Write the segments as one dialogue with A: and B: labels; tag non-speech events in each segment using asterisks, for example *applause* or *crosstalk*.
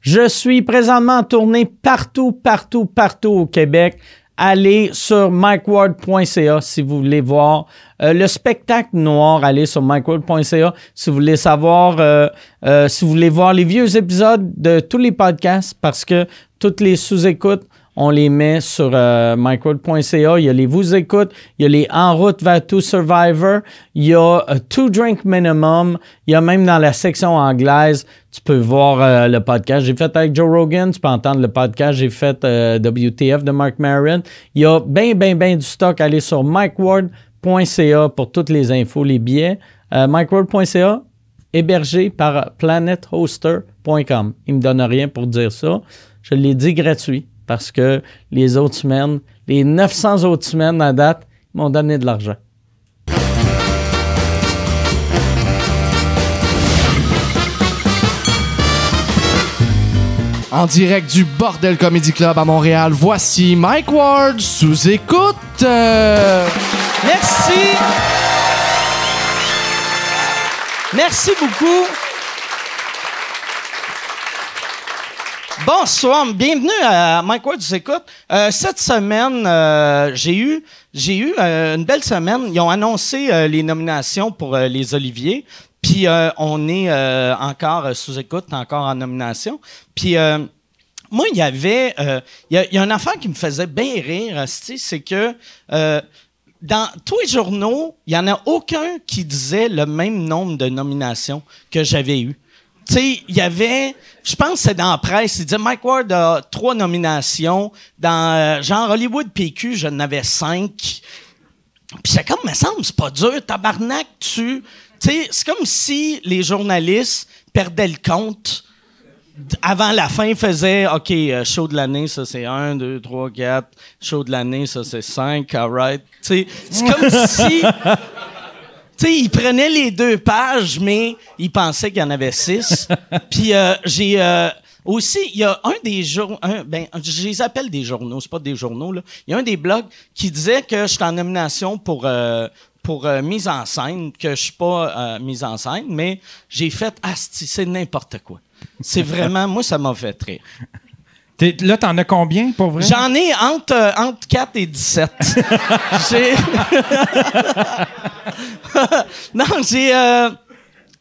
A: Je suis présentement en tournée partout, partout, partout au Québec. Allez sur mikeward.ca si vous voulez voir euh, le spectacle noir. Allez sur mikeward.ca si vous voulez savoir, euh, euh, si vous voulez voir les vieux épisodes de tous les podcasts parce que toutes les sous-écoutes, on les met sur euh, micworld.ca. Il y a les Vous écoute, il y a les En route vers To Survivor, il y a euh, Two Drink Minimum, il y a même dans la section anglaise, tu peux voir euh, le podcast j'ai fait avec Joe Rogan, tu peux entendre le podcast j'ai fait euh, WTF de Mark Maron. Il y a bien, bien, bien du stock. Allez sur micworld.ca pour toutes les infos, les billets. Euh, micworld.ca, hébergé par planethoster.com. Il me donne rien pour dire ça. Je l'ai dit gratuit parce que les autres semaines, les 900 autres semaines à date, ils m'ont donné de l'argent.
B: En direct du Bordel Comedy Club à Montréal, voici Mike Ward sous écoute. Euh,
A: Merci. Merci beaucoup. Bonsoir, bienvenue à Mike Ward vous écoute. Euh, cette semaine, euh, j'ai eu, j'ai eu euh, une belle semaine. Ils ont annoncé euh, les nominations pour euh, les Oliviers. Puis euh, on est euh, encore euh, sous écoute, encore en nomination. Puis euh, moi, il y avait, euh, il y, a- il y a une affaire qui me faisait bien rire, asti, c'est que euh, dans tous les journaux, il y en a aucun qui disait le même nombre de nominations que j'avais eues. Tu sais, il y avait, je pense que c'est dans la presse, il disait Mike Ward a trois nominations. Dans euh, genre Hollywood PQ, j'en avais cinq. Puis c'est comme, me semble, c'est pas dur, tabarnak, tu. Tu sais, c'est comme si les journalistes perdaient le compte avant la fin, faisait OK, euh, show de l'année, ça c'est 1, 2, 3, 4. Show de l'année, ça c'est 5. All right. Tu sais, C'est comme si. Tu sais, il prenait les deux pages, mais il pensait qu'il y en avait
C: *laughs*
A: six. Puis euh, j'ai. euh, aussi, il y a un des journaux, ben, je les appelle des journaux, c'est pas des journaux, là. Il y a un des blogs qui disait que j'étais en nomination pour, euh, pour euh, mise en scène, que je suis pas euh, mise en scène, mais j'ai fait, asti, c'est n'importe quoi. C'est vraiment, moi, ça m'a fait rire.
C: T'es- là, t'en as combien pour vrai?
A: J'en ai entre, euh, entre 4 et 17.
C: *laughs*
A: j'ai. non, j'ai. euh,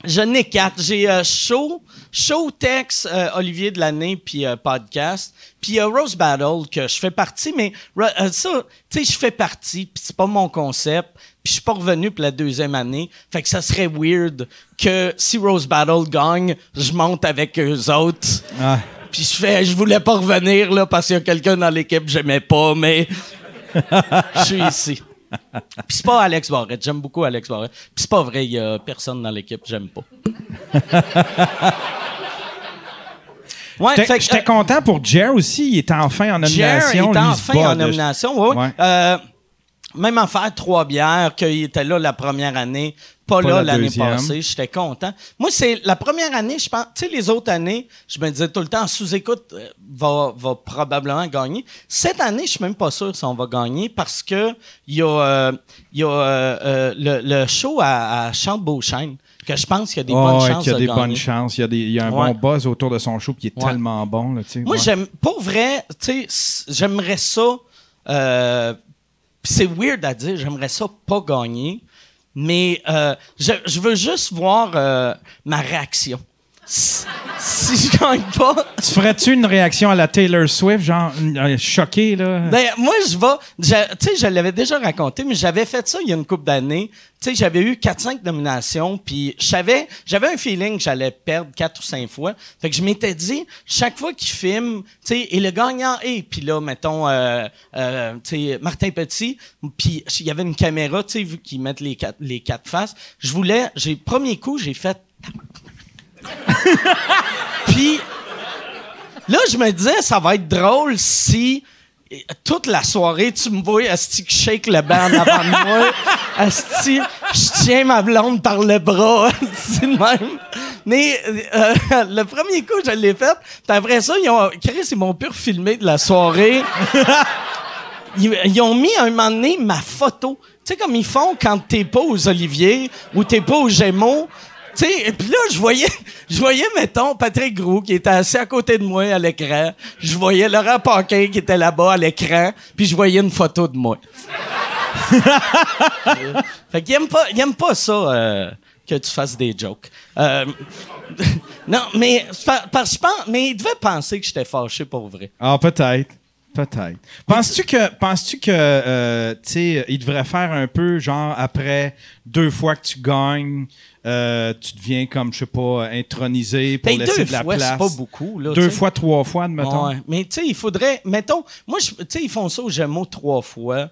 A: je n'ai 4. J'ai euh, show, show Tex, euh, Olivier de l'année, puis euh, podcast. Puis euh, Rose Battle, que je fais partie, mais Ro- euh, ça, tu sais, je fais partie, puis c'est pas mon concept. Puis je suis pas revenu pour la deuxième année. Fait que ça serait weird que si Rose Battle gagne, je monte avec eux autres.
C: Ah.
A: Puis je fais, je voulais pas revenir là parce qu'il y a quelqu'un dans l'équipe que j'aimais pas, mais je suis ici. Puis c'est pas Alex Barrette, j'aime beaucoup Alex Barrette. Puis c'est pas vrai, il y a personne dans l'équipe que j'aime pas. ouais,
C: J'étais
A: fait que,
C: j'étais
A: euh,
C: content pour Jer aussi. Il est enfin en
A: Jer
C: nomination.
A: est
C: lui, il se
A: enfin
C: bat,
A: en
C: là.
A: nomination. oui, oui.
C: Ouais.
A: Euh, même en faire trois bières, qu'il était là la première année, pas, là
C: la
A: l'année
C: deuxième.
A: passée, j'étais content. Moi, c'est la première année, je pense, tu sais, les autres années, je me disais tout le temps, sous-écoute euh, va, va probablement gagner. Cette année, je suis même pas sûr si on va gagner parce que il y a, euh, il y a euh, euh, le, le show à, à Champ-Beauchesne, que je pense qu'il y a des
C: Ah,
A: bonnes
C: ouais,
A: chances
C: qu'il y a
A: de
C: des
A: gagner.
C: bonnes chances. Il y a, des- il y a un
A: Ouais.
C: bon buzz autour de son show qui est
A: Ouais.
C: tellement bon. Là, tu sais,
A: Moi,
C: ouais.
A: j'aime, pour vrai, tu sais, s- j'aimerais ça. euh, pis c'est weird à dire, j'aimerais ça pas gagner, mais euh, je, je veux juste voir euh, ma réaction. Si, si je gagne pas,
C: Tu ferais-tu une réaction à la Taylor Swift, genre euh, choqué *laughs* là?
A: ben moi je vais, je- tu sais, je l'avais déjà raconté, mais j'avais fait ça il y a une couple d'années. Tu sais, j'avais eu 4-5 nominations, puis je savais, j'avais un feeling que j'allais perdre 4 ou 5 fois. Fait que je m'étais dit, chaque fois qu'il filme, tu sais, et le gagnant est, puis là, mettons, euh, euh, tu sais, Martin Petit, puis il y avait une caméra, tu sais, vu qu'ils mettent les quatre, les quatre faces, je voulais, j'ai premier coup, j'ai fait. *laughs* puis Là, je me disais, ça va être drôle si euh, toute la soirée, tu me vois asti qui shake le banc en avant de moi. Asti, je tiens ma blonde par le bras, asti de même. Mais euh, *laughs* le premier coup, je l'ai fait. Puis après ça, ils ont, Chris, ils m'ont pu refilmer de la soirée. Ils, ils ont mis un moment donné ma photo. Tu sais, comme ils font quand t'es pas aux Olivier ou t'es pas aux Gémeaux. Tu sais, puis là, je voyais, *laughs* je voyais, mettons, Patrick Groux qui était assis à côté de moi à l'écran. Je voyais Laurent Paquin qui était là-bas à l'écran. Puis je voyais une photo de moi. *laughs* fait qu'il aime pas, il aime pas ça euh, que tu fasses des jokes. Euh, *laughs* non, mais, c'est par- parce que je pense, mais il devait penser que j'étais fâché pour vrai.
C: Ah, peut-être. Peut-être. Penses-tu que, penses-tu que, euh, tu sais, il devrait faire un peu, genre, après deux fois que tu gagnes, euh, tu deviens comme, je sais pas, intronisé pour
A: Ben,
C: laisser
A: deux
C: de la
A: fois,
C: place.
A: c'est pas beaucoup. Là,
C: deux
A: tu sais.
C: fois, trois fois, admettons.
A: Ouais, Mais tu sais, il faudrait. Mettons, moi, je- tu sais, ils font ça au Gémeaux trois fois.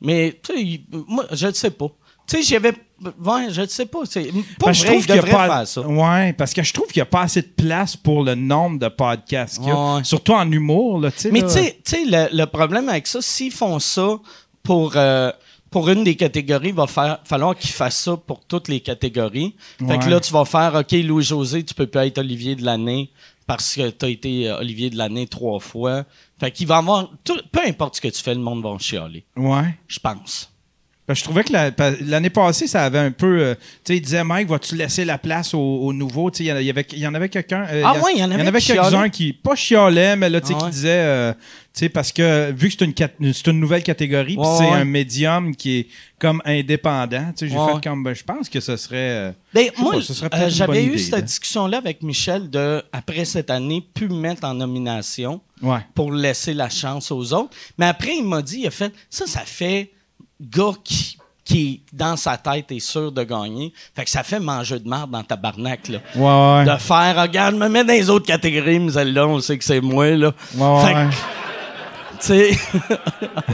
A: Mais tu sais, ils- moi, je ne sais pas. Tu sais, j'avais. Ouais, je ne sais pas. c'est- Pour
C: Parce que
A: vrai, ils
C: Ben, qu'il y a
A: devraient
C: pas-
A: faire ça.
C: Ouais, parce que je trouve qu'il n'y a pas assez de place pour le nombre de podcasts qu'il y a.
A: Ouais.
C: Surtout en humour, là, tu sais.
A: Mais
C: là.
A: tu sais, tu sais, le, le problème avec ça, s'ils font ça pour, euh, pour une des catégories, il va faire, falloir qu'ils fassent ça pour toutes les catégories. Fait que
C: Ouais.
A: là, tu vas faire, OK, Louis-José, tu peux plus être Olivier de l'année parce que tu as été euh, Olivier de l'année trois fois. Fait qu'il va avoir... tout- peu importe ce que tu fais, le monde va en chialer,
C: Ouais.
A: je pense.
C: Parce que je trouvais que la- pa- l'année passée, ça avait un peu. euh, tu sais, il disait, Mike, vas-tu laisser la place aux, aux nouveaux? Tu sais, il y en a- il y avait- il y en avait quelqu'un. euh,
A: Ah
C: il y en-
A: ouais, il y en
C: Il
A: avait
C: y en avait
A: qui chialaient.
C: quelques-uns qui, pas chiolaient, mais là, tu sais,
A: Ah
C: qui
A: ouais.
C: disaient, euh, tu sais, parce que vu que c'est une, cat- c'est une nouvelle catégorie, puis
A: Ouais,
C: c'est
A: ouais.
C: un médium qui est comme indépendant, tu sais, j'ai
A: Ouais, ouais.
C: fait comme, ben, je pense que ce serait. euh,
A: Ben,
C: je sais
A: moi,
C: pas, ce serait
A: euh,
C: peut-être une
A: j'avais
C: bonne
A: eu
C: idée,
A: cette
C: là.
A: discussion-là avec Michel de, après cette année, pu me mettre en nomination.
C: Ouais.
A: pour laisser la chance aux autres. Mais après, il m'a dit, il a fait, ça, ça fait gars qui, qui dans sa tête, est sûr de gagner. Fait que ça fait manger de merde dans ta barnaque, là.
C: Ouais, ouais.
A: De faire, regarde, me mets dans les autres catégories, mais celle-là, on sait que c'est moi, là.
C: Ouais,
A: Fait que,
C: ouais.
A: tu sais- *laughs*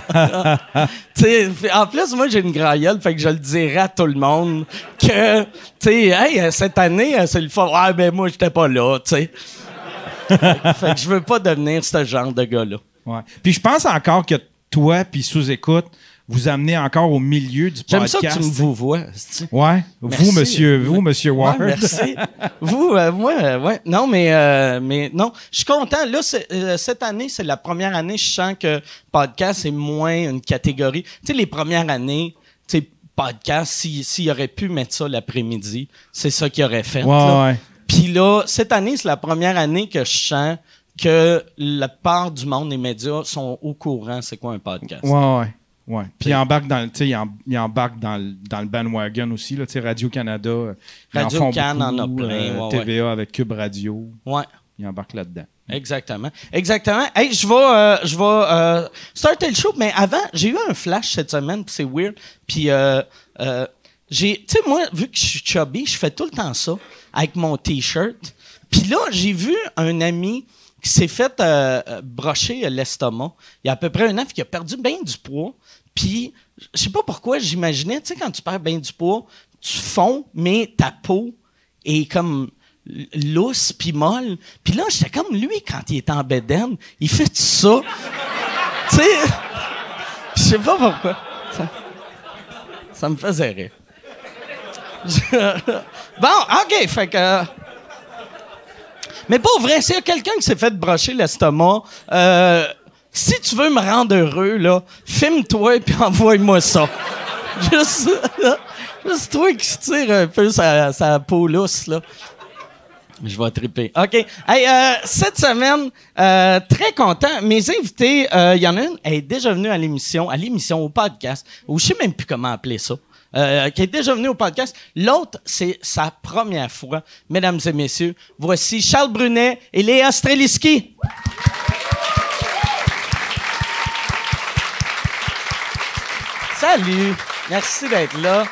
A: Tu sais, fait- en plus, moi, j'ai une grand gueule, fait que je le dirais à tout le monde que, tu sais, hey, euh, cette année, euh, c'est le fun. Ah, ben, moi, j'étais pas là, tu sais. fait que je veux pas devenir ce genre de gars-là.
C: Ouais. Puis je pense encore que toi, puis sous-écoute, vous amenez encore au milieu du
A: J'aime
C: podcast.
A: ça que tu me vous vois. c'est-tu.
C: Ouais. Vous,
A: Merci.
C: monsieur, vous, monsieur
A: Ouais,
C: Ward.
A: merci. *laughs* Vous, euh, moi, euh, ouais. Non, mais, euh, mais non, je suis content. Là, c'est, euh, cette année, c'est la première année, je sens que podcast est moins une catégorie. Tu sais, les premières années, tu sais, podcast, si- s'il aurait pu mettre ça l'après-midi, c'est ça qu'il aurait fait.
C: Ouais,
A: là.
C: ouais.
A: Puis là, cette année, c'est la première année que je sens que la part du monde des médias sont au courant c'est quoi un podcast.
C: Ouais, ouais. Ouais. Puis il embarque dans le, tu sais, il em- il embarque dans le, dans le bandwagon aussi, là, tu sais, Radio-Canada. euh, ils en
A: Radio
C: font
A: Can en a
C: beaucoup,
A: plein,
C: euh,
A: ouais, ouais.
C: TVA avec Cube Radio,
A: ouais.
C: il embarque là-dedans.
A: Exactement. Exactement. Hey, je vais, euh, je vais euh, starter le show, mais avant, j'ai eu un flash cette semaine, puis c'est weird. Puis, euh, euh, j'ai, tu sais, moi, vu que je suis chubby, je fais tout le temps ça avec mon T-shirt. Puis là, j'ai vu un ami qui s'est fait euh, euh, brocher l'estomac il y a à peu près un an, puis qui a perdu bien du poids. Puis, je sais pas pourquoi, j'imaginais, tu sais, quand tu perds bien du poids, tu fonds, mais ta peau est comme l- lousse puis molle. Puis là, j'étais comme lui quand il est en bedaine, il fait tout ça. *laughs* tu sais, je sais pas pourquoi. Ça, ça me faisait rire. *laughs* Je- bon, OK, fait que... Mais pour vrai, s'il y a quelqu'un qui s'est fait brocher l'estomac, euh, si tu veux me rendre heureux, là, filme-toi puis *laughs* envoie-moi ça. Juste, juste toi qui se tire un peu sa, sa peau lousse, là. Je vais triper. OK. Hey, euh, cette semaine, euh, très content. Mes invités, euh, il y en a une, elle est déjà venue à l'émission, à l'émission, au podcast, ou je sais même plus comment appeler ça, euh, qui est déjà venue au podcast. L'autre, c'est sa première fois. Mesdames et messieurs, voici Charles Brunet et Léa Streliski. Salut. Merci d'être là.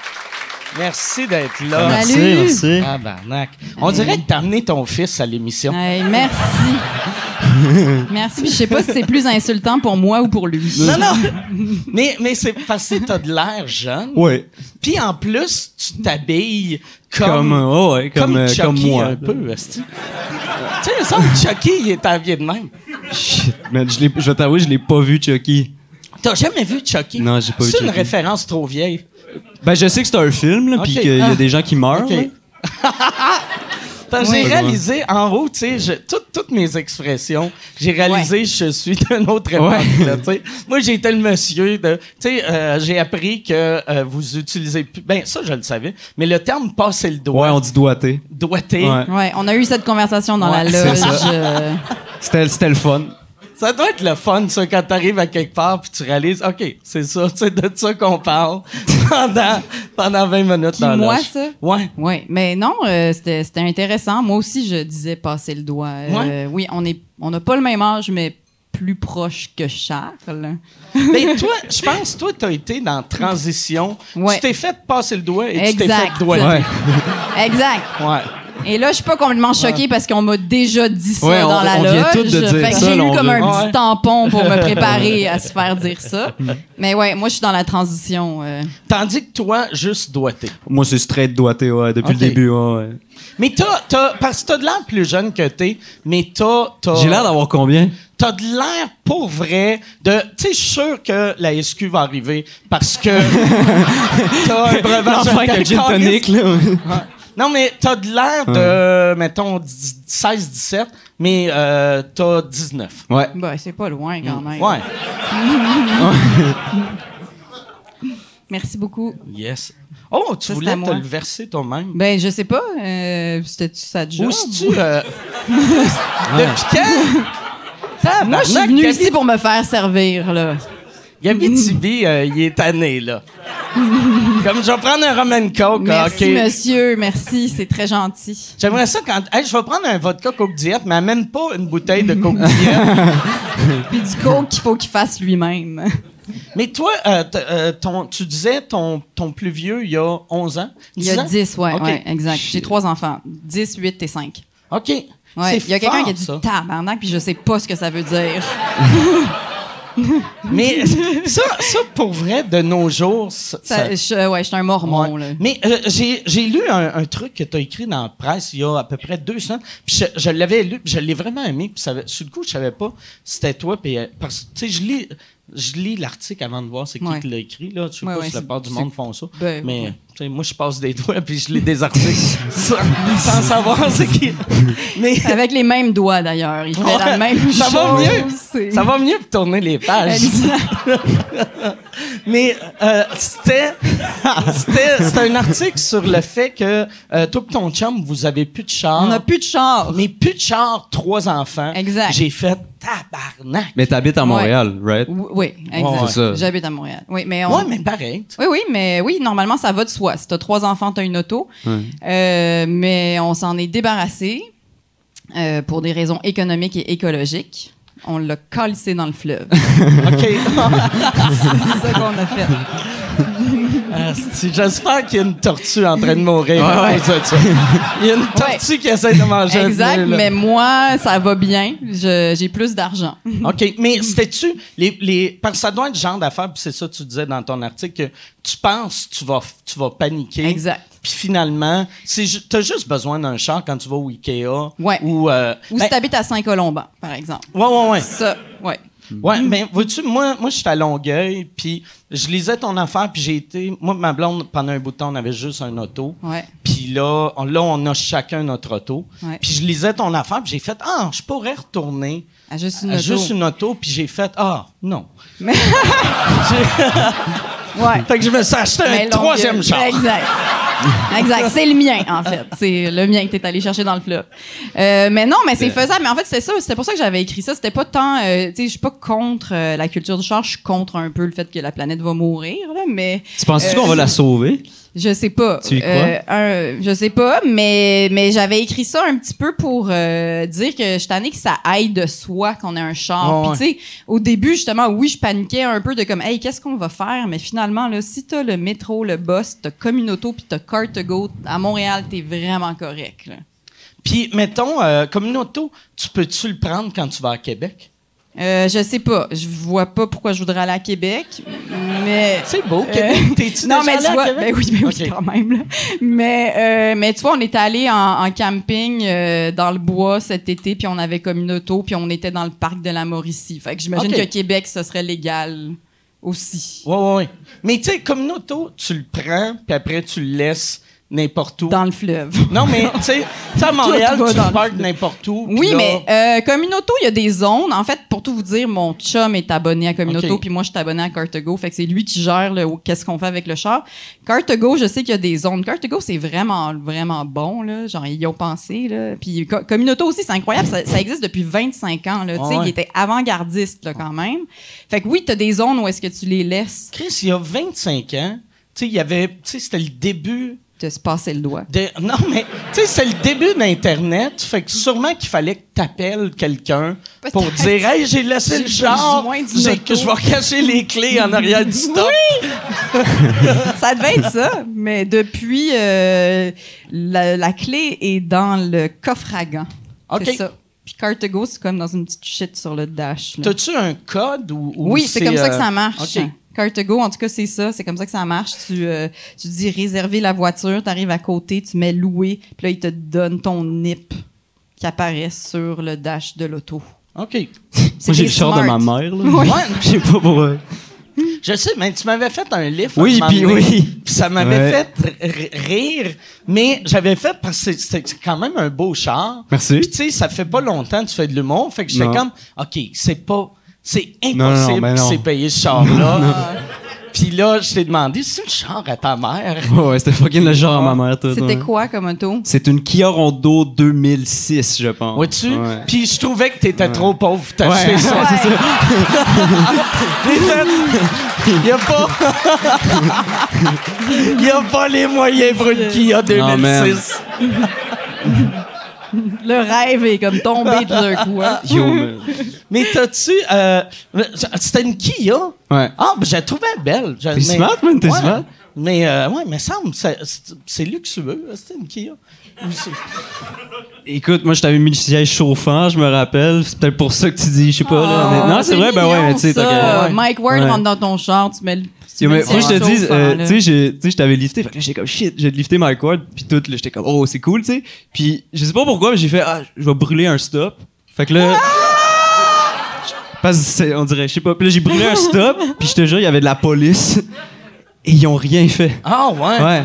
A: Merci d'être là.
D: Salut.
E: Merci, merci.
A: Tabarnak. On dirait que t'as amené ton fils à l'émission.
D: Hey, merci. merci. Puis je sais pas si c'est plus insultant pour moi ou pour lui.
A: Non, non! Mais, mais c'est parce que t'as de l'air jeune.
E: Oui.
A: Puis en plus, tu t'habilles comme.
E: Comme, oh ouais, comme, euh,
A: Chucky hein.
E: comme moi.
A: un peu, esti. tu sais, il me semble que Chucky, il est habillé de même.
E: Shit, man, je, l'ai- je vais t'avouer, je l'ai pas vu, Chucky.
A: T'as jamais vu Chucky?
E: Non, j'ai pas vu
A: C'est une
E: Chucky.
A: référence trop vieille.
E: Ben, je sais que c'est un film, là,
A: Ok.
E: puis qu'il y a
A: Ah.
E: des gens qui meurent.
A: OK.
E: là.
A: *laughs* Parce que
E: Oui.
A: j'ai réalisé, en haut, tu sais, je- toutes- toutes mes expressions, j'ai réalisé que je suis *laughs* d'une autre époque. là, tu sais. Moi, j'étais le monsieur de... Tu sais, euh, j'ai appris que euh, vous utilisez... plus- Ben, ça, je le savais. Mais le terme « passer le doigt
E: Ouais, on dit doigté.
A: doigté,
E: Ouais.
D: Ouais, on a eu cette conversation dans
E: Ouais,
D: la
E: c'est
D: loge.
E: ça.
D: euh,
E: C'était c'était le fun.
A: ça doit être le fun, ça, quand t'arrives à quelque part puis tu réalises, OK, c'est ça, *laughs* c'est de ça qu'on parle *laughs* pendant, pendant 20 minutes
D: Qui,
A: dans
D: moi,
A: l'âge.
D: ça?
A: Ouais.
D: Oui, mais non, euh, c'était c'était intéressant. Moi aussi, je disais passer le doigt. Euh, Oui, on est, on n'a pas le même âge, mais plus proche que Charles.
A: Ben, toi, je pense, toi, t'as été dans transition.
D: Ouais.
A: Tu t'es fait passer le doigt et tu t'es
D: Exact.
A: fait doigter.
E: Ouais.
D: *laughs* Exact.
A: Ouais.
D: Et là, je suis pas complètement choquée parce qu'on m'a déjà dit ça
E: Ouais, on-
D: dans la
E: on vient
D: loge.
E: toutes de dire
D: Fait que
E: ça,
D: j'ai eu
E: là, on
D: comme
E: veut-
D: un petit
A: Ouais. Mm-hmm.
D: tampon
A: *laughs*
D: pour me préparer à se faire dire ça. Mais ouais, moi, je suis dans la transition. euh.
A: Tandis que toi, juste doigté.
E: Moi, c'est straight doigté, ouais, depuis
A: Ok.
E: le début. ouais, ouais.
A: Mais t'as, t'as- parce que t'as de l'air plus jeune que t'es, mais t'as, t'as-
E: J'ai l'air d'avoir combien?
A: t'as de l'air pour vrai de, tu sais, je suis sûr que la SQ va arriver parce
E: *laughs*
A: que t'as un breuvage
E: L'enfer avec le gin
A: alcoolique.
E: tonic, là.
A: *laughs* Ouais. Non, mais t'as de l'air de, mettons, 16-17, mais euh, t'as 19.
E: Ouais.
D: Bah, c'est pas loin quand même.
A: Ouais.
D: Merci beaucoup.
A: Yes. Oh, tu
D: Ça,
A: voulais
D: c'était
A: te
D: moi.
A: le verser toi-même.
D: Ben, je sais pas. euh, C'était-tu sa job?
A: Où es-tu? Euh... Depuis quand? Tabarnak,
D: Moi, je suis venue
A: Gabi-
D: ici pour me faire servir, là.
A: Gabi Tibi, euh, il est tanné, là. Comme je vais prendre un Roman Coke,
D: Merci,
A: OK?
D: monsieur. Merci, c'est très gentil.
A: J'aimerais ça quand. Hey, je vais prendre un vodka Coke Diet, mais même pas une bouteille de Coke
D: *laughs*
A: Diet.
D: Puis du coke qu'il faut qu'il fasse lui-même.
A: mais toi, euh, t- euh, ton, tu disais ton, ton plus vieux, il y a 11 ans.
D: Il y a
A: ans?
D: 10, ouais,
A: OK.
D: ouais, exact. J'ai trois enfants. 10, 8 et 5.
A: OK.
D: Ouais.
A: C'est
D: Il y a quelqu'un
A: fort,
D: qui a dit
A: ça.
D: tabarnak, puis je sais pas ce que ça veut dire.
A: Mais *laughs* ça, ça, pour vrai, de nos jours, ça-
D: Ça-
A: ça-
D: je, euh, ouais, je suis un mormon,
A: Ouais.
D: là.
A: Mais euh, j'ai j'ai lu un, un truc que tu as écrit dans la presse il y a à peu près deux ans. Puis je, je l'avais lu, puis je l'ai vraiment aimé. Puis ça avait- sur le coup, je savais pas c'était toi. Puis euh, parce que tu sais, je lis, je lis l'article avant de voir c'est qui
D: Ouais.
A: qui l'a écrit. Là, je sais
D: Ouais,
A: pas
D: ouais,
A: si la
D: c'est-
A: part du
D: c'est-
A: monde font ça.
D: Ben,
A: mais
D: ouais.
A: tu sais, moi, je passe des doigts puis je lis des
D: *laughs*
A: articles sans, sans savoir c'est qui. Mais
D: Avec les mêmes doigts, d'ailleurs. Il fait
A: Ouais.
D: la même
A: Ça
D: chose.
A: va mieux.
D: c'est-
A: ça va mieux que tourner les pages.
D: Exact.
A: Mais euh, c'était *laughs* c'était c'était un article sur le fait que euh, toi et ton chum vous avez plus de char.
D: On n'a plus de char.
A: mais Ah. plus de char, trois enfants.
D: Exact.
A: J'ai fait tabarnak.
E: Mais t'habites à Montréal, right?
D: Ou- Oui,
E: Ouais, c'est ça.
D: exact. J'habite à Montréal. Oui, mais on...
A: Ouais, mais bah- pareil.
D: Oui, oui, mais oui, normalement, ça va de soi. Si t'as trois enfants, t'as une auto. Euh, mais on s'en est débarrassé euh, pour des raisons économiques et écologiques. On l'a calissé dans le fleuve. *laughs*
A: OK.
D: C'est ça qu'on a fait.
A: Asti, Ah, J'espère qu'il y a une tortue en train de mourir.
E: Ouais, ouais.
A: à cause de ça. Il y a une tortue qui essaie de manger un
D: Exact,
A: pneu, là.
D: mais moi, ça va bien. Je- J'ai plus d'argent.
A: OK, mais c'était-tu... Les, les, parce que ça doit être le genre d'affaire, puis c'est ça que tu disais dans ton article, que tu penses tu vas tu vas paniquer.
D: Exact.
A: Puis finalement, c'est ju- t'as juste besoin d'un char quand tu vas au Ikea.
D: Ouais.
A: Ou, euh,
D: Ou
A: ben,
D: si t'habites à Saint-Colomban, par exemple.
A: ouais, ouais, ouais.
D: Ça, ouais.
A: Ouais, mais vois-tu, moi, moi, je suis à Longueuil, puis je lisais ton affaire, puis j'ai été... Moi, ma blonde, pendant un bout de temps, on avait juste un auto.
D: Ouais.
A: Puis là, on, là, on a chacun notre auto.
D: Ouais.
A: Puis je lisais ton affaire, puis j'ai fait « Ah, je pourrais retourner
D: À juste une
A: à
D: auto.
A: juste une auto. » Puis j'ai fait « Ah,
D: *laughs*
A: non.
D: Mais- »
A: Ouais. Fait que je me suis acheté *laughs*
D: Mais
A: un
D: longue-
A: troisième char.
D: Exact. Exact. C'est le mien, en fait. C'est le mien que t'es allé chercher dans le flop. Euh, mais non, mais c'est faisable. Mais en fait, c'est ça. C'était pour ça que j'avais écrit ça. C'était pas tant. euh, tu sais, je suis pas contre euh, la culture du char. Je suis contre un peu le fait que la planète va mourir, là. Mais
E: Tu penses-tu qu'on va la sauver?
D: je sais pas. Euh,
E: Tu y crois?
D: un- je sais pas, mais, mais j'avais écrit ça un petit peu pour euh, dire que je suis tannée que ça aille de soi qu'on ait un char.
A: Ouais,
D: Puis tu sais, au début, justement, oui, je paniquais un peu de comme, hey, qu'est-ce qu'on va faire? Mais finalement, là, si t'as le métro, le bus, t'as Communauto, puis t'as Car to Go, à Montréal, t'es vraiment correct, là.
A: Puis, mettons, euh, comme une auto, tu peux-tu le prendre quand tu vas à Québec?
D: Euh, je sais pas. Je vois pas pourquoi je voudrais aller à Québec, mais...
A: C'est beau,
D: Euh,
A: Québec. T'es-tu
D: Non,
A: déjà
D: mais
A: allé
D: tu
A: à
D: vois,
A: Québec?
D: ben oui, ben oui,
A: Ok.
D: quand même. là. Mais, euh, mais tu vois, on est allé en, en camping euh, dans le bois cet été, puis on avait comme une auto, puis on était dans le parc de la Mauricie. Fait que j'imagine
A: Ok.
D: que Québec, ce serait légal aussi.
A: Ouais, ouais, ouais. Mais tu sais, comme une auto, tu le prends, puis après, tu le laisses n'importe où.
D: dans le fleuve.
A: Non,
D: *laughs*
A: mais tu sais, tu sais, à Montréal,
D: va
A: tu
D: dans le
A: parques n'importe où. puis
D: Oui,
A: là-
D: mais euh, Communauto, il y a des zones. En fait, pour tout vous dire, mon chum est abonné à Communauto,
A: Ok.
D: puis moi, je suis abonné à Cartago. Fait que c'est lui qui gère le qu'est-ce qu'on fait avec le char. Cartago, je sais qu'il y a des zones. Cartago, c'est vraiment, vraiment bon. Là. Genre, ils y ont pensé. Là. Puis Co- Communauto aussi, c'est incroyable. Ça, ça existe depuis 25 ans. Là. Tu sais,
A: Ah ouais.
D: Il était avant-gardiste là, quand même. Fait que oui, tu as des zones où est-ce que tu les laisses
A: Chris, il y a 25 ans, tu sais, il y avait, tu sais, c'était le début
D: te se passer le doigt.
A: de- non, mais, tu sais, c'est le début d'Internet. Fait que sûrement qu'il fallait que t'appelles quelqu'un pour
D: Peut-être.
A: dire, hey, j'ai laissé le
D: J'ai
A: char,
D: besoin d'une
A: j'ai-
D: auto.
A: que je vais cacher les clés en
D: *laughs*
A: arrière du stock.
D: ça devait être ça, mais depuis, euh, la, la clé est dans le coffre à gants.
A: OK.
D: C'est ça. Puis Cartago, c'est comme dans une petite shit sur le dash. là.
A: T'as-tu un code ou. ou
D: Oui, c'est comme ça que
A: euh,
D: ça marche.
A: OK.
D: Cartago, en tout cas, c'est ça. C'est comme ça que ça marche. Tu, euh, tu dis réserver la voiture, tu arrives à côté, tu mets louer, puis là, il te donne ton NIP qui apparaît sur le dash de l'auto.
A: OK.
D: C'est
E: Moi, j'ai
D: des
E: le char de ma
D: smart.
E: mère, là.
A: Ouais,
E: *laughs* Je sais pas pour. euh,
A: je sais, mais tu m'avais fait un livre.
E: Oui,
A: à un
E: puis
A: moment donné,
E: oui.
A: puis ça m'avait
E: Ouais.
A: fait r- r- rire, mais j'avais fait parce que c'est- c'est c'est quand même un beau char.
E: Merci.
A: Puis tu sais, ça fait pas longtemps que tu fais de l'humour, fait que j'étais
E: Non.
A: comme, OK, c'est pas... C'est
E: non, non,
A: impossible
E: ben
A: que
E: non.
A: c'est payé ce char-là. Puis là, je t'ai demandé, c'est le char à ta mère?
E: Ouais, ouais, c'était fucking le char à ma mère, tout.
D: C'était
E: ouais.
D: quoi comme auto?
E: C'est une Kia Rondo 2006, je pense.
A: Vois-tu?
E: Ouais.
A: Puis je trouvais que t'étais trop pauvre pour t'acheter
E: Ouais. *laughs*
A: ça.
D: Ouais.
A: Il a pas... *laughs* Il a pas les moyens pour une Kia 2006.
E: Non, man.
D: *laughs* Le rêve est comme tombé de
E: *laughs*
D: d'un coup. hein.
E: Yo, man.
A: Mais t'as-tu... euh, c'était une Kia?
E: Ouais.
A: Ah, ben, je la trouvais belle. Je-
E: T'es
A: mais-
E: smart, man, t'es
A: Ouais.
E: smart.
A: Mais, euh, ouais, mais semble, c'est- c'est c'est luxueux, c'était une Kia. Ou c'est-
E: Écoute, moi, je t'avais mis le siège chauffant, je me rappelle. C'est peut-être pour ça que tu dis, je sais pas. là, mais- Non, c'est vrai, ben ouais,
D: Ah, mignon,
E: mais tu sais,
D: ça.
E: t'as quand
D: Mike Ward
E: Ouais.
D: rentre dans ton char, tu mets le. tu
E: Yo,
D: mets
E: mais
D: le
E: faut que je te
D: chauffant,
E: dise, euh,
D: là.
E: tu sais, j'ai- tu sais, je t'avais lifté. Fait que là, j'étais comme shit, j'ai lifté Mike Ward. Puis tout, là, j'étais comme, oh, c'est cool, tu sais. Puis je sais pas pourquoi, mais j'ai fait, ah, je vais brûler un stop. Fait que là. Parce que c'est- on dirait, je sais pas. Puis là, j'ai brûlé un stop. Puis je te jure, il y avait de la police. Et ils ont rien fait.
A: Ah, ouais.
E: Ouais.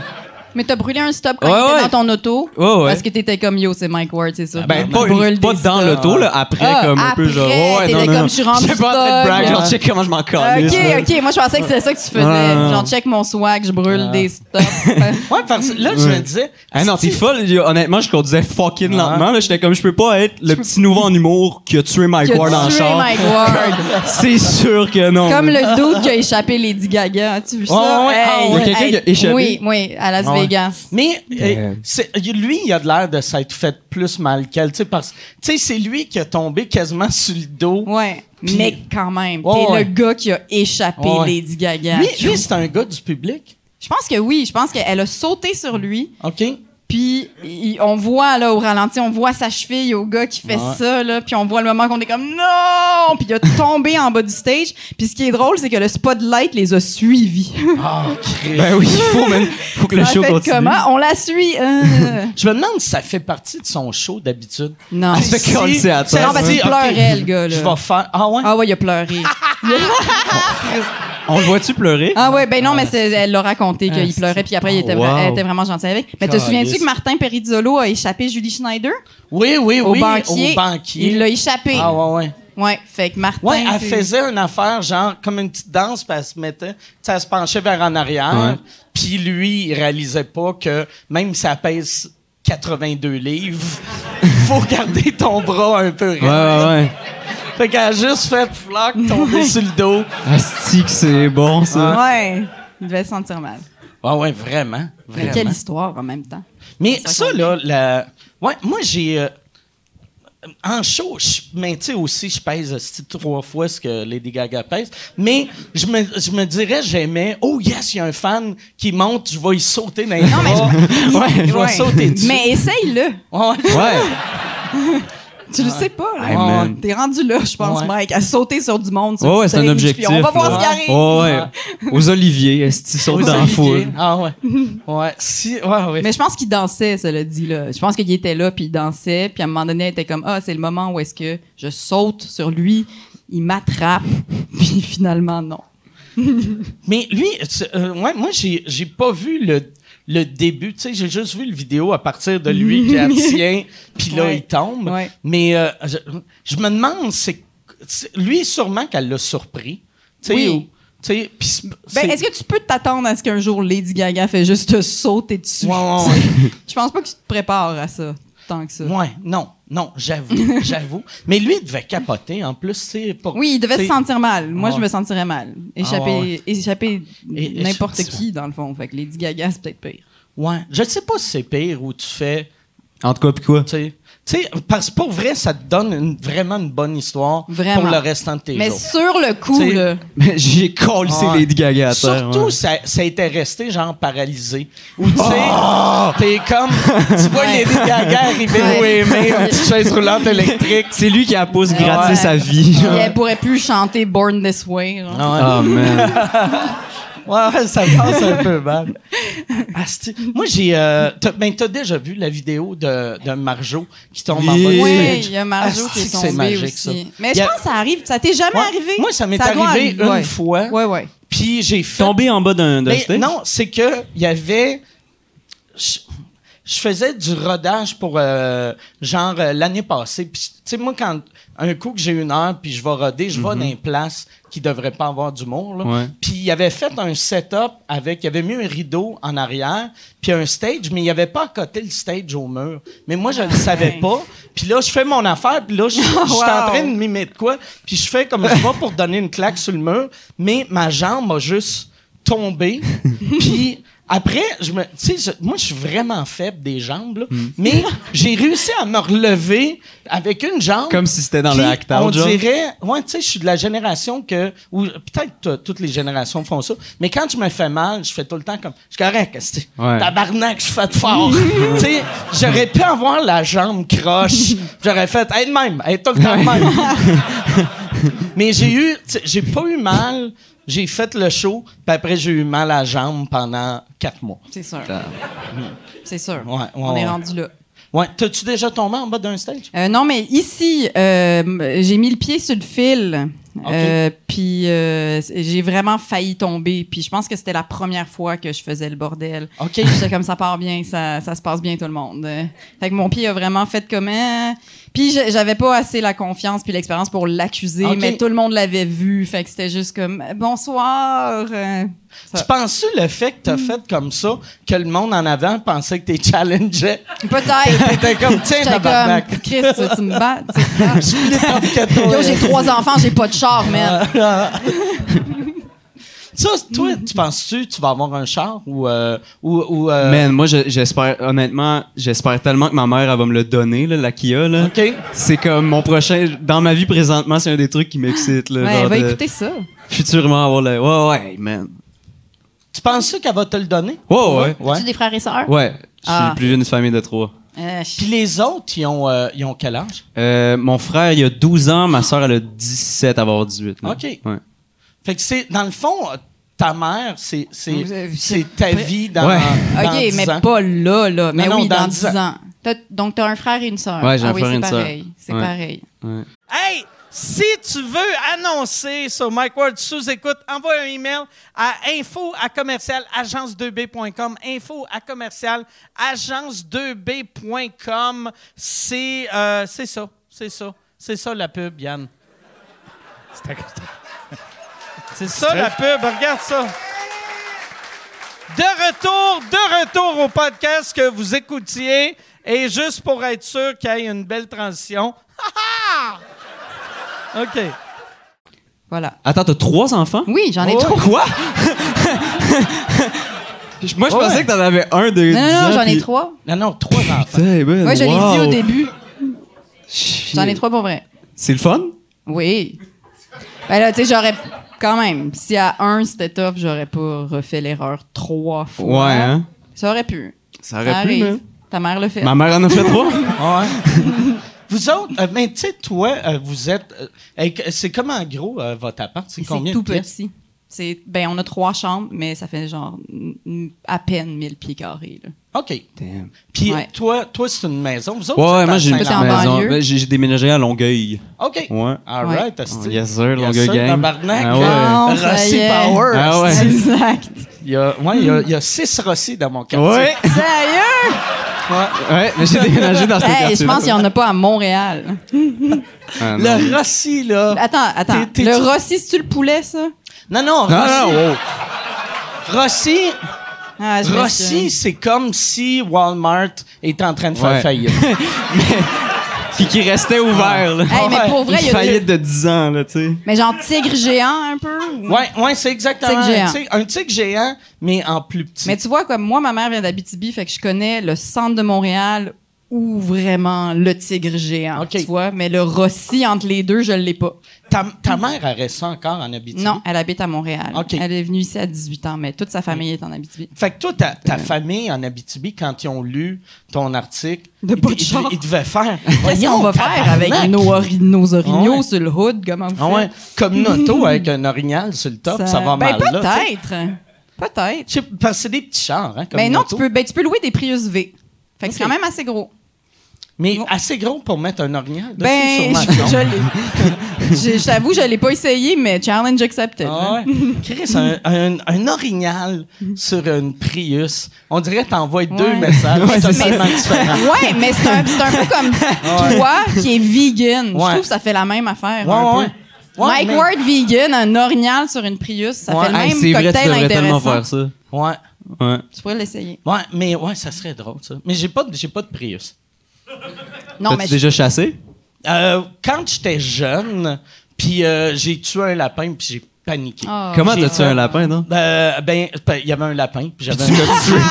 D: Mais t'as brûlé un stop quand
E: Ouais,
D: il était
E: ouais.
D: dans ton auto.
E: Ouais, ouais.
D: Parce que t'étais comme yo, c'est Mike Ward, c'est ça.
E: Ben,
D: Il
E: pas,
D: brûle
E: une, pas
D: des
E: dans
D: stops.
E: l'auto, là, après,
D: Ah,
E: comme un peu
D: après,
E: genre. Ouais, ouais,
D: t'étais
E: non, non,
D: comme,
E: non.
D: je suis rendu
E: J'étais pas en train de
D: stock,
E: brag, genre,
D: ouais.
E: check comment je m'en calisse.
D: Ok,
E: là.
D: ok, moi je pensais que c'était ça que tu faisais.
E: Ouais, non, non.
D: Genre, check mon swag, je brûle
E: Ah.
D: des stops.
A: Ouais, parce que là, je me disais...
E: Ah non,
A: si-
E: t'es folle. yo, Honnêtement, je conduisais fucking
A: Ouais.
E: lentement. là. J'étais comme, je peux pas être le petit nouveau en humour qui a tué *laughs* Mike
D: Qui a
E: Ward en
D: tué
E: char.
D: Mike Ward.
E: *laughs* C'est sûr que non.
D: Comme le dude qui a échappé Lady Gaga. As-tu vu ça?
A: Ouais, ouais, ah,
E: ouais. Il y a quelqu'un qui a échappé?
D: Oui, oui, à Las
A: Ah ouais.
D: Vegas.
A: Mais euh,
E: Damn.
A: c'est- lui, il a de l'air de s'être fait plus mal qu'elle, tu sais, parce que tu sais, c'est lui qui a tombé quasiment sur le dos.
D: Ouais.
A: Puis-
D: Mais quand même,
A: Ouais,
D: t'es
A: ouais.
D: le gars qui a échappé
A: Ouais.
D: Lady Gaga.
A: Lui, lui, c'est un gars du public,
D: Je pense que oui, je pense qu'elle a sauté sur lui.
A: ok?
D: Puis il- on voit là au ralenti, on voit sa cheville au gars qui fait
A: Ouais.
D: ça là, puis on voit le moment qu'on est comme non, puis il a tombé en bas du stage. Puis ce qui est drôle, c'est que le spotlight les a suivis.
A: Ah, Christ.
E: Ben oui, il faut, man. Faut que
D: *laughs*
E: le
D: En
E: show
D: fait,
E: continue.
D: comment on la suit euh,
A: Je me demande si ça fait partie de son show d'habitude.
D: Non.
E: Ah, c'est- fait qu'on le sait à
A: ça
E: temps.
D: Non, parce qu'il
A: dit,
D: pleurait,
A: OK,
D: ben, le gars, là.
A: Je vais faire. Ah ouais?
D: Ah ouais, il a pleuré.
E: On le voit-tu pleurer?
D: Ah ouais, ben non, mais c'est- elle l'a raconté qu'il
A: c'est-
D: pleurait, puis après il était,
E: Oh, wow.
D: elle était vraiment gentil avec. Mais te
A: Calisse.
D: souviens-tu que Martin Perizzolo a échappé Julie Schneider
A: Oui, oui,
D: au
A: oui.
D: banquier
A: Au banquier.
D: Il l'a échappé.
A: Ah ouais, ouais.
D: Ouais, fait que Martin.
A: Ouais, elle
D: c'est-
A: faisait une affaire, genre, comme une petite danse, puis elle se mettait, tu sais, elle se penchait vers en arrière,
E: Ouais.
A: puis lui, il réalisait pas que même si elle pèse 82 livres, *laughs* faut garder ton bras un peu raide.
E: Ouais, ouais, ouais.
A: Fait qu'elle a juste fait floc, tomber sur le dos.
E: Asti que c'est bon, ça.
D: Ouais. Il devait se sentir mal.
A: Ah ouais, vraiment.
D: Mais
A: vraiment.
D: quelle histoire en même temps.
A: Mais
D: Ça
A: ça,
D: compte.
A: là, la... ouais, moi, j'ai. euh, En show, je- mais tu sais aussi, je pèse esti, trois fois ce que Lady Gaga pèse. Mais je me, je me dirais, j'aimais, oh yes, il y a un fan qui monte, je vais y sauter dans les
D: Non, *laughs* mais-
A: bras. *laughs* je vais sauter dessus.
D: Mais essaye-le.
A: Ouais.
E: Ouais.
D: Tu le sais pas.
E: Hey,
D: là.
E: man.
D: T'es rendu là, je pense,
A: Ouais.
D: Mike, à sauter sur du monde. sur
E: Ouais,
D: du
E: ouais, c'est un
D: stage,
E: objectif.
D: puis On va voir
E: là.
D: ce qui arrive.
E: Ouais, ouais. Aux oliviers, Asti
A: Aux
E: saute dans la
A: oliviers.
E: foule.
A: Ah
D: *laughs*
A: ouais. Ouais, si, ouais, ouais.
D: Mais je pense qu'il dansait, cela dit. Là. Je pense qu'il était là, puis il dansait. Puis à un moment donné, il était comme Ah, c'est le moment où est-ce que je saute sur lui, il m'attrape. *laughs* Puis finalement, non.
A: Mais lui, tu- euh, ouais, moi, j'ai, j'ai pas vu le, le début. Tu sais, j'ai juste vu le vidéo à partir de lui
D: *laughs*
A: qui a le sien, puis là,
D: Ouais.
A: il tombe.
D: Ouais.
A: Mais euh, je, je me demande, c'est, c'est- lui, sûrement qu'elle l'a surpris. Tu sais,
D: Oui.
A: ou- tu sais, puis c'est-
D: Ben,
A: c'est-
D: est-ce que tu peux t'attendre à ce qu'un jour Lady Gaga fait juste te sauter dessus?
A: Ouais, ouais, ouais.
D: *laughs* Je pense pas que tu te prépares à ça tant que ça.
A: Ouais, non, non,
D: *laughs*
A: j'avoue, j'avoue. Mais lui, il devait capoter en plus, c'est pour.
D: Oui, il devait
A: tu
D: se
A: sais,
D: sentir mal. Moi,
A: Ah
D: je
A: ouais.
D: me sentirais mal. Échapper,
A: Ah ouais,
D: échapper
A: Et-
D: n'importe
A: échapper.
D: qui, dans le fond. Fait que Lady Gaga, c'est peut-être pire.
A: Ouais, je sais pas si c'est pire ou tu fais,
E: En tout cas, puis quoi?
A: tu sais, tu sais, parce que pour vrai, ça te donne une- vraiment une bonne histoire
D: Vraiment.
A: pour le restant de tes
D: Mais
A: jours.
D: sur le coup,
A: T'sais, *laughs*
D: là.
E: Mais j'ai collé
A: Ah ouais.
E: Lady Gaga à terre.
A: Surtout,
E: ouais.
A: ça, ça était resté genre paralysé. Ou tu sais,
E: Ah!
A: t'es comme, tu vois
D: Ouais.
A: Lady Gaga arriver
D: Ouais.
A: ou aimer une petite chaise roulante électrique.
E: C'est lui qui a la pousse gratter
D: Ouais.
E: sa vie.
D: puis Elle pourrait plus chanter Born This Way. genre.
A: Ah ouais. *laughs*
E: Oh man.
A: Ouais, ouais, ça passe un peu mal. Asti. Moi, j'ai. Euh, t'as, ben, t'as déjà vu la vidéo de, de Marjo qui tombe en
E: Oui.
A: bas du
D: Oui,
A: stage.
D: il y a Marjo
A: Asti
D: qui est
A: que Ah, c'est
D: tombée
A: magique,
D: aussi.
A: ça.
D: Mais
A: Y
D: je
A: a-
D: pense que ça arrive. Ça t'est jamais
A: Moi-
D: arrivé?
A: Moi, ça m'est
D: doit
A: arrivé
D: arriver,
A: une
D: ouais.
A: fois.
D: Ouais, ouais.
A: Puis j'ai fait.
E: Tombé en bas d'un d'un
A: Mais
E: stage?
A: non, c'est que il y avait. Je, je faisais du rodage pour euh, genre euh, l'année passée. Puis tu sais moi quand un coup que j'ai une heure puis je vais roder, je vais dans une place qui devrait pas avoir d'humour là.
E: Ouais.
A: Puis il avait fait un setup avec il avait mis un rideau en arrière, puis un stage mais il avait pas à côté le stage au mur. Mais moi je le savais
D: ouais.
A: pas. Puis là je fais mon affaire, puis là je je suis en train de mimer de quoi, puis je fais comme je vais pour donner une claque sur le mur, mais ma jambe a juste
E: *laughs*
A: tombé. Puis après, je me, tu sais, je- moi, je suis vraiment faible des jambes, là,
E: Mm.
A: mais j'ai réussi à me relever avec une jambe.
E: Comme si c'était dans le
A: Puis,
E: act-out,
A: On
E: genre.
A: dirait, ouais, tu sais, je suis de la génération que, ou peut-être euh, toutes les générations font ça, mais quand je me fais mal, je fais tout le temps comme, je suis correct, esti.
E: Ouais.
A: tabarnak, je fais de
E: *laughs*
A: fort. tu sais, j'aurais pu avoir la jambe croche, j'aurais fait, hey, de même, hey, tout le temps de même.
E: *laughs*
A: Mais j'ai eu, tu sais, j'ai pas eu mal. J'ai fait le show, puis après j'ai eu mal à la jambe pendant quatre mois.
D: C'est sûr. C'est sûr.
A: Euh, hmm. Ouais, ouais,
D: On
A: ouais.
D: est rendu là.
A: Ouais, t'as-tu déjà tombé en bas d'un stage?
D: Euh, non, mais ici, euh, m- j'ai mis le pied sur le fil. Euh, puis euh, c- j'ai vraiment failli tomber. Puis je pense que c'était la première fois que je faisais le bordel.
A: Ok.
D: J'étais comme ça part bien, ça, ça se passe bien tout le monde. Euh, Fait que mon pied a vraiment fait comme euh, Puis je- j'avais pas assez la confiance puis l'expérience pour l'accuser,
A: Ok.
D: mais tout le monde l'avait vu. Fait que c'était juste comme bonsoir. euh,
A: Tu penses-tu le fait que t'as
D: Hmm.
A: fait comme ça, que le monde en avant pensait que t'es
D: *laughs*
A: challengeais? *laughs*
D: Peut-être.
A: T'étais comme, tiens,
D: J'étais
A: tabarnak.
D: *laughs* comme Chris, tu veux-tu me bats.
A: plus top que toi.
D: Yo, j'ai trois enfants, j'ai pas de char, man.
A: Ça, toi,
D: Hmm.
A: tu penses-tu que tu vas avoir un char ou. euh, ou, ou, euh,
E: Man, moi, je- j'espère, honnêtement, j'espère tellement que ma mère, elle va me le donner, là, la Kia, là.
A: OK.
E: C'est comme mon prochain. Dans ma vie présentement, c'est un des trucs qui m'excite, là.
D: Ouais,
E: genre
D: va
E: de
D: écouter ça.
E: Futurement avoir le. Ouais, ouais, man.
A: Tu penses-tu qu'elle va te le donner?
E: Ouais, ouais.
A: Ouais.
D: Tu des frères et sœurs?
E: Ouais. Je suis
D: Ah.
E: le plus jeune d'une famille de trois.
D: Euh,
A: Puis
D: je-
A: les autres, ils ont, euh, ils ont quel âge?
E: Euh, mon frère, il a 12 ans, ma soeur, elle a 17 à avoir 18. là.
A: Ok.
E: Ouais.
A: Fait que c'est, dans le fond, euh, ta mère, c'est, c'est,
D: Vous avez-
A: c'est ta vie dans,
E: Ouais.
A: dans
D: OK,
A: 10
D: mais
A: ans.
D: pas là, là. Mais
A: Non, non,
D: oui,
A: dans
D: dans
A: 10
D: 10 ans. T'as- Donc, t'as un frère et une sœur.
E: Ouais, j'ai
D: Ah
E: un
D: oui,
E: frère et
D: c'est
E: une sœur.
D: pareil. C'est
E: Ouais.
D: pareil.
E: Ouais.
F: Hey, si tu veux annoncer sur Mike Ward sous écoute, envoie un email à info à commercial agence2b.com. Info à commercial agence2b.com. C'est euh, c'est ça, c'est ça, c'est ça la pub, Yann. C'est ça la pub, regarde ça. De retour, de retour au podcast que vous écoutiez. Et juste pour être sûr qu'il y ait une belle transition. Ha, ha! OK.
D: Voilà.
E: Attends, t'as trois enfants?
D: Oui, j'en ai trop.
E: *laughs* Quoi? Moi, je pensais que t'en avais un
D: Non,
E: de. 10
D: non,
E: ans,
D: non, j'en ai
E: puis-
D: trois.
A: Non, non, trois enfants.
E: Putain, man,
D: Moi, je
E: wow.
D: l'ai dit au début.
E: Shit.
D: J'en ai trois pour vrai.
E: C'est le fun?
D: Oui. Ben là, tu sais, j'aurais. Quand même, si à un c'était top, j'aurais pas refait l'erreur trois fois.
E: Ouais, hein?
D: Ça aurait pu.
E: Ça
D: Ça
E: aurait pu,
D: arrive.
E: man.
D: Ta mère l'a fait.
E: Ma mère en a fait *laughs* trois?
A: *laughs* Vous autres, euh, mais tu sais, toi, euh, vous êtes. euh, avec- c'est comment en gros euh, votre appart? C'est
D: C'est
A: combien?
D: tout
A: de pièces?
D: petit. C'est, ben, on a trois chambres, mais ça fait genre n- n- à peine 1000 pieds carrés. là.
A: OK.
E: Damn.
A: Puis
D: Ouais.
A: toi, toi c'est une maison. Vous autres,
E: Ouais,
A: vous
E: ouais,
A: êtes
E: moi,
A: à
E: j'ai une
D: Toi, t'es en
E: maison.
D: banlieue?
E: Ben, J'ai j'ai déménagé à Longueuil.
A: Saint- OK.
E: Ouais.
A: All
D: Ouais.
A: right, asti.
E: yes, sir,
A: Yes,
E: Longueuil
A: sir,
E: Gang.
A: tabarnak.
E: Ah ouais.
D: Non, ça
A: Rossi
D: y est.
A: Power.
E: Ah ouais.
A: asti.
D: Exact.
A: Il y a, ouais, il y a, il y a six Rossi dans mon quartier.
D: *laughs*
E: Ouais,
D: Sérieux?
E: ouais, mais j'ai déménagé dans ce
D: Hey,
E: quartier.
D: je pense qu'il n'y en a pas à Montréal.
E: Ah,
A: Le Rossi, là.
D: Attends, attends.
A: T'es- t'es-
D: le Rossi, c'est-tu le poulet, ça?
A: Non, non,
E: Non,
A: Rossi.
E: non, oh. wow.
A: Rossi,
D: Ah, je
A: Rossi,
D: m'excuse.
A: c'est comme si Walmart était en train de faire
E: Ouais.
A: faillite.
E: Qui, qui restait ouvert, là.
D: Ah. Hey, mais pour vrai, il
E: Une
D: y a
E: faillite
D: des-
E: de 10 ans, là, tu sais.
D: Mais genre tigre géant un peu? ou-
A: Ouais, ouais, c'est exactement
D: Tigre géant.
A: un tigre, un tigre géant, mais en plus petit.
D: Mais tu vois, comme moi, ma mère vient d'Abitibi, fait que je connais le centre de Montréal ou vraiment le tigre géant,
A: Ok.
D: tu vois. Mais le Rossi, entre les deux, je l'ai pas.
A: Ta, ta mère, elle reste encore en Abitibi?
D: Non, elle habite à Montréal.
A: Ok.
D: Elle est venue ici à 18 ans, mais toute sa famille est en Abitibi.
A: Fait que toi, ta, ta famille en Abitibi, quand ils ont lu ton article,
D: De
A: ils,
D: pas de
A: ils-
D: char.
A: ils devaient faire.
D: *laughs* Qu'est-ce
A: Voyons,
D: qu'on va
A: tabarnak!
D: faire avec nos, ori- nos orignaux
A: Ah ouais.
D: sur le hood? Comment vous
A: Ah
D: faites?
A: ouais, comme
D: *laughs*
A: une auto avec un orignal sur le top, ça, va
D: ben,
A: mal là. tu sais.
D: Peut-être. Peut-être.
A: Je sais, Parce que c'est des petits chars, hein, comme
D: Mais
A: une
D: non,
A: auto.
D: tu peux, ben, tu peux louer des Prius V. Fait que c'est
A: Ok.
D: quand même assez gros.
A: Mais
D: Non.
A: assez gros pour mettre un orignal dessus,
D: Ben,
A: sûrement,
D: *laughs* je,
A: non?
D: je l'ai. je, je t'avoue, je l'ai pas essayé, mais challenge accepted. hein.
A: Ah ouais. Chris, un, un, un orignal sur une Prius, on dirait que t'envoies deux
D: Ouais.
A: messages
E: Ouais, c'est
A: totalement différents.
D: *laughs* Ouais, mais c'est un, c'est
A: *laughs*
D: un peu comme toi qui est vegan.
A: Ouais.
D: Je trouve que ça fait la même affaire.
A: Ouais,
D: un
A: ouais.
D: peu.
A: Ouais,
D: Mike
A: mais-
D: Ward vegan, un orignal sur une Prius, ça
A: Ouais.
D: fait le
E: Hey,
D: même
E: c'est vrai,
D: cocktail
E: tu devrais tellement
D: intéressant.
E: faire ça.
A: Ouais.
E: Ouais.
D: Tu pourrais l'essayer.
A: Ouais, mais ouais, ça serait drôle, ça. Mais j'ai pas, de- j'ai pas de Prius.
D: Non, mais
E: T'as-tu déjà chassé?
A: Euh, quand j'étais jeune, puis euh, j'ai tué un lapin, puis j'ai paniqué.
D: Ah.
E: Comment
A: j'ai
E: t'as tué
A: fait-
E: un lapin, non?
A: Euh, ben, ben, il y avait un lapin, puis j'avais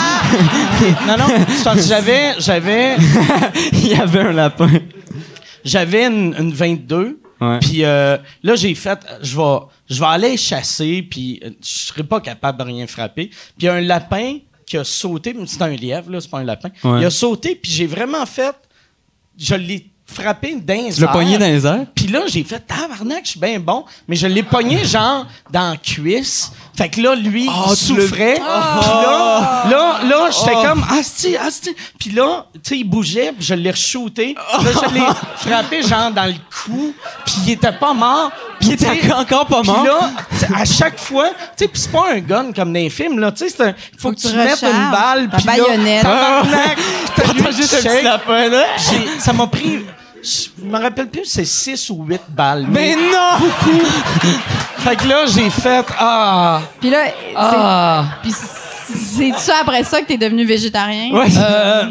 A: un- non, non, c'est parce que j'avais, j'avais,
E: *laughs* Il y avait un lapin.
A: j'avais une, une 22.
E: Ouais.
A: Puis euh, là, j'ai fait, euh, je vais, je vais aller chasser, puis euh, je serai pas capable de rien frapper. Puis un lapin qui a sauté, mais c'est un lièvre, là, c'est pas un lapin.
E: Ouais.
A: Il a sauté, puis j'ai vraiment fait, je l'ai frappé d'un
E: Tu l'as pogné dans les airs?
A: Puis là, j'ai fait tabarnak, je suis bien bon, mais je l'ai pogné genre dans la cuisse. Fait que là, lui,
E: Ah,
A: il souffrait. Puis là, là, là, j'étais
E: Ah!
A: comme asti, asti. Puis là, tu sais, il bougeait, puis je l'ai re-shooté. Là, je
E: Ah!
A: l'ai frappé genre dans le cou, puis il était pas mort. Puis
E: Il était encore pas
A: puis
E: mort.
A: là, t- à chaque fois, tu sais, puis c'est pas un gun comme dans les films, là, tu sais, c'est un- faut,
D: Faut
A: que
D: que
A: tu
D: tu
A: mettes une
D: recharges,
A: balle,
D: ta
A: puis là,
D: baïonnette.
A: tabarnak, t'as lui qui shake.
E: lapin, là.
A: J'ai- Ça m'a pris. Je me rappelle plus, c'est 6 ou 8 balles.
E: Mais Ben non!
A: Fait que là, j'ai fait. Ah!
D: Puis là,
A: Ah!
D: c'est- puis c'est tu après ça que t'es devenu végétarien.
E: Ouais.
A: Euh,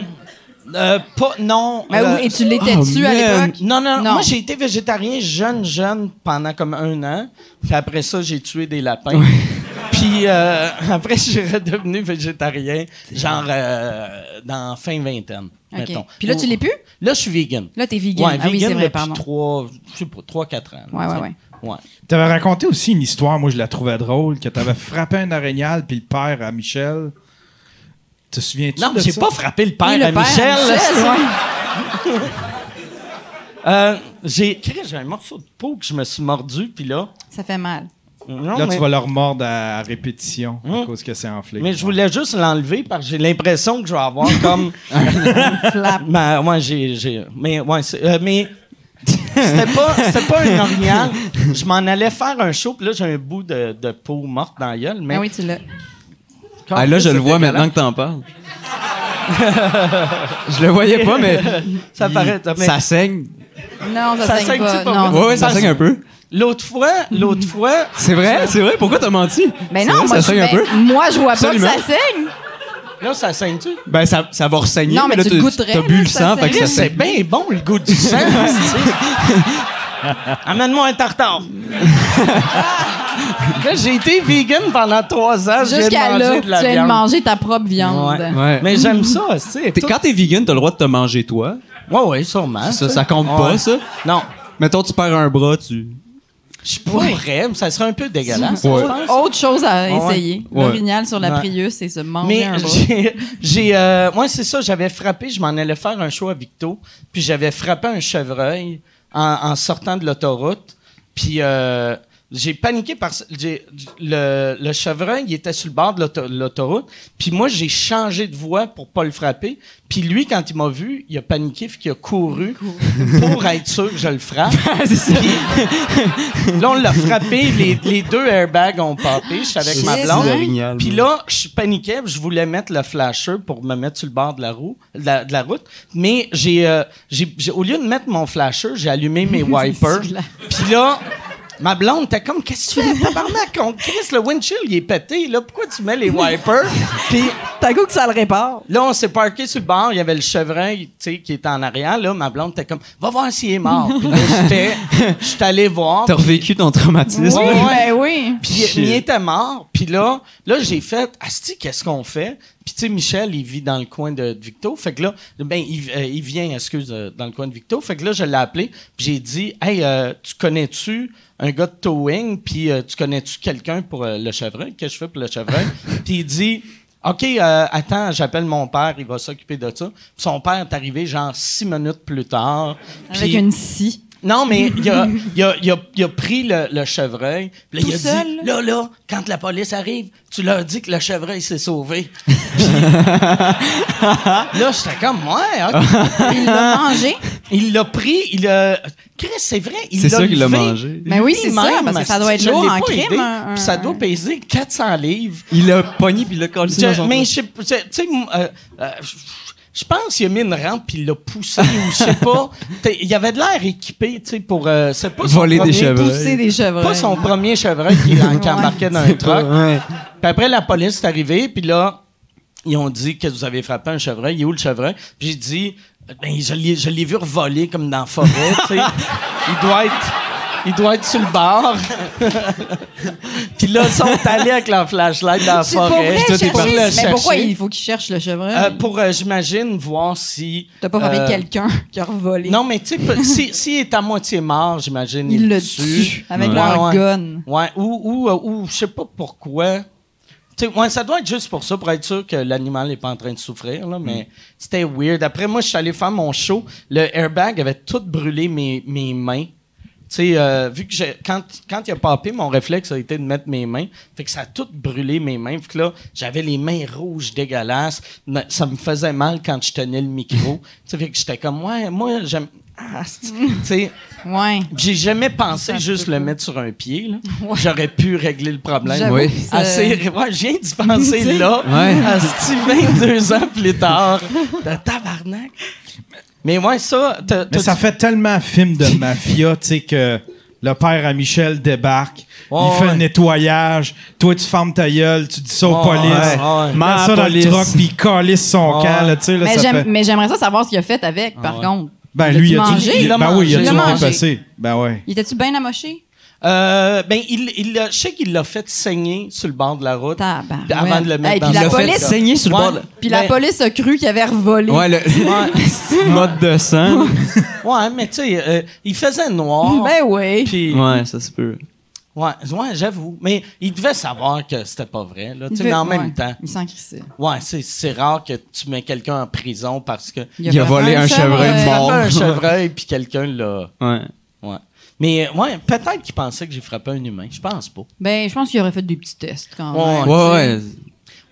A: euh, pas. Non.
D: Ben
A: euh,
D: oui, et tu l'étais-tu
E: oh,
D: à
E: man.
D: l'époque?
A: non, non,
D: Non.
A: Moi, j'ai été végétarien jeune, jeune pendant comme un an. Puis après ça, j'ai tué des lapins. *laughs* Puis euh, après, je suis redevenu végétarien, genre euh, dans fin vingtaine,
D: Ok.
A: mettons.
D: Puis là, tu l'es plus?
A: Là, je suis vegan.
D: Là, t'es vegan.
A: Ouais,
D: ah oui, c'est
A: vegan
D: vrai,
A: depuis
D: pardon.
A: 3, je sais pas, 3-4 ans.
D: Ouais,
A: tu
D: ouais,
A: sais.
D: ouais.
A: Ouais.
C: T'avais raconté aussi une histoire, moi je la trouvais drôle, que t'avais frappé un araignal puis le père à Michel. Te souviens-tu
A: Non,
C: de
A: mais j'ai
C: ça?
A: pas frappé le père
D: Oui, le
A: à
D: père,
A: Michel. là,
D: Michel,
A: c'est-
D: ouais.
A: Euh, j'ai Chris, j'ai un morceau de peau que je me suis mordu, puis là.
D: Ça fait mal.
A: Non,
C: Là,
A: mais,
C: tu vas leur mordre à, à répétition
A: Hum.
C: à cause que c'est enflé.
A: mais je voulais juste l'enlever parce que j'ai l'impression que je vais avoir
D: *laughs*
A: comme. *laughs*
D: Flap.
A: ma, ouais, j'ai, j'ai- Mais, ouais, c'est- euh, mais. C'était pas, c'était pas un orignal. Je m'en allais faire un show, puis là, j'ai un bout de, de peau morte dans la gueule. Mais
D: Ah oui, tu l'as.
E: Ah, là, je le vois maintenant que t'en *laughs* parles. je le voyais pas, mais.
A: Ça paraît, mais-
E: Ça saigne.
D: Non, ça,
A: Ça
D: saigne,
A: saigne-tu
D: pas.
A: pas?
D: Non,
E: Ouais, ouais, ça saigne un peu.
A: L'autre fois, l'autre *laughs* fois,
E: C'est vrai, c'est vrai. Pourquoi t'as menti?
D: Mais
E: C'est
D: non,
E: vrai,
D: moi,
E: ça
D: je,
E: saigne un
D: ben,
E: peu.
D: moi, je vois
E: Absolument.
D: pas que ça saigne.
A: là, ça saigne-tu?
E: Ben, ça, ça va ressaigner.
D: Non, mais
E: là,
D: tu
E: t'as-
D: le goûterais,
E: T'as bu
D: là,
E: le
D: ça
E: sang, fait
D: saigne.
E: que ça
A: Chris, c'est
E: saigne.
A: bien bon le goût du
E: *laughs*
A: sang. esti. Amène-moi un
D: *laughs*
A: tartare. là, j'ai été vegan pendant trois ans. J'ai
D: Jusqu'à
A: mangé
D: là,
A: de
D: tu
A: la
D: viens de
A: viande.
D: manger ta propre viande.
A: Ouais.
E: Ouais.
A: Mais j'aime ça, esti.
E: T'es- Quand t'es vegan, t'as le droit de te manger toi.
A: Ouais, ouais, sûrement.
E: Ça, ça compte pas,
A: Ouais.
E: ça.
A: Non,
E: Mettons, tu perds un bras, tu.
A: je pourrais, mais ça serait un peu dégueulasse.
E: Ouais.
A: je pense.
D: Autre chose à
A: ouais.
D: essayer.
E: Ouais.
D: L'orignal sur la
A: Ouais.
D: Prius, c'est se manger
A: Mais
D: un bras.
A: j'ai- j'ai. euh, Moi, c'est ça, j'avais frappé, je m'en allais faire un show à Victo, puis j'avais frappé un chevreuil en, en sortant de l'autoroute, puis euh, J'ai paniqué parce que j'ai- le, le chevreuil, il était sur le bord de l'auto- l'autoroute. Puis moi, j'ai changé de voie pour pas le frapper. Puis lui, quand il m'a vu, il a paniqué, puis qu'il a couru *laughs* pour être sûr que je le frappe. Puis là, on l'a frappé. Les, les deux airbags ont popé. Je suis avec ma
D: Shit.
A: blonde.
E: orignal.
A: Puis là, je paniquais, puis je voulais mettre le flasher pour me mettre sur le bord de la, roue, de la, de la route. Mais j'ai, euh, j'ai- j'ai- au lieu de mettre mon flasher, j'ai allumé
D: *laughs*
A: mes wipers.
D: C'est là.
A: Puis là, ma blonde était comme Qu'est-ce que tu fais, tabarnak On crisse le windshield, il est pété. Là, pourquoi tu mets les wipers
D: *laughs*
A: Puis
D: T'as goût que ça le répare.
A: là, on s'est parqué sur le bord, il y avait le chevreuil tu sais, qui était en arrière. Là, ma blonde était comme Va voir s'il est mort. Puis là, j'étais, j'étais allé voir.
E: T'as revécu ton traumatisme.
A: Ouais, ouais.
D: ben oui.
A: Puis il- il était mort. Puis là, là j'ai fait, Asti, qu'est-ce qu'on fait? Puis tu sais, Michel, il vit dans le coin de, de Victo. Fait que là, ben, il, euh, il vient, excuse, euh, dans le coin de Victo. Fait que là, je l'ai appelé. Puis j'ai dit, Hey, euh, tu connais-tu un gars de towing? Puis euh, tu connais-tu quelqu'un pour euh, le chevreuil? Qu'est-ce que je fais pour le chevreuil? Puis il dit, OK, euh, attends, j'appelle mon père, il va s'occuper de ça. Puis son père est arrivé genre six minutes plus tard.
D: Avec
A: Puis-
D: une scie.
A: non,
D: *laughs*
A: mais il a, il a- il a- il a pris le, le chevreuil. Puis là,
D: Tout
A: il a
D: seul,
A: dit Là, là, quand la police arrive, tu leur dis que le chevreuil s'est
D: *laughs*
A: sauvé. Puis, là, j'étais comme Ouais,
D: *laughs*
A: ok.
D: Il l'a mangé.
A: *laughs* Il l'a pris, il a. Chris, c'est vrai, il
E: C'est
A: l'a
E: ça qu'il l'a
A: levé
E: mangé.
D: Ben oui, c'est ça,
A: lui-même,
D: parce que ça doit être
A: je
D: lourd
A: l'ai
D: en
A: pas aidé.
D: crime. un-
A: Puis ça
D: un-
A: doit peser 400 livres.
E: Il l'a pogné puis il l'a collé dans
A: Je-
E: son
A: mais je sais pas, tu sais, tu sais, m- euh, euh, je pense qu'il a mis une rampe puis il l'a poussé ou je sais
E: *laughs*
A: pas. T'es- Il avait de l'air équipé, tu sais, pour euh, c'est pas son
E: Voler des
A: premier-
E: chevreuils.
D: Pousser des chevreuils.
A: Pas son premier chevreuil qui,
E: *laughs*
A: qui embarquait dans un truck.
E: Ouais.
A: Puis après, la police est arrivée, puis là, ils ont dit que vous avez frappé un chevreuil. Il est où le chevreuil? Puis j'ai dit, ben, je l'ai je l'ai vu revoler comme dans la forêt, tu
D: *laughs*
A: sais. Il doit être. Il doit être sur le bord. *laughs* puis là, ils sont allés avec leur flashlight dans la
D: C'est pas
A: forêt.
D: vrai,
A: Puis tout est
D: chercher.
A: pour le
D: Mais pourquoi
A: chercher.
D: il faut qu'il cherche le chevreuil?
A: Euh, pour, euh, j'imagine, voir si.
D: T'as pas frappé
A: euh,
D: quelqu'un qui a revolé.
A: Non, mais tu sais, pe- si- s'il est à moitié mort, j'imagine.
D: Il le
A: tue.
D: tue avec
A: Ouais,
D: leur
A: ouais.
D: gun.
A: Ouais, ou, ou, euh, ou je sais pas pourquoi. Tu sais, ouais, ça doit être juste pour ça, pour être sûr que l'animal n'est pas en train de souffrir, là, mais c'était weird. Après, moi, je suis allé faire mon show. Le airbag avait tout brûlé mes, mes mains. Tu sais, euh, vu que j'ai- quand, quand il a papé, mon réflexe a été de mettre mes mains. Fait que ça a tout brûlé mes mains. Fait que là, j'avais les mains rouges dégueulasses. Mais Ça me faisait mal quand je tenais le micro. tu sais, fait que j'étais comme, ouais, moi, j'aime. Ah, c'est- tu sais.
D: Ouais.
A: J'ai jamais pensé
D: Ça
A: juste
D: peut
A: le
D: pas.
A: mettre sur un pied.
D: *laughs*
A: là. J'aurais pu régler le problème.
D: J'avoue
E: oui.
D: que ça-
A: Assez, ouais, je viens d'y
D: *laughs*
A: penser là,
E: Ouais.
A: *laughs* Asti, 22 ans plus tard, de tabarnak. Mais ouais, ça, t'as-
C: Mais
A: t'as
C: ça
A: du-
C: fait tellement film de mafia, tu sais, que le père à Michel débarque,
A: Ouais,
C: il fait
A: ouais.
C: le nettoyage, toi, tu fermes ta gueule, tu dis ça aux
A: Ouais,
C: polices,
A: ouais,
C: il
A: ouais.
C: met
E: Ma
C: ça dans
E: police.
C: le truck, puis il calisse son
A: Ouais.
C: camp, là, tu sais, là,
D: Mais
C: ça
D: j'aime-
C: fait...
D: mais j'aimerais ça savoir ce qu'il a fait avec, par contre.
C: Ben, lui, il a
D: dû
C: dû...
D: manger.
C: il-
A: Il l'a
C: Ben oui, il
A: mangé.
C: a dû
D: Il l'a mangé.
C: dépasser. Ben ouais.
D: Il était-tu bien amoché?
A: Euh, ben, il, il, l'a- je sais qu'il l'a fait saigner sur le bord de la route.
D: Tabarouette.
A: Puis avant de le mettre
D: Hey,
A: dans
D: puis
A: le-
D: la
E: Il l'a fait
D: police-
E: saigner sur
A: Ouais.
E: le bord. de-
D: Puis la
A: Ben-
D: police a cru qu'il avait revolé. *laughs*
E: Ouais, *laughs* le mode de sang.
A: Ouais, mais tu sais, euh, il faisait noir.
D: Ben oui.
A: puis-
E: Ouais, ça se peut.
A: ouais, ouais, j'avoue. Mais il devait savoir que c'était pas vrai, là, tu sais,
D: Il
A: mais en
D: fait-
A: même
D: ouais,
A: temps.
D: Il s'en crissait.
A: Ouais, c'est- c'est rare que tu mets quelqu'un en prison parce que
E: Il a volé un chevreuil
A: T'as
E: mort.
A: frappé un chevreuil *laughs* puis quelqu'un l'a.
E: Ouais.
A: Ouais. Mais euh, ouais, peut-être qu'il pensait que j'ai frappé un humain. Je pense pas.
D: Ben, je pense qu'il aurait fait des petits tests quand
A: Ouais.
D: même.
E: Ouais, ouais.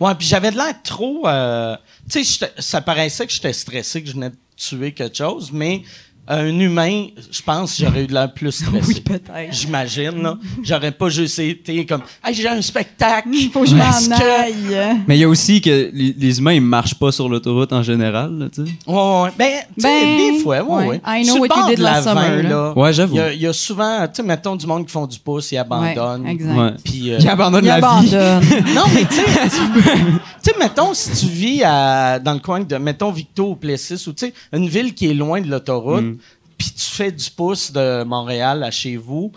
A: Ouais, puis j'avais de l'air trop. euh, tu sais, j'étais- ça paraissait que j'étais stressé, que je venais de tuer quelque chose, mais un humain, je pense, que j'aurais eu de l'air plus stressé.
D: *laughs* Oui, peut-être.
A: J'imagine, là. J'aurais pas juste été comme, hey, j'ai un spectacle.
D: Il *laughs* faut que je
A: Est-ce
D: m'en
A: que-
D: aille.
E: Mais il y a aussi que les, les humains, ils marchent pas sur l'autoroute en général, là, tu sais.
A: Ouais, ouais, ouais. Ben, tu sais,
D: Ben,
A: des fois, ouais,
D: ouais.
A: ouais.
D: I know
A: Sur le
D: what you
A: bord
D: did
A: de
D: last
A: la
D: summer,
A: vingt,
D: là.
E: Ouais, j'avoue.
A: Il y a- il y, a souvent, tu sais, mettons, du monde qui font du pouce, ils abandonnent.
D: Ouais, exact.
E: Ouais.
A: Puis, euh,
E: Ils abandonnent
D: Il
E: la vie.
D: abandonne.
A: non, mais tu sais,
D: *laughs*
A: tu sais, mettons, si tu vis à- dans le coin de, mettons, Victo ou Plessis, ou tu sais, une ville qui est loin de l'autoroute,
E: Mm.
A: puis tu fais du pouce de Montréal à chez vous,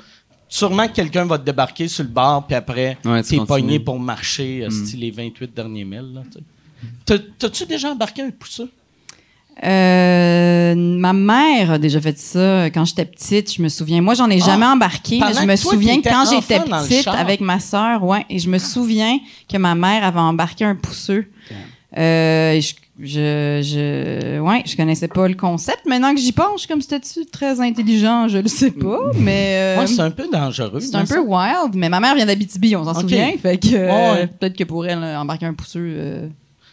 A: sûrement que quelqu'un va te débarquer sur le bar, puis après,
E: Ouais, tu
A: t'es
E: continues. Mm.
A: pogné pour marcher, euh, style les 28 derniers milles, là, tu sais. T'as- T'as-tu déjà embarqué un pousseux?
D: Euh, ma mère a déjà fait ça quand j'étais petite, je me souviens. Moi, j'en ai
A: Ah!
D: jamais embarqué, mais
A: Pendant
D: je me
A: que toi,
D: souviens que
A: t'étais
D: quand
A: enfant
D: j'étais
A: dans le
D: petite
A: char. Ah.
D: avec ma sœur, ouais, et je me souviens que ma mère avait embarqué un pousseux. Euh, et je- je, je, ouais, je connaissais pas le concept. Maintenant que j'y pense, je suis comme c'était-tu très intelligent, je le sais pas, mais. euh,
A: Ouais, Mm. c'est un peu dangereux.
D: c'est un
A: hein,
D: peu
A: ça.
D: wild, mais ma mère vient d'Abitibi, on s'en
A: Ok.
D: souvient. Fait que euh,
A: Ouais.
D: peut-être que pour elle, euh, embarquer un pousseux, euh,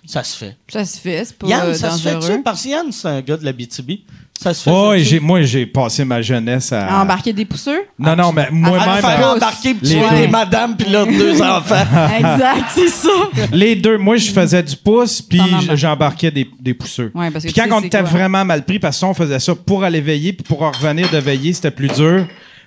A: Ça se fait.
D: ça se fait, c'est pas
A: Yann,
D: euh,
A: ça se
D: dangereux.
A: fait-tu? Parce que Yann, c'est un gars de la BTB. Ça se fait.
C: Ouais, Oh, j'ai- moi, j'ai passé ma jeunesse à.
A: Ah.
D: À embarquer des pousseux?
C: Non, non, mais
A: à
C: moi-même.
A: faire
D: ben,
A: embarquer puis
C: les
A: tuer
C: deux.
A: des madames puis leurs
C: *laughs*
A: deux enfants.
D: *laughs* exact, c'est ça.
C: Les deux, moi, je faisais du pouce, puis
D: T'en embarques.
C: j'embarquais des, des pousseux.
D: Ouais, parce que
C: Puis
D: tu
C: quand
D: sais
C: on
D: c'est
C: était
D: quoi.
C: vraiment mal pris, parce qu'on faisait ça pour aller veiller, puis pour en revenir de veiller, c'était plus dur.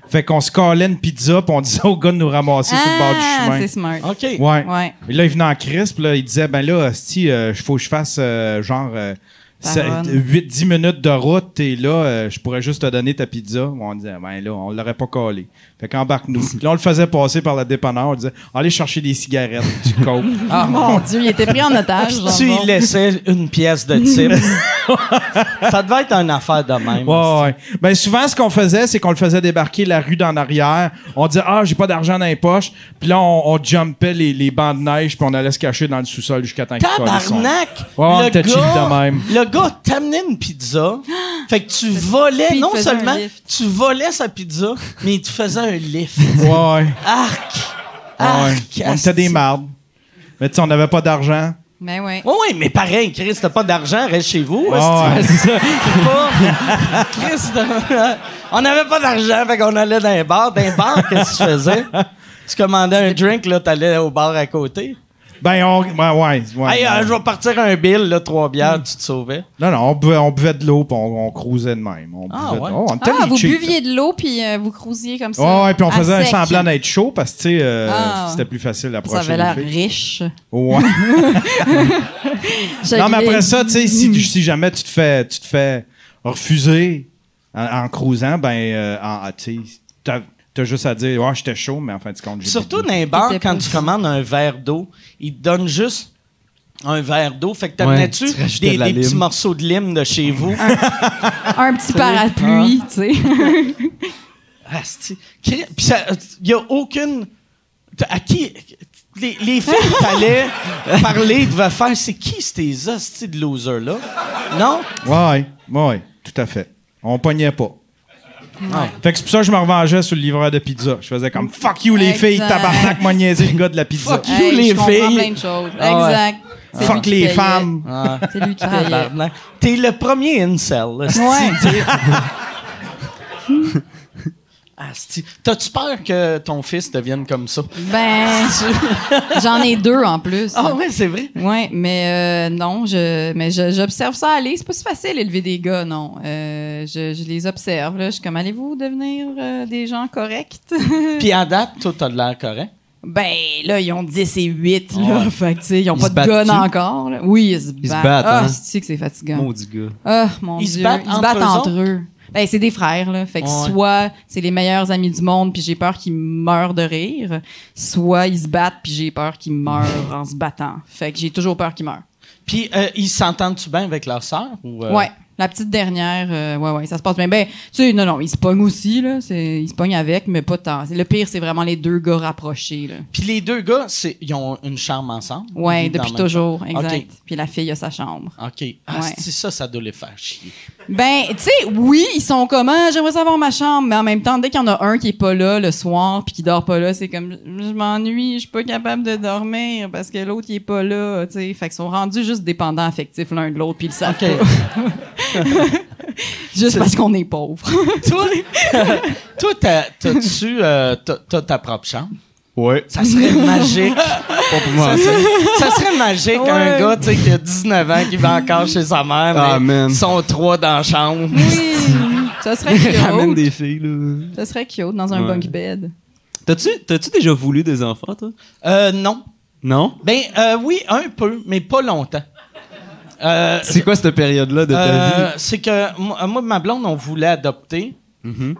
C: Fait qu'on se calait une pizza, puis on disait *laughs* au gars de nous ramasser sur le bord
D: Ah,
C: du
D: c'est
C: chemin.
D: smart.
A: OK.
C: Ouais.
D: Ouais.
C: Et là, il venait en crisp, là, il disait, ben là, si, faut que je fasse euh, genre euh,
D: Baronne.
C: 8-10 minutes de route, et là, euh, je pourrais juste te donner ta pizza. On disait, ben là, on l'aurait pas collé. Fait qu'embarque-nous. Puis là, on le faisait passer par la dépanneur, on disait, allez chercher des cigarettes, du coke.
D: *laughs* Ah, mon Dieu, il était pris en
C: Ah,
D: otage. dans le
A: tu
D: fond.
A: y laissais une pièce de
D: *laughs*
A: type. ça devait être une affaire de même.
C: Ouais, ouais. Ben souvent, ce qu'on faisait, c'est qu'on le faisait débarquer la rue d'en arrière. On disait ah j'ai pas d'argent dans les poches. Puis là, on, on jumpait les, les bancs de neige puis on allait se cacher dans le sous-sol jusqu'à temps qu'il colle son-
A: Tabarnak!
C: Ouais, on
A: le,
C: était cheap
A: gars,
C: de même.
A: le gars t'amenait une
D: *gasps*
A: pizza. fait que tu volais,
D: Puis il
A: non
D: faisait
A: seulement
D: un lift.
A: tu volais sa pizza, mais il te faisait un
D: *laughs*
A: lift.
C: Ouais, ouais.
A: Arc!
D: Ah,
C: ouais.
A: Arc!
C: On était des mardes. Mais tu sais, on n'avait pas d'argent.
D: Ben ouais.
C: Oh,
A: Oui, ouais, mais pareil, Chris, t'as pas d'argent, reste chez vous.
C: Ouais,
A: hostie.
C: ouais.
A: pas. Chris, t'as- on n'avait pas d'argent, fait qu'on allait dans un bar. Dans un bar, qu'est-ce que tu faisais? Tu commandais un drink, là, t'allais au bar à côté.
C: Ben on, ouais, ouais, ouais.
A: Hey, euh, je vais partir un bill, là, trois bières, tu te sauvais.
C: Non, non, on buvait, on buvait de l'eau puis on, on cruisait de même. On
A: Ah,
C: buvait de-
A: ouais.
C: oh, on était
D: Ah,
C: des
D: vous
C: cheap.
D: buviez de l'eau puis euh, vous cruisiez comme ça.
C: Ouais, ouais, puis on
D: à
C: faisait
D: sec.
C: semblant d'être chaud parce que, tu sais, euh,
D: Ah.
C: c'était plus facile
D: Ça
C: d'approcher
D: avait
C: les
D: l'air
C: filles.
D: riche.
C: Ouais. Non, mais après ça, tu sais, si, si jamais tu te fais, tu te fais refuser en, en cruisant, ben, euh, en- tu sais, t'as- t'as juste à dire, ouais, j'étais chaud, mais en fin de compte, j'ai.
A: Surtout
C: bu.
A: dans les bars,
D: T'étais
A: quand
D: pas-
A: tu commandes un verre d'eau, ils te donnent juste un verre d'eau. Fait que t'amenais-tu
E: Ouais, tu rajoutais
A: des,
E: de la
A: des petits
E: lime.
A: morceaux de lime de chez vous?
D: Un petit
C: Ah.
D: parapluie, tu sais.
A: Ah, Asti. Cri- Puis ça, euh, y a aucune. t- À qui. Les, les filles *laughs* qui allaient parler devaient faire c'est qui ces hosties de losers-là? Non?
C: Ouais, ouais, ouais, tout à fait. On pognait pas.
A: Ouais.
C: Fait que c'est pour ça que je me revengeais sur le livreur de pizza. Je faisais comme fuck you les filles,
D: Exact.
C: tabarnak, moi niaiser le gars de la pizza.
A: Fuck you, les
D: je comprends
A: filles.
D: plein de choses.
A: Ah ouais.
D: exact. C'est lui
C: Fuck
D: qui
C: les
D: payait.
C: femmes.
A: Ah,
D: C'est lui qui payait.
A: tabarnak. T'es le premier incel. là, asti.
D: Ouais.
A: *laughs* Ah, Asti. T'as-tu peur que ton fils devienne comme ça?
D: Ben, j'en ai deux en plus.
A: Ah ouais, c'est vrai.
D: Ouais, mais euh, non, je, mais je- j'observe ça aller. C'est pas si facile élever des gars, non. Euh, je, je les observe. Là. Je suis comme, allez-vous devenir euh, des gens corrects? *laughs*
A: Puis à date, toi, t'as de l'air correct.
D: ben, là, ils ont 10 et 8, là.
A: Ouais.
D: Fait que, tu sais, ils ont
E: Ils
D: pas
E: se
D: de
E: battent-tu?
D: gun encore. là. Oui, ils se battent.
E: se battent,
D: Ah,
E: hein?
D: c'est-tu que c'est fatigant.
E: Maudit gars.
D: Ah, mon
A: Ils se
D: Dieu.
A: battent
D: ils se
A: entre
D: battent
A: eux
D: entre eux. Ben, c'est des frères, là. Fait que
A: Ouais.
D: soit c'est les meilleurs amis du monde, puis j'ai peur qu'ils meurent de rire, soit ils se battent, puis j'ai peur qu'ils meurent en se battant. Fait que j'ai toujours peur qu'ils meurent.
A: Puis euh, ils s'entendent-tu bien avec leur sœur? Ou, euh,
D: Ouais. La petite dernière, euh, ouais, ouais, ça se passe bien. Ben, tu sais, non, non, ils se pognent aussi, là. C'est, ils se pognent avec, mais pas tant. C'est- Le pire, c'est vraiment les deux gars rapprochés, là.
A: Puis les deux gars, c'est- ils ont une charme ensemble. Ils
D: Ouais,
A: vivent dans
D: depuis
A: la même
D: toujours, exact.
A: Ok.
D: Puis la fille a sa chambre.
A: OK. Ah,
D: Ouais.
A: c'est ça, ça doit les faire chier.
D: Ben, tu sais, oui, ils sont comme ah, j'aimerais savoir ma chambre, mais en même temps, dès qu'il y en a un qui est pas là le soir puis qui dort pas là, c'est comme je m'ennuie, je suis pas capable de dormir parce que l'autre il est pas là, tu sais. Fait qu'ils sont rendus juste dépendants affectifs l'un de l'autre puis ils le savent
A: OK.
D: pas. *laughs* juste parce qu'on est pauvre.
A: *laughs* Toi, toi t'as- t'as-tu euh, t'as- t'as ta propre chambre?
E: Ouais.
A: Ça
D: *laughs*
A: serait magique.
E: Pas pour moi. ça.
A: ça serait magique un
D: Ouais.
A: gars tu sais, qui a 19 ans qui va encore chez sa mère.
E: Ah,
A: mais
E: man.
A: ils sont trois dans la chambre.
D: oui, ça serait
E: *laughs* Ramène
D: cute.
E: des filles, là.
D: Ça serait cute dans un
E: Ouais.
D: bunk bed.
E: T'as-tu, t'as-tu déjà voulu des enfants, toi?
A: Euh, non.
E: Non?
A: Ben euh, oui, un peu, mais pas longtemps. Euh,
E: C'est quoi cette période-là de ta
A: euh,
E: vie?
A: c'est que moi, moi et ma blonde, on voulait adopter.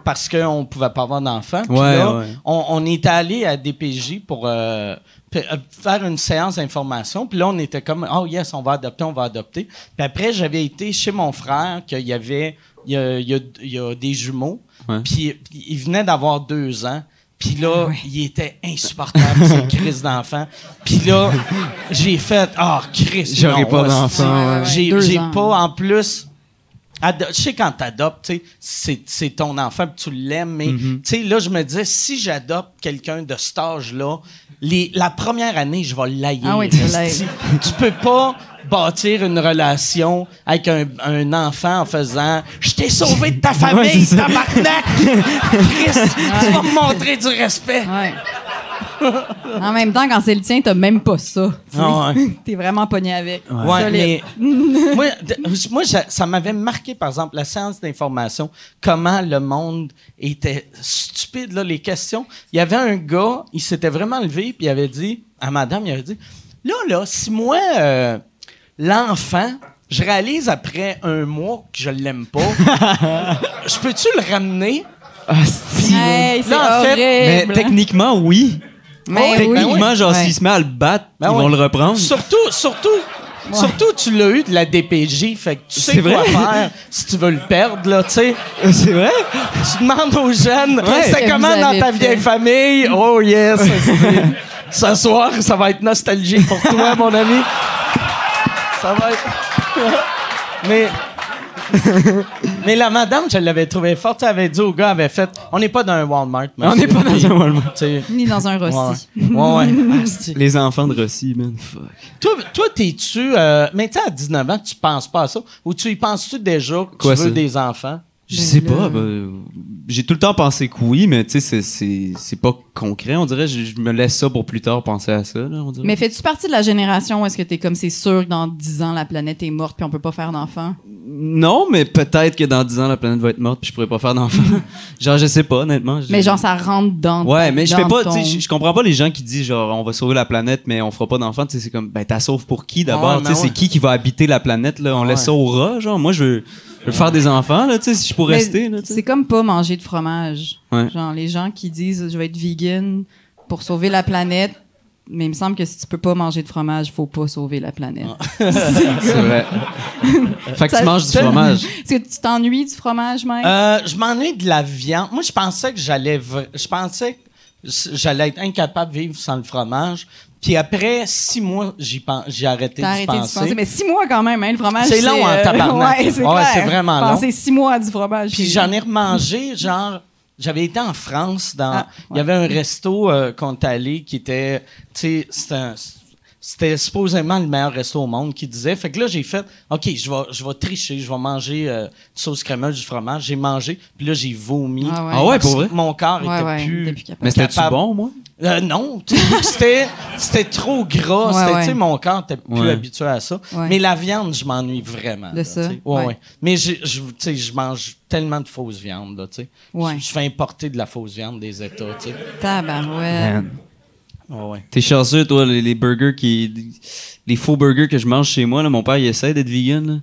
A: parce qu'on pouvait pas avoir d'enfants. Puis
E: Mhm. Ouais,
A: là,
E: ouais.
A: On, on était allé à DPJ pour euh, p- euh, faire une séance d'information. Puis là, on était comme, oh yes, on va adopter, on va adopter. Puis après, j'avais été chez mon frère, qu'il y avait, il y a, il y a- il y a des jumeaux.
E: Ouais.
A: Puis, puis il venait d'avoir deux ans. Puis
D: Ah
A: là, il était insupportable, ces crises d'enfant. Puis là, j'ai fait, ah, Chris,
B: J'aurai
A: non,
B: pas
A: hostie.
B: d'enfant,
D: ouais.
A: J'ai
D: Deux
A: j'ai
D: ans.
A: pas, en plus... ado- Je sais quand t'adoptes, tu sais, c'est- c'est ton enfant puis tu l'aimes, mais
B: Mm-hmm.
A: tu sais, là, je me disais, si j'adopte quelqu'un de cet âge-là, les- la première année, je vais l'aïr.
D: Ah oui, tu l'aimes.
A: esti. Tu peux pas bâtir une relation avec un, un enfant en faisant « Je t'ai sauvé de ta famille, *laughs* tabarnak! Chris, tu vas me montrer du respect!
D: Ouais. *laughs* en même temps, quand c'est le tien, t'as même pas ça. tu sais.
A: Ah ouais.
D: T'es vraiment pogné avec.
A: Ouais,
D: Solide.
A: mais moi, de- moi, ça, ça m'avait marqué, par exemple, la séance d'information, comment le monde était stupide, là, les questions. Il y avait un gars, il s'était vraiment levé, puis il avait dit à madame, il avait dit, là, là, si moi, euh, l'enfant, je réalise après un mois que je l'aime pas, je peux-tu le ramener?
E: Ah,
D: Hey, c'est
A: Là, en fait,
D: horrible.
E: Mais techniquement, oui.
D: Mais
E: techniquement,
D: Ben oui.
E: genre,
D: Ouais.
E: s'il se met à le battre,
A: Ben
E: ils vont
A: oui.
E: le reprendre.
A: Surtout, surtout, surtout, tu l'as eu de la DPJ, fait que tu sais
E: C'est
A: quoi
E: vrai. Euh,
A: faire si tu veux le perdre, là, tu sais.
E: C'est vrai?
A: Tu demandes aux jeunes,
D: Qu'est-ce
A: c'est
D: que
A: comment
D: vous
A: dans
D: avez
A: ta
D: fait?
A: vieille famille? Oh yes! c'est- Ce soir, ça va être nostalgique pour
E: *laughs*
A: toi, mon ami. Ça va être. Mais. Mais la madame, je l'avais trouvée forte. Elle avait dit au gars, elle avait fait On n'est pas dans un Walmart.
E: On n'est pas *laughs* dans un Walmart.
A: Walmart.
D: Ni dans un
A: Ouais,
D: Rossi.
A: ouais. Ouais, ouais. Asti.
E: Les enfants de Rossi, man. Fuck.
A: Toi, toi t'es-tu. euh, mais tu sais, à 19 ans, tu penses pas à ça? Ou tu y penses-tu déjà que
E: Quoi,
A: tu veux
E: ça?
A: des enfants?
E: Je
D: Ben
E: sais
D: là.
E: pas. ben, j'ai tout le temps pensé que oui, mais tu sais, c'est- c'est c'est pas concret. On dirait je, je me laisse ça pour plus tard penser à ça. Là, on dirait.
D: Mais fais-tu partie de la génération où est-ce que t'es comme c'est sûr que dans 10 ans la planète est morte puis on peut pas faire d'enfants?
E: Non, mais peut-être que dans 10 ans, la planète va être morte puis je pourrais pas
D: *laughs*
E: faire d'enfants. genre, je sais pas, honnêtement. Je-
D: Mais genre ça rentre dans
E: Ouais, mais je fais
D: dans
E: pas.
D: ton-
E: tu sais, Je je comprends pas les gens qui disent genre on va sauver la planète, mais on fera pas d'enfants. Tu sais, C'est comme, ben t'as sauve pour qui
A: Ouais,
E: d'abord Tu sais,
A: ben ouais.
E: C'est qui qui va habiter la planète là On laisse ça au rat, genre. Moi, je veux, je veux faire des enfants, là, tu sais, si je pourrais
D: Mais
E: rester. Là, tu sais.
D: C'est comme pas manger de fromage.
E: Ouais.
D: Genre les gens qui disent je vais être vegan pour sauver la planète. Mais il me semble que si tu peux pas manger de fromage, faut pas sauver la planète. *laughs*
E: C'est vrai. fait que
D: Ça-
E: tu manges du
D: ça- *laughs*
E: fromage.
D: Est-ce que tu t'ennuies du fromage, mec?
A: Euh, je m'ennuie de la viande. Moi, je pensais que j'allais, v- je pensais que s- j'allais être incapable de vivre sans le fromage. Puis après six mois, j'y pen- j'ai arrêté
D: T'as
A: de
D: arrêté
A: penser.
D: de penser. Mais six mois quand même, hein, le fromage.
A: C'est long en
D: euh,
A: tabarnak.
D: *laughs* ouais, c'est
A: Ouais,
D: clair.
A: c'est vraiment
D: Penser
A: long.
D: six mois à du fromage.
A: Puis
D: c'est-
A: j'en ai remangé, genre. J'avais été en France dans.
D: Ah,
A: Il y avait un resto euh, qu'on est allé qui était. Tu sais, c'était un- c'était supposément le meilleur resto au monde qui disait. Fait que là, j'ai fait, OK, je vais, je vais tricher, je vais manger euh, du sauce crémeuse, du fromage. J'ai mangé, puis là, j'ai vomi.
D: Ah ouais.
E: Ah ouais, pour
A: Parce
E: vrai?
A: que Mon corps
D: Ouais,
A: était
D: ouais,
A: plus.
D: t'es plus capable.
E: Mais c'était-tu
A: capable.
E: bon, moi?
A: Euh, non, tu sais, c'était c'était trop gras.
D: Ouais,
A: c'était,
D: ouais.
A: tu sais, Mon corps n'était plus
E: Ouais.
A: habitué à ça.
D: Ouais.
A: Mais la viande, je m'ennuie vraiment.
D: De
A: là,
D: ça,
A: tu sais. Ouais,
D: ouais.
A: ouais. Mais je, je, tu sais, je mange tellement de fausses viandes. Là, tu sais.
D: Ouais.
A: Je je fais importer de la fausse viande des États. tu sais.
D: Tabarouette.
E: Man.
A: Ouais, ouais.
E: T'es chanceux, toi, les, les burgers qui. Les faux burgers que je mange chez moi, là, mon père, il essaie d'être vegan. là.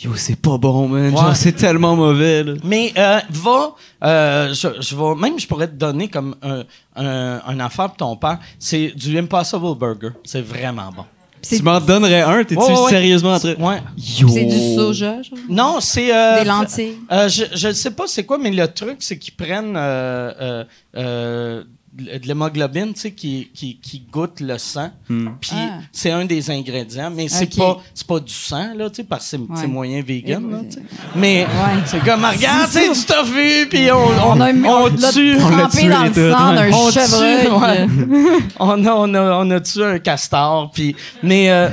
E: Yo, c'est pas bon, man.
A: Ouais.
E: Genre, c'est tellement mauvais, là.
A: Mais euh, va, euh, je, je vais, même je pourrais te donner comme un, un, un affaire pour ton père. C'est du Impossible Burger. C'est vraiment bon.
D: C'est-
E: Tu m'en donnerais un, t'es-tu
A: Ouais, ouais, ouais.
E: sérieusement en train.
A: Ouais.
E: Yo.
D: C'est du soja, genre?
A: Non, c'est. euh,
D: Des lentilles.
A: Euh, je, je sais pas c'est quoi, mais le truc, c'est qu'ils prennent euh, euh, euh, de l'hémoglobine, tu sais, qui, qui, qui goûte le sang.
E: Hmm.
A: Puis
D: Ah.
A: c'est un des ingrédients, mais c'est
D: Ok.
A: pas c'est pas du sang, là, tu sais, parce que c'est c'est moyen vegan,
D: Et-
A: là, tu sais. Mais
D: Ouais.
A: c'est comme,
D: *laughs*
A: regarde, c'est du tofu, puis on, on,
D: On a mis
A: on tue.
D: on l'a
E: tué,
D: trempé dans le
E: tout,
D: sang
E: ouais.
D: d'un
A: On tue,
D: chevreuil. *laughs*
A: on a, on a, on a tué un castor, puis mais euh,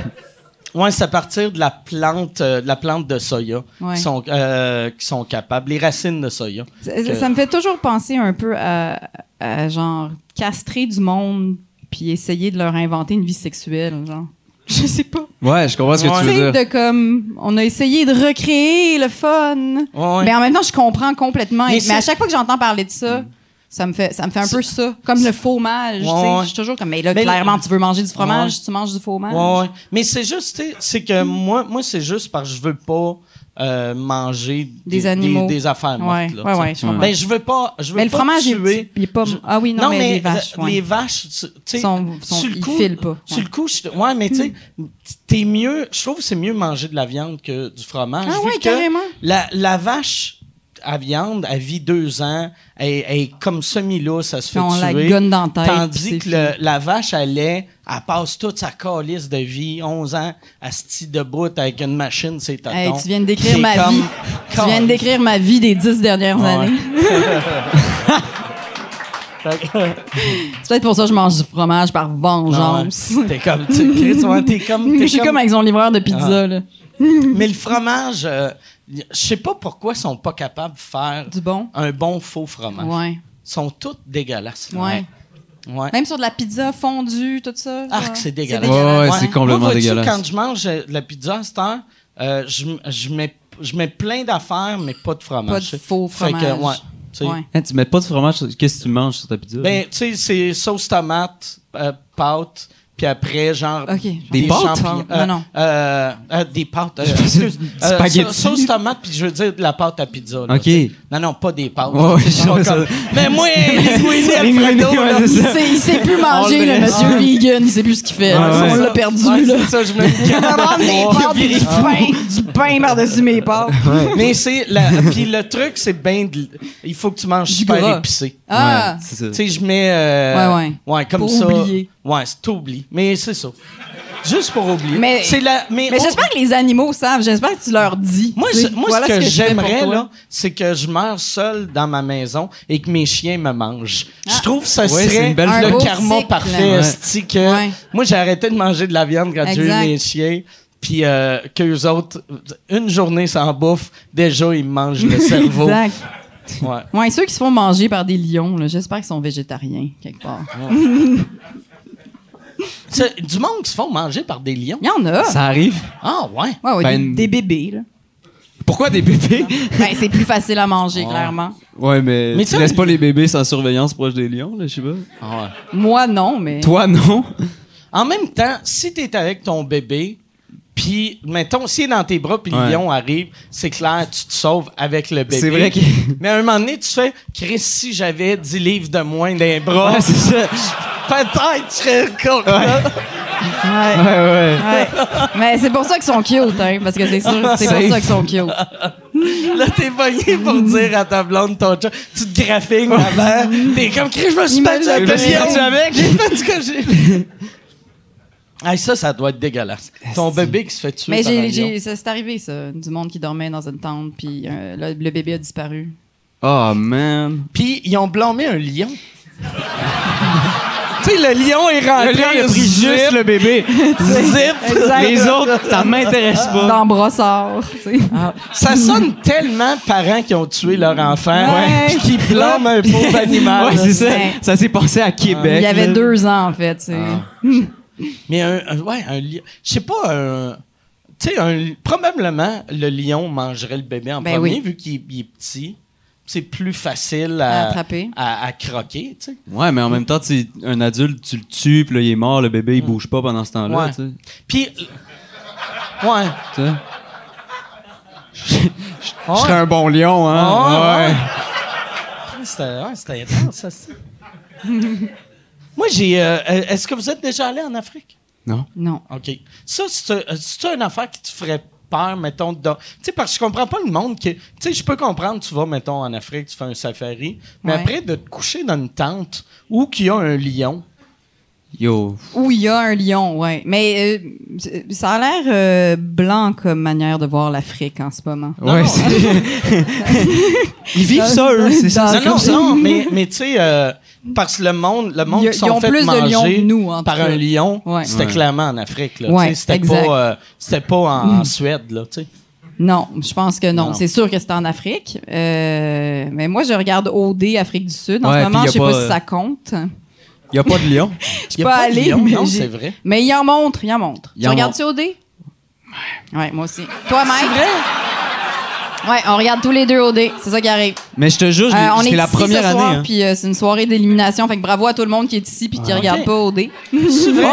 A: ouais, c'est à partir de la plante, euh, de la plante de soya
D: Ouais.
A: qui sont euh, qui sont capables, les racines de soya.
D: Ça- ça- Ça me fait toujours penser un peu à, à genre castrer du monde puis essayer de leur inventer une vie sexuelle, genre. *laughs* Je sais pas.
E: Ouais, je comprends ce que
D: Tu
E: tu veux
D: sais,
E: dire.
D: de comme, on a essayé de recréer le fun.
A: Ouais, ouais.
D: Mais en même temps, je comprends complètement.
A: Mais
D: Et- Mais,
A: c'est-
D: à chaque fois que j'entends parler de ça, ça me fait, ça me fait un peu ça. Comme le fromage. tu sais.
A: Ouais, ouais.
D: Je suis toujours comme, mais là,
A: Mais le-
D: clairement, tu veux manger du fromage, tu manges du fromage.
A: Ouais, ouais. Mais c'est juste, tu sais, c'est que
D: Hmm.
A: moi, moi c'est juste parce que je veux pas euh, manger
D: Des animaux.
A: des, affaires mortes.
D: Ouais,
A: là, tu
D: ouais,
A: sais.
D: ouais, je comprends.
A: Ben, je veux pas, je veux
D: mais le
A: pas
D: fromage, il-
A: tuer.
D: il est pas.
A: Je-
D: Ah oui, non, mais, les vaches. ouais.
A: les vaches, tu tu sais,
D: Sont- sont-
A: sur le
D: ils
A: coup,
D: filent pas,
A: Sur
D: ouais. Hmm.
A: le coup, je- ouais, mais tu sais, t'es mieux. Je trouve que c'est mieux manger de la viande que du fromage.
D: Ah
A: vu
D: ouais,
A: que
D: carrément.
A: La, la vache, à viande, elle vit deux ans, elle, elle est comme semi-là, ça se fait
D: On la
A: tuer.
D: gonne dans la tête, puis
A: Tandis
D: c'est
A: que le- la vache, elle lait, elle passe toute sa calice de vie, 11 ans, à se de bout avec une machine, c'est tâtons.
D: Hey, tu viens de décrire
A: C'est
D: ma
A: comme-
D: vie. Tu viens de décrire ma vie des dix
A: *laughs*
D: dernières années. C'est peut-être pour ça que je mange du fromage par vengeance.
A: Ouais. T'es comme, tu sais, Chris, Ah ouais, Ah. t'es
D: *laughs*
A: comme,
D: Je
A: t'es
D: suis comme avec son livreur de pizza, là.
A: Mais le fromage, euh, je sais pas pourquoi ils sont pas capables de faire
D: Du bon.
A: un bon faux fromage.
D: Ouais.
A: Ils sont tous dégueulasses.
D: Ouais.
A: Ouais.
D: Même sur de la pizza fondue, tout ça.
A: Ah,
D: genre.
A: que c'est dégueulasse.
E: Ouais, ouais, c'est complètement
A: Moi, vois-tu,
E: dégueulasse.
A: Quand je mange euh, de la pizza à cette heure, euh, je, m- je mets, je mets plein d'affaires, mais pas de fromage.
D: Pas de faux
A: Fait que,
D: fromage.
A: ouais, tu sais.
D: Ouais.
E: Hein, tu mets pas de fromage, sur- qu'est-ce que tu manges sur ta pizza?
A: Ben, tu sais, c'est sauce tomate, euh, pâte, puis après, genre.
D: Ok.
E: Des pâtes?
A: champignons-
D: Non, non.
A: euh, euh, des pâtes. euh,
E: *laughs* Je pensais
A: excuse,
E: du
A: euh,
E: spaghetti.
A: sa- Sauce tomate, puis je veux dire de la pâte à pizza. là,
E: Ok.
A: tu sais. Non, non, pas des pâtes.
E: Ouais, ouais,
A: Ils sont
E: je- ça-
A: comme, Mais
E: *laughs*
A: moi, linguini Alfredo,
E: ouais,
A: là.
E: c'est
D: Il
E: ça.
D: sait, il sait plus manger,
E: le
D: le
E: laisse.
D: monsieur vegan. Il sait plus ce qu'il
A: Euh,
D: fait.
E: Ah, ouais.
D: On l'a perdu,
A: Ouais,
D: là.
A: c'est ça, je me *laughs* dis.
D: *laughs* Prendre des pâtes pis du pain, du pain par-dessus mes pâtes.
A: Mais c'est la- puis le truc c'est bien de- il faut que tu manges
D: Du
A: super
D: gras.
A: épicé.
D: Ah!
E: Ouais, c'est
A: Tu
E: ça.
A: sais je mets euh,
D: Ouais,
A: comme
D: Pour
A: ça.
D: oublier.
A: Ouais, c'est t'oublies. Mais c'est ça. Juste pour oublier.
D: Mais-
A: c'est la mais,
D: Mais
A: on-
D: j'espère que les animaux savent. J'espère que tu leur dis.
A: Oh. moi,
D: Tu sais,
A: je- moi
D: voilà
A: ce que,
D: je fais pour
A: j'aimerais
D: toi.
A: là, c'est que je meurs seul dans ma maison et que mes chiens me mangent. Je trouve que ça
E: Ouais, c'est
A: serait
E: une belle
D: Ah. Un
A: le
D: beau
A: karma
D: cycle.
A: parfait,
D: Ouais.
A: esti, que
D: Ouais.
A: moi j'ai arrêté de manger de la viande quand j'ai eu
D: Exact.
A: mes chiens. Puis euh, qu'eux autres, une journée sans bouffe, déjà, ils me mangent
D: *laughs*
A: le cerveau.
D: Exact.
A: Ouais.
D: Ouais, ceux qui se font manger par des lions, là, j'espère qu'ils sont végétariens, quelque part.
A: C'est du monde qui se font manger par des lions.
D: Il y en a.
E: Ça arrive.
A: Ah ouais.
D: Ouais, ouais,
E: Ben,
D: des-
E: une-
D: des, bébés, là.
E: Pourquoi des bébés?
D: Ben, c'est plus facile à manger,
A: Oh.
D: clairement.
E: Ouais, mais,
A: Mais
E: tu
A: ça-
E: laisses pas les bébés sans surveillance proche des lions, là, je sais pas.
A: Ah ouais.
D: Moi, non, mais.
E: Toi, non.
A: En même temps, si t'es avec ton bébé, puis mettons, si est dans tes bras, puis le
E: Ouais.
A: lion arrive, c'est clair, tu te sauves avec le bébé.
E: C'est vrai que-
A: Mais à un moment donné, tu fais, Chris, si j'avais 10 livres de moins dans les bras,
E: Ouais, c'est ça.
A: *laughs* peut-être je serais content.
D: Ouais.
E: Ouais, ouais.
A: *laughs*
D: Ouais. Mais c'est pour ça qu'ils sont cute, hein, parce que c'est sûr, c'est pour ça qu'ils
A: *laughs*
D: sont cute.
A: Là, t'es pogné pour dire à ta blonde ton chat, tu te graphines avant, t'es comme, Chris, je me suis battu avec
E: Je
A: le
E: me suis battu
A: lion.
E: avec.
A: J'ai fait ce que j'ai. *laughs* Hey, ça, ça doit être dégueulasse. Ton bébé qui se fait tuer
D: Mais
A: par un
D: j'ai,
A: lion.
D: j'ai- ça, c'est arrivé, ça, du monde qui dormait dans une tente, puis euh, là, le bébé
A: *laughs*
D: a disparu.
E: Oh, man.
A: Puis ils ont blâmé un lion. tu sais, le lion est rentré. zip,
E: le *laughs* bébé.
A: zip.
E: Les autres, ça m'intéresse pas.
D: Dans brossard, tu sais.
A: Ça sonne tellement parents qui ont tué leur enfant
D: Ouais.
A: puis qui blâment un *laughs* pauvre animal.
E: Ouais, c'est ça.
D: Ouais.
E: Ça s'est passé à Québec.
D: Il y avait
E: là.
D: deux ans, en fait, tu sais.
A: Ah. Mais un, un- ouais, un lion. Je sais pas, un. Tu sais, un- probablement, le lion mangerait le bébé en
D: Ben
A: premier
D: oui.
A: vu qu'il il est petit. C'est plus facile
D: À
A: à,
D: attraper.
A: à- à croquer, tu sais.
E: Ouais, mais en même temps, tu sais, un adulte, tu le tues, puis là, il est mort, le bébé, il
D: Mm.
E: bouge pas pendant ce temps-là,
A: Ouais.
E: tu sais.
A: Puis. Ouais.
E: Tu sais.
A: Ouais.
D: Oh.
E: Je serais un bon lion,
A: Ah,
E: hein.
A: ouais. C'était ouais, c'était intense, ça. c'est- Moi, j'ai. euh, euh, Est-ce que vous êtes déjà allé en Afrique?
E: Non.
D: Non.
A: OK. Ça, c'est euh, c'est une affaire qui te ferait peur, mettons. dans- Tu sais, parce que je comprends pas le monde qui. Tu sais, je peux comprendre, tu vas, mettons, en Afrique, tu fais un safari, mais
D: Ouais.
A: après, de te coucher dans une tente où qu'il y a un lion.
E: Yo.
D: Où il y a un lion, ouais. Mais euh, ça a l'air euh, blanc comme manière de voir l'Afrique en ce moment.
E: ouais, c'est-
D: *laughs*
E: Ils vivent ça, eux, c'est ça.
D: Ah,
A: non,
D: comme
A: non,
D: ça.
A: non,
D: *laughs*
A: mais, mais tu sais, euh, parce que le monde, le monde
D: Ils-
A: qui sont
D: ils ont
A: fait
D: plus de
A: manger
D: lions que nous, en tout
A: par
D: cas.
A: un lion,
D: Ouais.
A: c'était
E: Ouais.
A: clairement en Afrique. là. Tu
D: Ouais,
A: sais, c'était
D: exact.
A: pas, euh, c'était pas
D: *laughs*
A: en, en Suède. Là, tu sais.
D: Non, je pense que non.
A: Non.
D: C'est sûr que c'est en Afrique. Euh, mais moi, je regarde OD Afrique du Sud. En
E: Ouais,
D: ce moment,
E: puis
D: je
E: y a
D: sais pas,
E: pas, euh,
D: si ça compte.
E: Il y a pas de lion.
D: Je
A: Y
D: suis
A: a
D: pas,
A: pas de
D: allée,
A: lion,
D: mais
A: non,
D: j'ai-
A: c'est vrai.
D: Mais il en montre, il en montre.
E: Il
D: tu
E: en
D: regardes-tu OD? Ouais. Ouais, moi aussi. Toi, Mike? C'est vrai? Ouais, on regarde tous les deux OD. C'est ça qui arrive.
E: Mais je te jure, je l'ai-
D: Euh, on est
E: c'était la
D: ici
E: première
D: ce
E: année.
D: soir,
E: hein. Ah,
D: puis euh, c'est une soirée d'élimination. Fait que bravo à tout le monde qui est ici puis qui regarde pas OD.
E: Oh,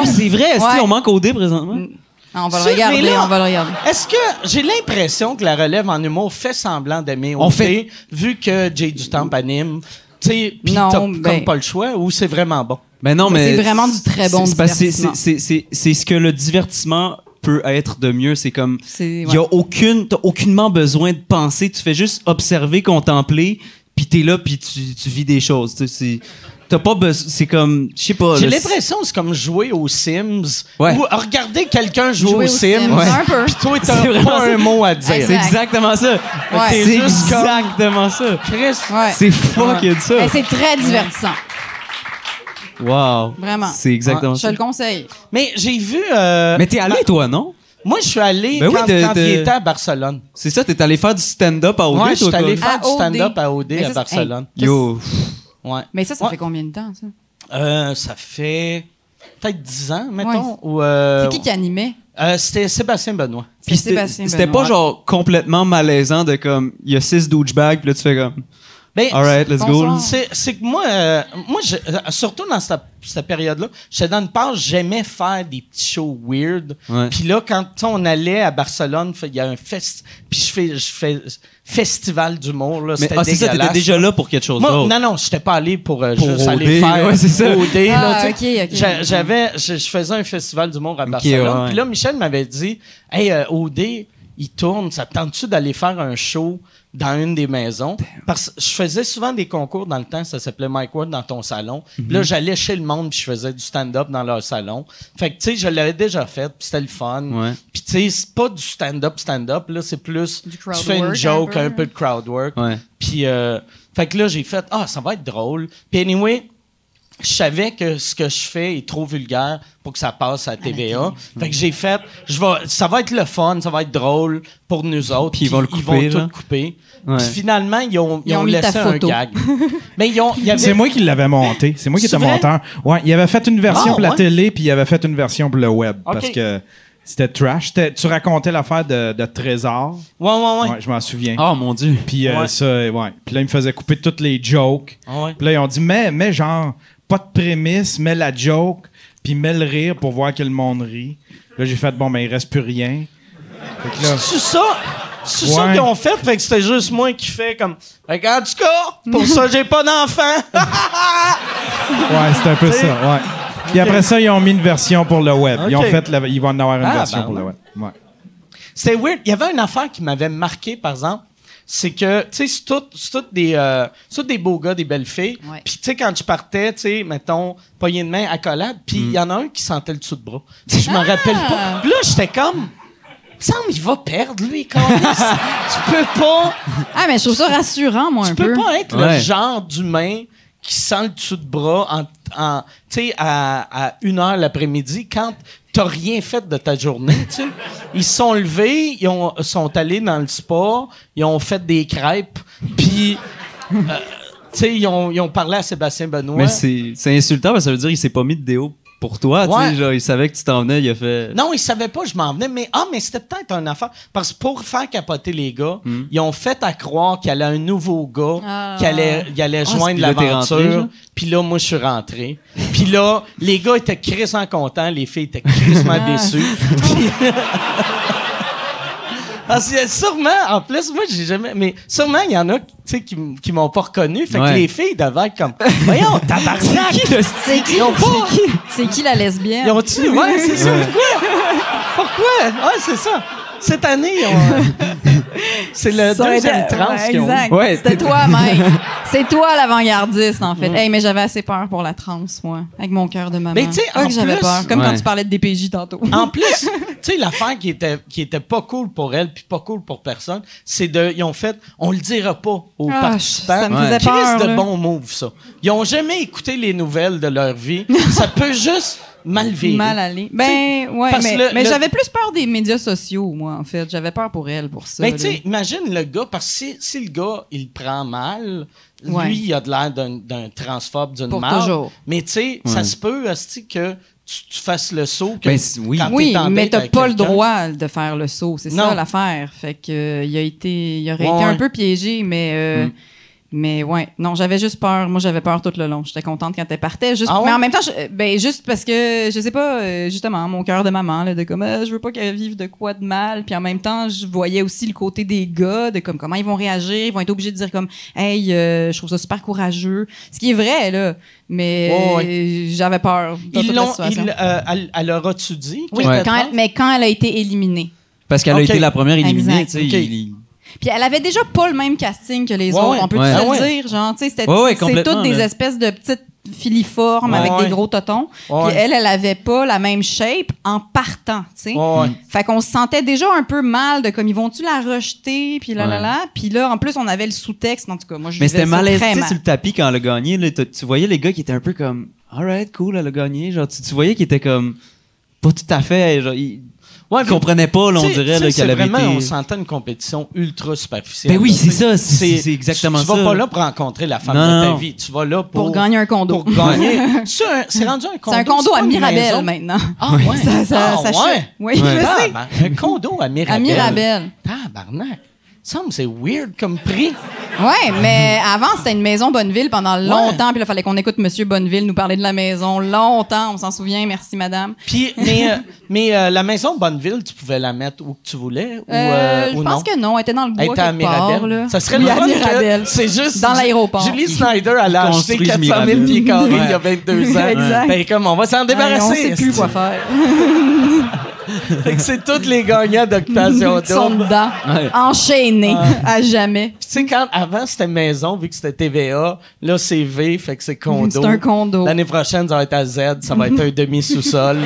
E: c'est vrai, est-ce
D: Ouais.
E: on manque au dé présentement?
D: Ah, on va
A: C'est-
D: le regarder,
A: mais là-
D: on va le regarder.
A: Est-ce que j'ai l'impression que la relève en humour fait semblant d'aimer
E: On
A: OD,
E: fait-
A: vu que Jay Dutemps anime, tu sais, pis
D: Non,
A: t'as
D: ben-
A: comme pas le choix, ou c'est vraiment bon?
E: Ben non, mais.
D: C'est vraiment du très bon
E: c'est- c'est parce que c'est-
D: divertissement.
E: c'est- C'est c'est- c'est ce que le divertissement peut être de mieux. C'est comme,
D: C'est-
E: il
D: ouais.
E: y a aucune, t'as aucunement besoin de penser. Tu fais juste observer, contempler, puis t'es là, puis tu, tu vis des choses. Tu sais, c'est- T'as pas besoin. C'est comme, je sais pas.
A: J'ai
E: là,
A: l'impression que c'est comme jouer aux Sims
E: Ah, Ouais.
A: ou regarder quelqu'un jouer,
D: Jouer
A: aux
D: aux
A: Sims.
D: Sims, Ouais. un peu.
A: Puis toi,
E: C'est
A: t'as
E: vraiment
A: pas
E: ça.
A: un mot à
E: c'est-
A: dire.
E: C'est exactement ça.
D: Ouais.
E: C'est
A: C'est juste comme-
E: exactement ça.
D: Ouais.
E: C'est fuck qu'il y a de ça.
D: Eh, C'est très divertissant.
E: Wow.
D: Vraiment.
E: C'est exactement
D: Je te
E: ça.
D: le conseille.
A: Mais j'ai vu. euh,
E: Mais t'es allé, toi, non?
A: Moi, je suis allé
E: Ben oui,
A: quand,
E: de-
A: quand il
E: de-
A: était à Barcelone.
E: C'est ça, t'es allé faire du stand-up à OD,
A: Moi,
E: toi,
A: ouais, je suis
E: toi?
A: allé faire
D: À
A: du stand-up à OD
D: Mais ça,
A: à
D: c'est-
A: Barcelone.
E: Yo.
A: Ouais.
D: Mais ça, ça
A: Ouais.
D: fait combien de temps, ça?
A: Euh, ça fait peut-être 10 ans, mettons.
D: Ouais.
A: ou, euh,
D: C'est qui qui animait?
A: euh, C'était Sébastien Benoît.
E: Puis
D: C'est
E: c'était
D: Sébastien
E: c'était
D: Benoît.
E: pas genre complètement malaisant de comme, il y a six douchebags, puis là, tu fais comme,
A: Ben,
E: alright, let's go.
D: bonsoir.
A: C'est, c'est que moi, euh, moi je- euh, surtout dans cette, cette période-là, j'étais dans une part, j'aimais faire des petits shows weird.
E: Ouais.
A: Puis là, quand tu sais, on allait à Barcelone, fait- il y a un fest, puis je fais, je fais festival d'humour. Là,
E: Mais
A: c'était
E: ah, c'est ça, t'étais
A: dégueulasse.
E: déjà là pour quelque chose
A: Moi,
E: d'autre.
A: non, non, je n'étais pas allé pour, euh,
E: Pour
A: juste
E: OD,
A: aller faire
E: ouais, c'est ça.
A: OD. là,
D: Ah,
A: tu sais.
D: ok, ok.
A: J'a- J'avais, je, je faisais un festival d'humour à
E: ouais,
A: Barcelone.
E: ouais.
A: Puis là, Michel m'avait dit Hey, euh, OD, il tourne, ça te tente-tu d'aller faire un show dans une des maisons? Parce que je faisais souvent des concours dans le temps, ça s'appelait Mike Ward dans ton salon. Puis
E: Mm-hmm.
A: Là, j'allais chez le monde, puis je faisais du stand-up dans leur salon. Fait que, tu sais, je l'avais déjà fait, puis c'était le fun.
E: Ouais.
A: Puis, tu sais, c'est pas du stand-up, stand-up, là, c'est plus.
D: Du
A: tu
D: crowd
A: fais une
D: work,
A: joke,
D: un peu.
A: un peu de crowd work.
E: Ouais.
A: Puis, euh, fait que là, j'ai fait, ah, ça va être drôle. Puis, anyway, je savais que ce que je fais est trop vulgaire pour que ça passe à TVA. Fait que j'ai fait, je vais, ça va être le fun, ça va être drôle pour nous autres.
E: Puis ils vont le couper, là.
A: tout couper.
E: Ouais.
A: Puis finalement, ils ont, ils
D: Ils
A: ont,
D: ont mis
A: laissé
D: ta
A: un
D: photo.
A: gag. *laughs* Mais ils ont, il y avait-
C: C'est moi qui l'avais monté. C'est moi qui
A: C'est
C: étais
A: vrai?
C: monteur. Ouais, il avait fait une version
A: Ah,
C: pour la
A: ouais?
C: télé, puis il avait fait une version pour le web.
A: Ok.
C: Parce que c'était trash. C'était- Tu racontais l'affaire de, de Trésor.
A: Ouais, ouais, ouais.
C: Ouais, je m'en souviens.
E: Oh mon dieu.
C: Puis euh,
A: Ah, Ouais.
C: ça, euh, ouais. Puis là, ils me faisaient couper toutes les jokes.
A: Ah ouais.
C: Puis là, ils ont dit, mais, mais genre, pas de prémisse, mais la joke, puis mets le rire pour voir que le monde rit. Là, j'ai fait, bon, ben, il reste plus rien. Fait que là,
A: C'est ça. C'est ça
C: Ouais.
A: qu'ils ont fait, fait que c'était juste moi qui fais comme. Fait que, en tout cas, pour ça, j'ai pas d'enfant. *laughs*
C: ouais, c'est un peu ça, ouais. Puis après ça, ils ont mis une version pour le web. Ils ont
A: Ok.
C: fait, la- ils vont en avoir une
A: Ah,
C: version
A: ben
C: pour le
A: ouais.
C: web. Ouais.
A: C'était weird. Il y avait une affaire qui m'avait marqué, par exemple. C'est que, tu sais, c'est tout, c'est tout des, euh, c'est tout des beaux gars, des belles filles.
D: Ouais.
A: Puis, tu sais, quand je partais, tu sais, mettons, poignée de main, accolade, puis il y en a un qui sentait le dessous de bras. Puis je m'en rappelle pas. Puis là, j'étais comme, il me semble il va perdre, lui, quand Tu peux pas,
D: Ah, mais je trouve ça rassurant, moi,
A: tu
D: un
A: peux
D: peu.
A: pas être le
E: Ouais.
A: genre d'humain qui sent le dessous de bras en, en tu sais, à, à une heure l'après-midi quand t'as rien fait de ta journée, tu sais. Ils se sont levés, ils ont, sont allés dans le sport, ils ont fait des crêpes, puis, euh, tu sais, ils ont, ils ont parlé à Sébastien Benoît.
E: Mais c'est c'est insultant parce que ça veut dire qu'il s'est pas mis de déo pour toi. tu sais,
A: Ouais.
E: Genre, il savait que tu t'en venais, il a fait.
A: Euh, Non, ils savaient pas, je m'en venais, mais ah, mais c'était peut-être un affaire. Parce que pour faire capoter les gars,
E: Hmm.
A: ils ont fait à croire qu'il y allait un nouveau gars,
D: Ah.
A: qu'il allait, il allait
E: Ah,
A: joindre
E: puis là, t'es rentré,
A: l'aventure.
E: là?
A: Puis là, moi, je suis rentré. Puis là, les gars étaient crissement contents, les filles étaient crissement déçues. Puis- *laughs* Parce que sûrement, en plus, moi, j'ai jamais. Mais sûrement, il y en a tu sais, qui, m- qui m'ont pas reconnu. Fait
E: Ouais.
A: que les filles devaient être comme. Voyons, tabarnak!
D: C'est qui?
A: Ils ont pas-
D: C'est qui la lesbienne?
A: ils ont tué, ouais, c'est ça. Pourquoi? Pourquoi? Ouais, c'est ça. Cette année, ils ont,
D: *laughs*
A: euh, c'est le
D: Ça aurait été-
A: deuxième trans
D: ouais,
A: qu'ils ont.
D: exact.
E: Ouais,
D: C'était
E: t'es-
A: *laughs*
D: toi, mec. C'est toi l'avant-gardiste, en fait. Hey, mais j'avais assez peur pour la transe, moi, avec mon cœur de maman.
A: Mm. Mais tu sais,
D: Ah,
A: en
D: que j'avais
A: plus-
D: peur, comme quand
E: Ouais.
D: tu parlais de DPJ tantôt.
A: En plus, tu sais, l'affaire qui était, qui était pas cool pour elle, puis pas cool pour personne, c'est de. Ils ont fait, on le dira pas aux
D: Ah,
A: participants.
D: ça me faisait
A: Christ
D: peur,
A: de
D: là.
A: bon move, ça. Ils ont jamais écouté les nouvelles de leur vie. ça peut juste mal vivre.
D: Mal aller. Ben, ouais,
A: parce
D: mais,
A: que le-
D: mais
A: le-
D: j'avais plus peur des médias sociaux, moi, en fait. J'avais peur pour elle, pour ça.
A: Mais
D: là.
A: Ben, tu sais, imagine le gars, parce que si, si le gars, il prend mal,
D: Ouais.
A: lui, il a de l'air d'un, d'un transphobe, d'une
D: Pour
A: marde.
D: toujours.
A: Mais tu sais, ça se peut, Asti, que tu, tu fasses le saut. Que
E: Ben, c'est- oui.
A: quand
D: oui,
A: t'es en
D: mais
A: date
D: t'as
A: avec
D: pas le
A: quelqu'un.
D: droit de faire le saut. C'est ça
A: Non.
D: l'affaire. Fait que euh, il a été, il aurait
A: Ouais, Hmm.
D: été
A: ouais.
D: un peu piégé, mais euh, Mais ouais, non, j'avais juste peur. Moi, j'avais peur tout le long. J'étais contente quand elle partait. Juste,
A: Ah ouais?
D: Mais en même temps, je- ben, juste parce que, je sais pas, euh, justement, mon cœur de maman, là, de comme, Ah, je veux pas qu'elle vive de quoi de mal. Puis en même temps, je voyais aussi le côté des gars, de comme comment ils vont réagir. Ils vont être obligés de dire comme, hey, euh, je trouve ça super courageux. Ce qui est vrai, là. Mais
A: Ouais, ouais.
D: euh, j'avais peur. dans
A: Ils
D: toute la
A: l'ont,
D: situation.
A: ils- euh, elle, elle aura-tu dit?
D: Oui,
A: qu'elle
E: Ouais.
A: était
D: quand
A: trans?
D: elle- mais quand elle a été éliminée.
E: Parce qu'elle
A: Ok.
E: a été la première éliminée,
D: Exact.
E: tu sais.
A: Ok.
E: il- il-
D: Puis elle avait déjà pas le même casting que les
A: Ouais,
D: autres.
A: ouais.
D: On peut
E: Ouais.
D: se
E: Ah
D: le
A: ouais.
D: dire, genre, tu sais, c'était
E: Ouais, ouais,
D: c'est
E: complètement,
D: toutes des
E: là.
D: espèces de petites filiformes
A: Ouais,
D: avec
A: ouais.
D: des gros totons.
A: Ouais.
D: Puis elle, elle avait pas la même shape en partant, tu sais.
A: Ouais, ouais.
D: Fait qu'on se sentait déjà un peu mal de comme ils vont-tu la rejeter, puis là, là,
E: Ouais.
D: là. Puis là, en plus, on avait le sous-texte. En tout cas, moi, je
E: Mais
D: vivais
E: c'était
D: ça
E: malaise.
D: très
E: Tu sais,
D: mal.
E: sur le tapis quand elle a gagné, là, t'as- tu voyais les gars qui étaient un peu comme Alright, cool, elle a gagné. Genre, tu, tu voyais qu'ils étaient comme pas tout à fait. Genre, ils, ils
A: puis-
E: comprenaient pas, là, on
A: Tu sais- tu
E: dirait,
A: sais,
E: là,
A: c'est
E: qu'elle avait
A: vraiment, on
E: été.
A: s'entend une compétition ultra superficielle.
E: Ben oui,
A: là, tu
E: c'est
A: sais.
E: ça, c'est c'est exactement
A: tu,
E: ça.
A: Tu vas pas là pour rencontrer la femme
E: Non,
A: de ta
E: non.
A: vie. Tu vas là pour,
D: pour gagner un condo.
A: pour
D: *laughs*
A: gagner. C'est un- c'est rendu un condo.
D: C'est un condo
A: pas
D: à
A: une maison.
D: Mirabel maintenant.
A: Ah ouais.
D: *laughs* Ça, ça,
A: Ah
D: ça
A: ouais.
D: chute. Oui, *laughs* je sais.
A: Tabarnak, Un condo à Mirabel.
D: À Mirabel.
A: Tabarnak. Ça me semble que c'est weird comme prix.
D: Ouais, mais avant, c'était une maison Bonneville pendant longtemps.
A: Ouais.
D: Puis là, fallait qu'on écoute Monsieur Bonneville nous parler de la maison longtemps. On s'en souvient, merci madame.
A: Puis, mais euh, mais euh, la maison Bonneville, tu pouvais la mettre où que tu voulais ou,
D: Euh,
A: euh,
D: je
A: ou
D: pense
A: non?
D: que non, elle était dans le bois
A: Elle était à
D: quelque part,
A: Mirabel.
D: là.
A: Ça serait
D: Oui,
A: le
D: à
A: fun
D: Mirabel.
A: que c'est juste
D: Dans l'aéroport.
A: Julie Snyder elle a acheté
E: construisent
A: 400 000
E: Mirabel.
A: pieds carrés il y a 22 ans.
D: Exact.
A: Ben comme on va s'en
D: Ouais, on
A: débarrasser.
D: sait plus quoi faire.
A: Fait que *laughs* c'est tous les gagnants d'occupation
D: Ils sont
A: double. Ah.
D: dedans,
E: Ouais.
D: enchaînés à jamais.
A: Puis Tu sais quand avant c'était maison vu que c'était TVA, là c'est V fait que c'est condo.
D: C'est un condo.
A: L'année prochaine ça va être à Z, ça va être un demi
D: *laughs*
A: sous-sol.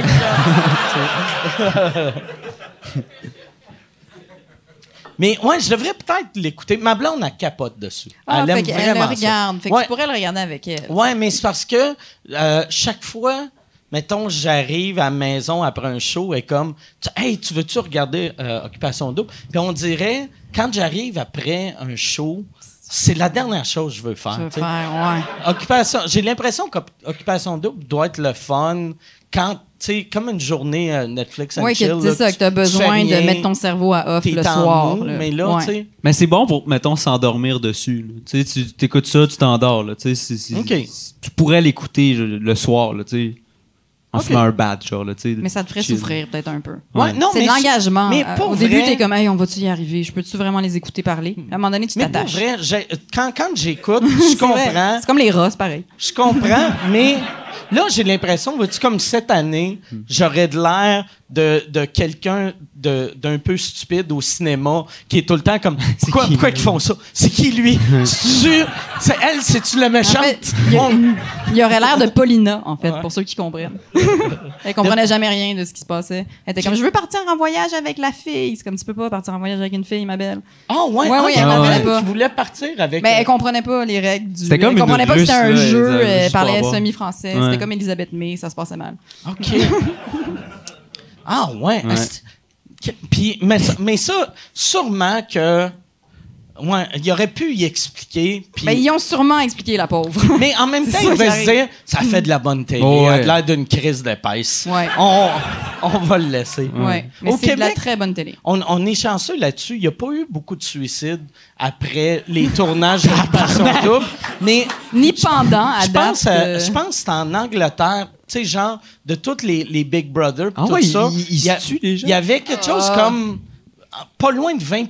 A: Mais ouais, je devrais peut-être l'écouter. Ma blonde elle capote dessus.
D: Ah,
A: elle
D: fait
A: aime
D: qu'elle
A: vraiment
D: le regarde.
A: ça.
D: Fait que
A: Ouais.
D: tu pourrais le regarder avec elle.
A: Ouais, mais c'est parce que euh, chaque fois, mettons, j'arrive à la maison après un show et comme, tu- hey, tu veux-tu regarder euh, Occupation Double? Puis on dirait, quand j'arrive après un show, c'est la dernière chose que je veux faire.
D: Tu veux
A: tu sais.
D: faire, ouais.
A: Occupation, j'ai l'impression qu'Occupation Double doit être le fun quand, tu sais, comme une journée euh, Netflix and
D: Ouais, que
A: chill.
D: tu
A: là,
D: dis ça, que t'as
A: tu- tu fais
D: besoin de
A: rien,
D: mettre ton cerveau à off
A: t'es
D: le
A: en
D: soir.
A: mou,
D: là.
A: Mais là,
D: Ouais.
A: tu sais,
E: Mais c'est bon pour, mettons, s'endormir dessus. là. Tu sais, tu t'écoutes ça, tu t'endors. là. Tu sais, c'est- c'est-
A: Ok.
E: c'est- Tu pourrais l'écouter je- le soir, là, tu sais, en
A: Ok.
E: fumant un bat, genre. Là, tu sais,
D: Mais ça te ferait
E: chill.
D: souffrir peut-être un peu.
A: Ouais, non,
D: c'est
A: mais
D: de
A: je-
D: l'engagement.
A: mais
D: Euh,
A: pour
D: Au début,
A: vrai-
D: t'es comme, hey, on va-tu y arriver? Je peux-tu vraiment les écouter parler?
E: Hmm.
D: À un moment donné, tu
A: mais pour
D: t'attaches.
A: vrai, j'ai- quand, quand
D: *laughs*
A: j'écoute, je
D: C'est vrai.
A: comprends.
D: C'est comme les rats, c'est pareil.
A: Je comprends, mais là, j'ai l'impression, vois-tu, comme cette année, j'aurais de l'air de, de quelqu'un de- d'un peu stupide au cinéma qui est tout le temps
D: *laughs*
A: comme Pourquoi,
E: qui,
A: pourquoi
E: lui?
A: ils font ça C'est qui lui C'est-tu- C'est elle, c'est-tu la
D: En
A: méchante
D: fait, il y a-
A: On-
D: il y aurait l'air de Paulina, en fait, pour ceux qui comprennent. Elle comprenait jamais rien de ce qui se passait. Elle était comme, je veux partir en voyage avec la fille. C'est comme, tu peux pas partir en voyage avec une fille, ma belle.
A: Ah, ouais,
D: Ouais,
A: ah,
D: ouais,
A: il y en
E: elle
A: avait
E: comprenait
A: une
D: pas.
A: qui voulait partir avec.
D: Mais
A: euh,
D: elle comprenait pas les règles du.
E: C'était comme
D: elle comprenait
E: une
D: pas que c'était un
E: Russe, là,
D: jeu.
E: elle- elle-
D: Elle
E: juste pour
D: parlait
E: avoir.
D: semi-français.
E: Ouais.
D: C'était comme Elisabeth May, ça se passait mal.
A: OK.
D: *laughs*
A: ah ouais.
E: Ouais.
A: Asti- que- Puis, mais, ça- mais ça, sûrement que... Ouais, il aurait pu y expliquer. puis-
D: Ben, ils ont sûrement expliqué la pauvre.
A: Mais en même temps,
D: *laughs* C'est
A: il
D: ça
A: va
D: qui
A: se
D: arrive.
A: dire, ça fait de la bonne télé.
E: Oh, ouais.
A: Elle a l'air d'une crise d'épaisse.
D: Ouais.
A: On, on va le laisser.
D: ouais. Mais
A: Au
D: c'est de la
A: Québec,
D: très bonne télé.
A: on, on est chanceux là-dessus. Il n'y a pas eu beaucoup de suicides après les tournages de Passion Double. Mais
D: Ni pendant, à
A: je
D: date.
A: pense, euh,
D: euh,
A: je pense que c'est en Angleterre, tu sais, genre, de tous les, les Big Brother, pis
E: Ah
A: tout
E: ouais,
A: ça.
E: ils- ils
A: il y a-
E: se tuent, les gens?
A: Il y avait quelque chose
D: Ah.
A: comme euh, pas loin de 20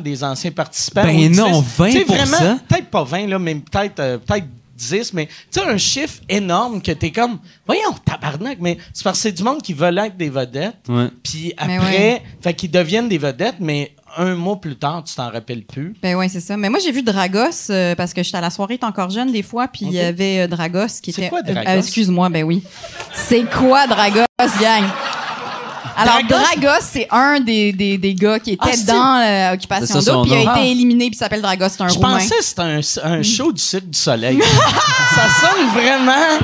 A: des anciens participants.
E: Ben
A: ou 10.
E: non,
A: Tu sais,
E: 20%?
A: vraiment, Peut-être pas 20, là, mais peut-être euh, peut-être 10, mais tu sais, un chiffre énorme que t'es comme, voyons, tabarnak, mais c'est parce que c'est du monde qui veulent être des vedettes.
E: Ouais.
A: Puis
D: Mais
A: après,
D: ouais.
A: fait qu'ils deviennent des vedettes, mais un mois plus tard, tu t'en rappelles plus.
D: Ben oui, c'est ça. Mais moi, j'ai vu Dragos euh, parce que j'étais à la soirée, t'es encore jeune des fois, puis il y
A: Ok.
D: avait euh, Dragos qui
A: C'est
D: était.
A: quoi, Dragos?
D: Euh, Excuse-moi, ben oui. C'est quoi Dragos, gang? Alors,
A: Dragos?
D: Dragos, c'est un des, des, des gars qui était
A: Ah, c'est-
D: dans l'occupation
E: C'est ça,
D: d'eau,
E: son
D: puis il
E: nom.
D: a
E: Ah.
D: été éliminé, puis il s'appelle Dragos, c'est un
A: Je
D: Roumain. Mm.
A: pensais que c'était un, un show du Cirque du Soleil. ça sonne vraiment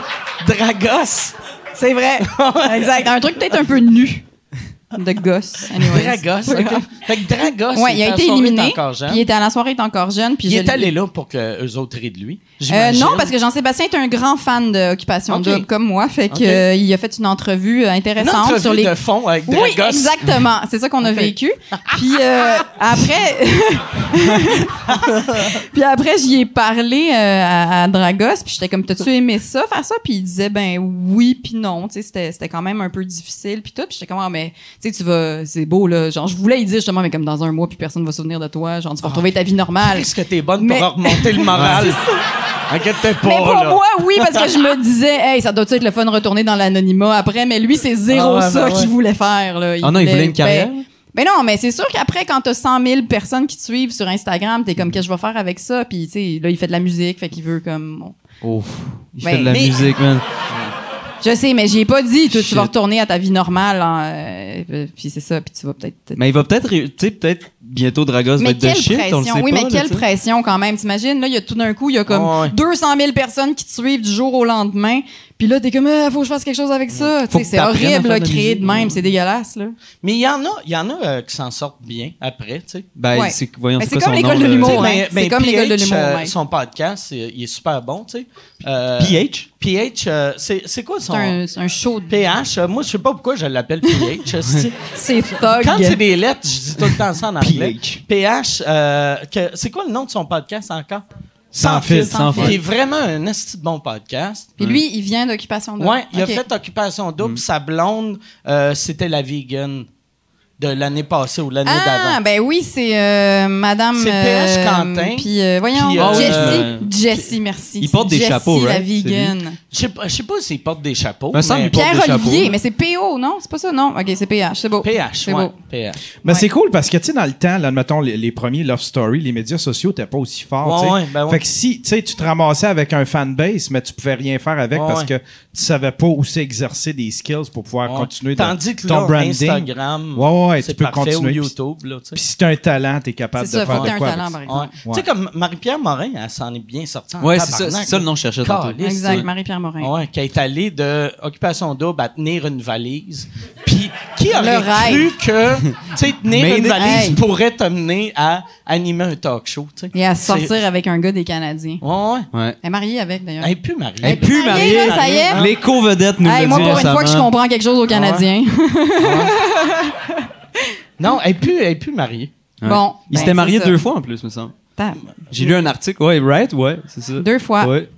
A: Dragos. *laughs* Oh,
D: C'est vrai. exact. Un truc peut-être un peu nu. de gosse. Anyways.
A: Dragos, OK. Fait que Dragos,
D: Ouais, il a
A: était
D: été
A: à la soirée,
D: éliminé.
A: était encore jeune.
D: Puis il était à la soirée, il était encore jeune. Puis
A: Il
D: je
A: est
D: l'ai-
A: allé là pour que eux autres rient de lui.
D: Euh, non, parce que Jean-Sébastien est un grand fan d'Occupation
A: Ok.
D: Double, comme moi. Fait que,
A: Ok.
D: euh, il a fait une entrevue euh, intéressante sur les
A: de fond avec
D: Oui,
A: Dragos.
D: exactement. C'est ça qu'on
A: *laughs*
D: a vécu. Puis euh, après, *laughs* puis après j'y ai parlé euh, à, à Dragos, puis j'étais comme t'as-tu aimé ça, faire ça Puis il disait ben oui, puis non. Tu sais, c'était c'était quand même un peu difficile, puis tout. Puis j'étais comme ah mais tu sais tu vas, c'est beau là. Genre je voulais y dire justement mais comme dans un mois, puis personne va se souvenir de toi. Genre tu
A: Ah.
D: vas retrouver ta vie normale.
A: Est-ce que t'es bonne
D: Mais-
A: pour remonter le
D: *laughs*
A: moral? Inquiète-toi pas,
D: Mais pour
A: là.
D: moi, oui, parce que je me disais, hey, ça doit être le fun de retourner dans l'anonymat après, mais lui, c'est zéro
A: Ah ouais,
D: ça
A: ben ouais.
D: qu'il voulait faire. Là.
E: Ah non, il voulait une carrière?
D: Ben, ben non, mais c'est sûr qu'après, quand t'as 100 000 personnes qui te suivent sur Instagram, t'es comme, qu'est-ce que je vais faire avec ça? Puis, tu sais, là, il fait de la musique, fait qu'il veut comme. bon.
E: Oh, il
D: Ben,
E: fait de la
D: mais-
E: musique, man.
D: Je sais, mais j'y ai pas dit, toi, tu
E: Shit.
D: vas retourner à ta vie normale. hein, euh, puis c'est ça, puis tu vas peut-être.
E: Mais il va peut-être, ré- tu sais, peut-être bientôt Dragos va
D: Mais
E: être de
D: quelle
E: shit, on le sait
D: pression, oui,
E: pas,
D: mais
E: là,
D: quelle
E: tu sais.
D: pression quand même. T'imagines, là, il y a tout d'un coup, il y a comme
A: Ah ouais.
D: 200 000 personnes qui te suivent du jour au lendemain. Puis là, t'es comme, Ah, faut que je fasse quelque chose avec ça. Tu
E: Faut
D: sais,
E: que
D: C'est
E: t'apprennes à
D: horrible,
E: faire
D: là,
E: de la
D: créer de
E: musique.
D: même. C'est dégueulasse, là.
A: Mais il y en a, il y en a euh, qui s'en sortent bien après, tu sais.
E: Ben,
D: Ouais.
E: c'est, voyons,
D: Mais
E: c'est
D: c'est
E: quoi
D: comme
E: son
D: l'école
E: nom,
D: de
E: le-
D: l'humour. hein.
A: mais-
D: ouais.
A: mais
D: C'est comme les gars de
A: PH,
D: l'humour,
A: euh,
D: ouais.
A: Son podcast, euh, il est super bon, tu sais. Euh,
E: PH?
A: PH, euh, c'est c'est quoi
D: C'est
A: son...
D: un, c'est un show de
A: PH, euh, moi, je sais pas pourquoi je l'appelle
D: *laughs*
A: PH. esti.
D: C'est thug.
A: Quand c'est des lettres, je dis tout le temps ça en anglais.
E: PH.
A: PH, euh, que- c'est quoi le nom de son podcast encore? Sans,
E: filtre, sans
A: Il est vraiment un esti de bon podcast.
D: Puis lui, il vient d'Occupation Double.
A: Ouais, il a
D: Ok.
A: fait Occupation Double.
E: Mm.
A: Sa blonde, euh, c'était la vegan de l'année passée ou l'année
D: Ah,
A: d'avant.
D: ben oui, c'est euh, Madame.
A: C'est PH
D: euh,
A: Quentin.
D: Puis, euh, voyons,
A: Puis, euh,
D: Jessie.
E: euh,
D: Jessie, merci.
E: il porte des
D: Jessie,
E: chapeaux,
D: la
E: right? C'est lui.
D: vegan.
A: Je sais pas- je sais pas s'il porte des chapeaux.
E: Me semble
A: mais-
E: Il porte des
D: Pierre-Olivier,
E: chapeaux.
D: mais c'est PO, non? C'est pas ça? Non? OK, c'est PH, c'est beau.
A: PH,
D: c'est
A: ouais,
D: beau.
A: PH.
C: Mais
D: Ouais.
C: c'est cool parce que, tu sais, dans le temps, là, admettons, les, les premiers Love Story, les médias sociaux n'étaient pas aussi forts.
A: Ouais,
C: tu sais.
A: ouais, ben ouais.
C: Fait que si, tu sais, tu te ramassais avec un fanbase, mais tu pouvais rien faire avec
A: Ouais,
C: parce
A: ouais.
C: que tu savais pas où s'exercer des skills pour pouvoir
A: Ouais.
C: continuer de-
A: Tandis que
C: ton
A: là,
C: branding.
A: Instagram,
C: Ouais, ouais,
A: c'est
C: tu peux
A: parfait,
C: continuer.
A: ou
C: Puis-
A: YouTube, là, tu
C: Puis
A: sais.
C: si t'as un talent, t'es capable
D: C'est
C: de
D: ça,
C: faire
D: faut que
C: de
D: t'aies un
C: quoi
D: talent,
C: avec
D: par
C: ça.
A: Ouais.
D: exemple.
A: Tu sais, comme Marie-Pierre Morin, elle s'en est bien sortie. en
E: Ouais, c'est ça,
A: tabarnak,
E: c'est ça le nom que je cherchais tantôt.
A: Caliste,
D: Exact,
A: ouais.
D: Marie-Pierre Morin.
A: Ouais, qui est allée de occupation double à tenir une valise. Puis qui aurait cru
D: rêve.
A: que tu sais, tenir
E: Mais-
A: une valise
D: Hey.
A: pourrait t'amener à animer un talk show, tu sais.
D: Et à
A: C'est-
D: sortir avec un gars des Canadiens.
A: Ouais, ouais.
E: Ouais.
D: Elle est mariée avec, d'ailleurs.
A: Elle est plus mariée.
E: Elle est plus
D: Ça y est,
E: mariée.
D: là, ça y est.
E: Les co-vedettes nous
D: Hey,
E: le
D: moi,
E: disent
D: pour une fois que je
E: récemment.
D: comprends quelque chose aux Canadiens.
A: Non, elle est plus, elle est plus mariée.
E: Ouais.
D: Bon,
E: Il
D: ben,
E: s'était marié
D: c'est ça.
E: deux fois en plus, me semble.
D: *laughs* Attends,
E: J'ai lu un article, ouais, right, ouais, c'est ça.
D: Deux fois.
E: Ouais.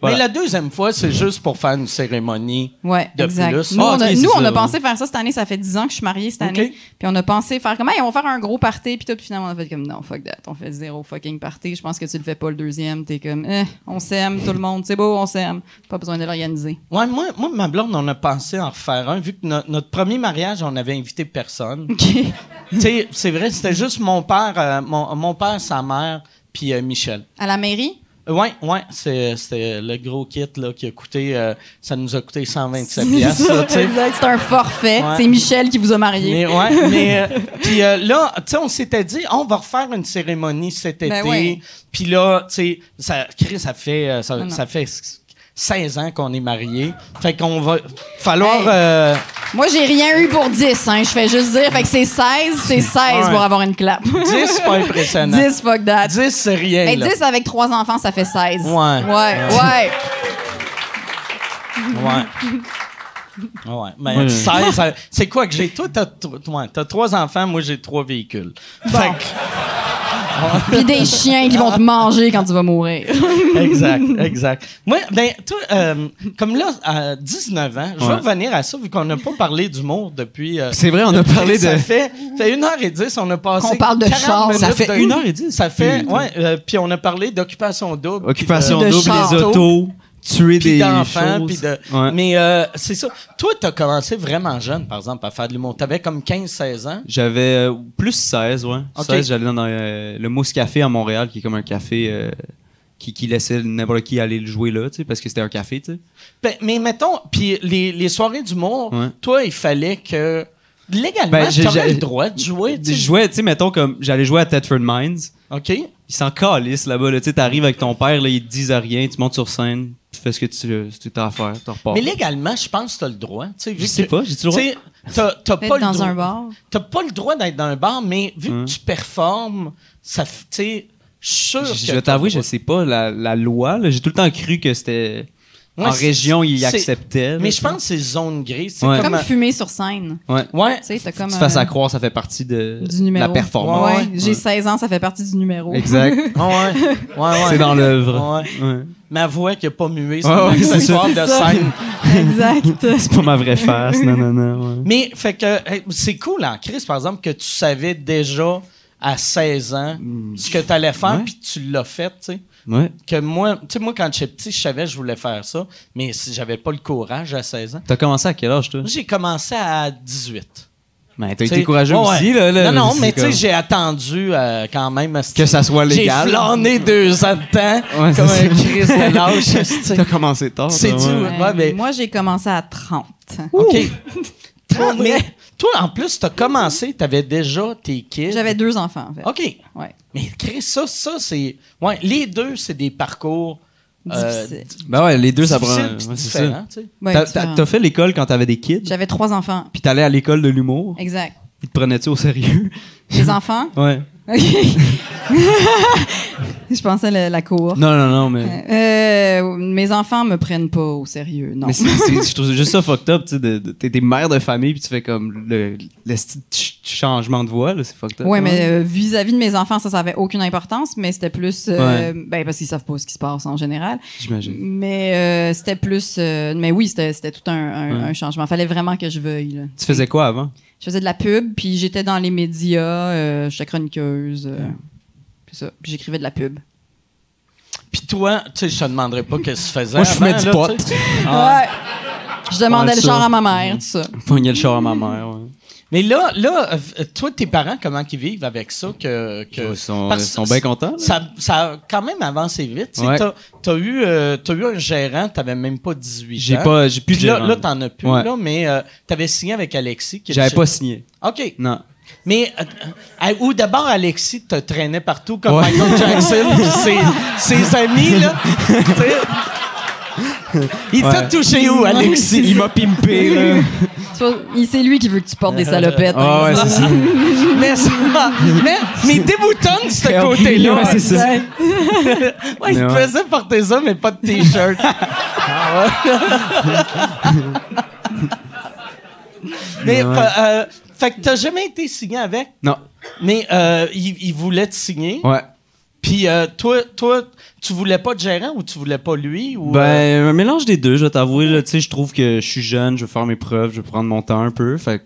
E: Voilà.
A: Mais la deuxième fois, c'est juste pour faire une cérémonie.
D: Ouais,
A: De
D: exact.
A: plus.
D: Nous,
E: Ah,
D: on a,
E: ok,
D: nous,
E: c'est
D: on
E: ça,
D: a
E: ouais.
D: pensé faire ça cette année. Ça fait 10 ans que je suis mariée cette année. Puis on a pensé faire comme, hey, on va faire un gros party. Puis tout, puis finalement, on a fait comme, non, fuck that. On fait zéro fucking party. Je pense que tu le fais pas le deuxième. T'es comme, eh, on s'aime, tout le monde. C'est beau, on s'aime. Pas besoin de l'organiser.
A: Ouais, moi, moi, ma blonde, on a pensé en refaire un. Vu que no- notre premier mariage, on n'avait invité
D: *laughs*
A: personne.
D: OK.
A: tu sais, c'est vrai, c'était juste mon père, euh, mon, mon père, sa mère, puis euh, Michel. Euh,
D: À la mairie?
A: Oui, oui, c'était le gros kit là, qui a coûté, euh, ça nous a coûté 127 piastres, là, tu sais.
D: *laughs* Exact, C'est un forfait.
A: Ouais.
D: C'est Michel qui vous a marié.
A: Mais ouais, mais euh, puis euh, là, tu sais, on s'était dit, on va refaire une cérémonie cet
D: Ben
A: été.
D: ouais. Ah
A: Puis là, tu sais, ça, Chris, ça fait, euh, ça,
D: non.
A: ça fait s- 16 ans qu'on est mariés. Fait qu'on va falloir.
D: Hey.
A: euh,
D: Moi, j'ai rien eu pour 10. Hein. Je fais juste dire, fait que c'est 16, c'est 16
A: Ouais.
D: pour avoir une clap.
A: 10, c'est pas
D: *laughs*
A: impressionnant. 10,
D: 10, fuck that.
A: c'est rien.
D: Mais
A: là.
D: 10 avec 3 enfants, ça fait 16.
A: Ouais.
D: Ouais, ouais.
A: Ouais. Ouais, mais
E: Ouais.
A: 16, euh, c'est quoi que j'ai? Toi, t'as, tro- ouais, t'as trois enfants, moi, j'ai trois véhicules. Fait que-
D: Puis des chiens qui vont te manger quand tu vas mourir.
A: *laughs* exact, exact. Moi, ben, toi, euh, comme là, à 19 ans, je vais
E: Ouais.
A: revenir à ça, vu qu'on n'a pas parlé d'humour depuis. euh,
E: C'est vrai, on a parlé de.
A: Ça fait, ça fait 1h10, on a passé.
D: Qu'on parle de
A: 40
D: char.
A: minutes
E: Ça fait
A: de-
E: 1h10?
A: Ça fait,
E: Putain.
A: ouais, euh, puis on a parlé d'occupation double.
E: Occupation
D: De
E: double,
D: char.
E: des autos,
A: Puis
E: tuer des
A: d'enfants,
E: choses.
A: puis de.
E: Ouais.
A: Mais euh, c'est ça. Toi, t'as commencé vraiment jeune, par exemple, à faire de l'humour. T'avais comme 15-16 ans.
E: J'avais euh, plus 16, ouais.
A: Ok.
E: 16, j'allais dans euh, le Mousse Café à Montréal, qui est comme un café euh, qui, qui laissait n'importe qui aller le jouer là, tu sais, parce que c'était un café, tu sais.
A: Ben, mais mettons, puis les, les soirées d'humour,
E: Ouais.
A: toi, il fallait que. Légalement,
E: Ben,
A: tu
E: j'ai-
A: t'aurais
E: j'ai-
A: le droit de jouer.
E: Je
A: tu sais.
E: jouais, tu sais, mettons, comme j'allais jouer à Thetford Mines.
A: OK?
E: Ils s'en calissent là-bas, là, tu sais, t'arrives avec ton père, là, ils te disent rien, tu montes sur scène, tu fais ce que tu ce que t'as à faire, t'en repars.
A: Mais légalement, je pense que tu as le droit. Tu sais, vu
E: je sais
A: que-
E: pas, j'ai-tu le droit?
A: Tu sais, t'as- t'as
D: Peut-être
A: pas le
D: dans
A: droit-
D: un bar.
A: T'as pas le droit d'être dans un bar, mais vu
E: Hum.
A: que tu performes, ça, f- tu sais, je suis sûr
E: Je
A: que
E: je vais
A: t'as le
E: t'avouer, je
A: droit.
E: sais pas la, la loi. là. J'ai tout le temps cru que c'était.
A: Ouais,
E: en
A: c'est-
E: région, ils
A: c'est-
E: acceptaient. là,
A: Mais
E: tu
A: je
E: sais.
A: pense que c'est zone grise. C'est
E: Ouais.
A: comme,
D: Comme
A: un-
D: fumer sur scène.
E: Ouais.
A: ouais,
D: Tu sais, t'as
E: euh, Tu
D: comme.
E: te fasses
D: euh,
E: accroire, ça fait partie de
D: du
E: de
D: numéro.
E: la performance.
D: Ouais, J'ai 16 ans, ça fait partie du numéro.
E: *laughs* Exact.
A: Ah ouais, ouais, ouais.
E: C'est dans l'œuvre.
A: Ouais.
D: *laughs*
E: Ouais.
A: Ma voix qui a pas mué, c'est
E: Ouais,
A: un
E: ouais, Ah c'est
A: accessoire de
D: ça. C'est ça.
A: scène.
D: *laughs* exact.
E: *laughs* C'est pas ma vraie face, non, non, non. ouais.
A: Mais fait que euh, c'est cool en crise, par exemple, que tu savais déjà à 16 ans ce que tu allais faire,
E: Ouais.
A: puis tu l'as fait, tu sais.
E: Ouais.
A: Que moi, tu sais, moi, quand j'étais petit, je savais que je voulais faire ça, mais si j'avais pas le courage à 16 ans.
E: T'as commencé à quel âge, toi?
A: Moi, J'ai commencé à 18.
E: Ben, t'as
A: T'sais,
E: été courageux
A: ouais,
E: aussi,
A: ouais.
E: là. là,
A: non, non,
E: c'est
A: mais tu sais,
E: comme-
A: j'ai attendu euh, quand même.
E: Que ça soit légal.
A: J'ai flâné deux ans de temps,
E: Ouais, c'est
A: comme
E: ça.
A: un crise
E: *laughs*
A: de lâche. tu sais.
E: T'as commencé tard.
A: C'est
E: toi,
A: dur.
E: ouais.
A: Ouais, mais-
D: Moi, j'ai commencé à 30.
A: OK. *laughs* Trente- mais toi, en plus, t'as commencé, t'avais déjà tes kids.
D: J'avais deux enfants, en fait.
A: OK.
D: Ouais.
A: Mais Chris, ça, ça c'est. Ouais, les deux, c'est des parcours. euh,
D: Difficile.
E: Ben ouais, les deux, ça prend.
A: difficiles
E: ouais,
A: puis
E: c'est ça.
A: différents, tu sais.
D: Ouais,
E: T'as-
D: différent.
E: T'as t'as fait l'école quand t'avais des kids,
D: J'avais trois enfants.
E: puis t'allais à l'école de l'humour.
D: Exact.
E: Ils te prenaient-tu au sérieux? *laughs*
D: Les enfants?
E: Ouais.
D: Ok. *laughs* Je pensais la, la cour.
E: Non, non, non, mais.
D: Euh, mes enfants me prennent pas au sérieux, non.
E: Mais c'est- c'est- je trouve juste ça fucked up, tu sais. de- de- T'es des mères de famille, puis tu fais comme le, le sti- ch- changement de voix, là, c'est fucked up.
D: Ouais, mais euh, vis-à-vis de mes enfants, ça, ça avait aucune importance, mais c'était plus, euh, ben parce qu'ils savent pas ce qui se passe en général.
E: J'imagine.
D: Mais euh, c'était plus, euh, mais oui, c'était c'était tout un, un,
E: Ouais.
D: un changement. Fallait vraiment que je veuille. là.
E: Tu faisais quoi avant?
D: Je faisais de la pub, puis j'étais dans les médias, euh, j'étais chroniqueuse, euh, puis ça, puis j'écrivais de la pub.
A: Puis toi, tu sais, je te demanderais pas que tu faisais.
E: Moi, je fumais
A: avant,
E: du
A: là,
E: pot. *laughs*
A: tu sais.
D: Ouais. Je demandais
E: Ah. Ouais,
D: le
E: ça.
D: genre à ma mère, tout ça.
E: Pognais le char à ma mère, ouais.
A: Mais là, là, euh, euh, toi, tes parents, comment ils vivent avec ça? Que, que-
E: Ils sont,
A: parce
E: ils
A: que
E: sont bien contents. là.
A: Ça, ça a quand même avancé vite. tu sais.
E: Ouais.
A: T'as as eu, euh, t'as eu un gérant, t'avais même pas 18 ans.
E: J'ai pas, j'ai plus
A: Puis
E: de
A: là,
E: gérant.
A: là, t'en as plus,
E: Ouais.
A: là, mais euh, t'avais signé avec Alexis. qui est
E: J'avais
A: le
E: pas
A: chef.
E: signé.
A: OK.
E: Non.
A: Mais, euh, euh, ou d'abord, Alexis te traînait partout comme
E: Ouais.
A: Michael Jackson et
E: *laughs*
A: ses, ses amis, là. Tu sais. Il t'a
E: Ouais.
A: touché où, Alexis?
E: Il m'a
D: *laughs*
E: pimpé, là.
D: Tu vois, il- C'est lui qui veut que tu portes des salopettes.
E: Ah ouais, c'est ça.
A: mais, ça- mais, mais il déboutonne de ce
E: Ouais,
A: côté-là.
E: ouais, c'est ça.
A: Ouais, il te
E: Ouais.
A: faisait porter ça, mais pas de
E: *laughs*
A: T-shirt. mais,
E: Ouais.
A: fa- euh, fait que t'as jamais été signé avec,
E: Non.
A: mais euh, il, il voulait te signer.
E: Ouais.
A: Puis euh, toi, toi, tu voulais pas de gérant ou tu voulais pas lui? Ou, euh,
E: Ben, un mélange des deux, je vais t'avouer. là, Tu sais, je trouve que je suis jeune, je veux faire mes preuves, je veux prendre mon temps un peu. Fait que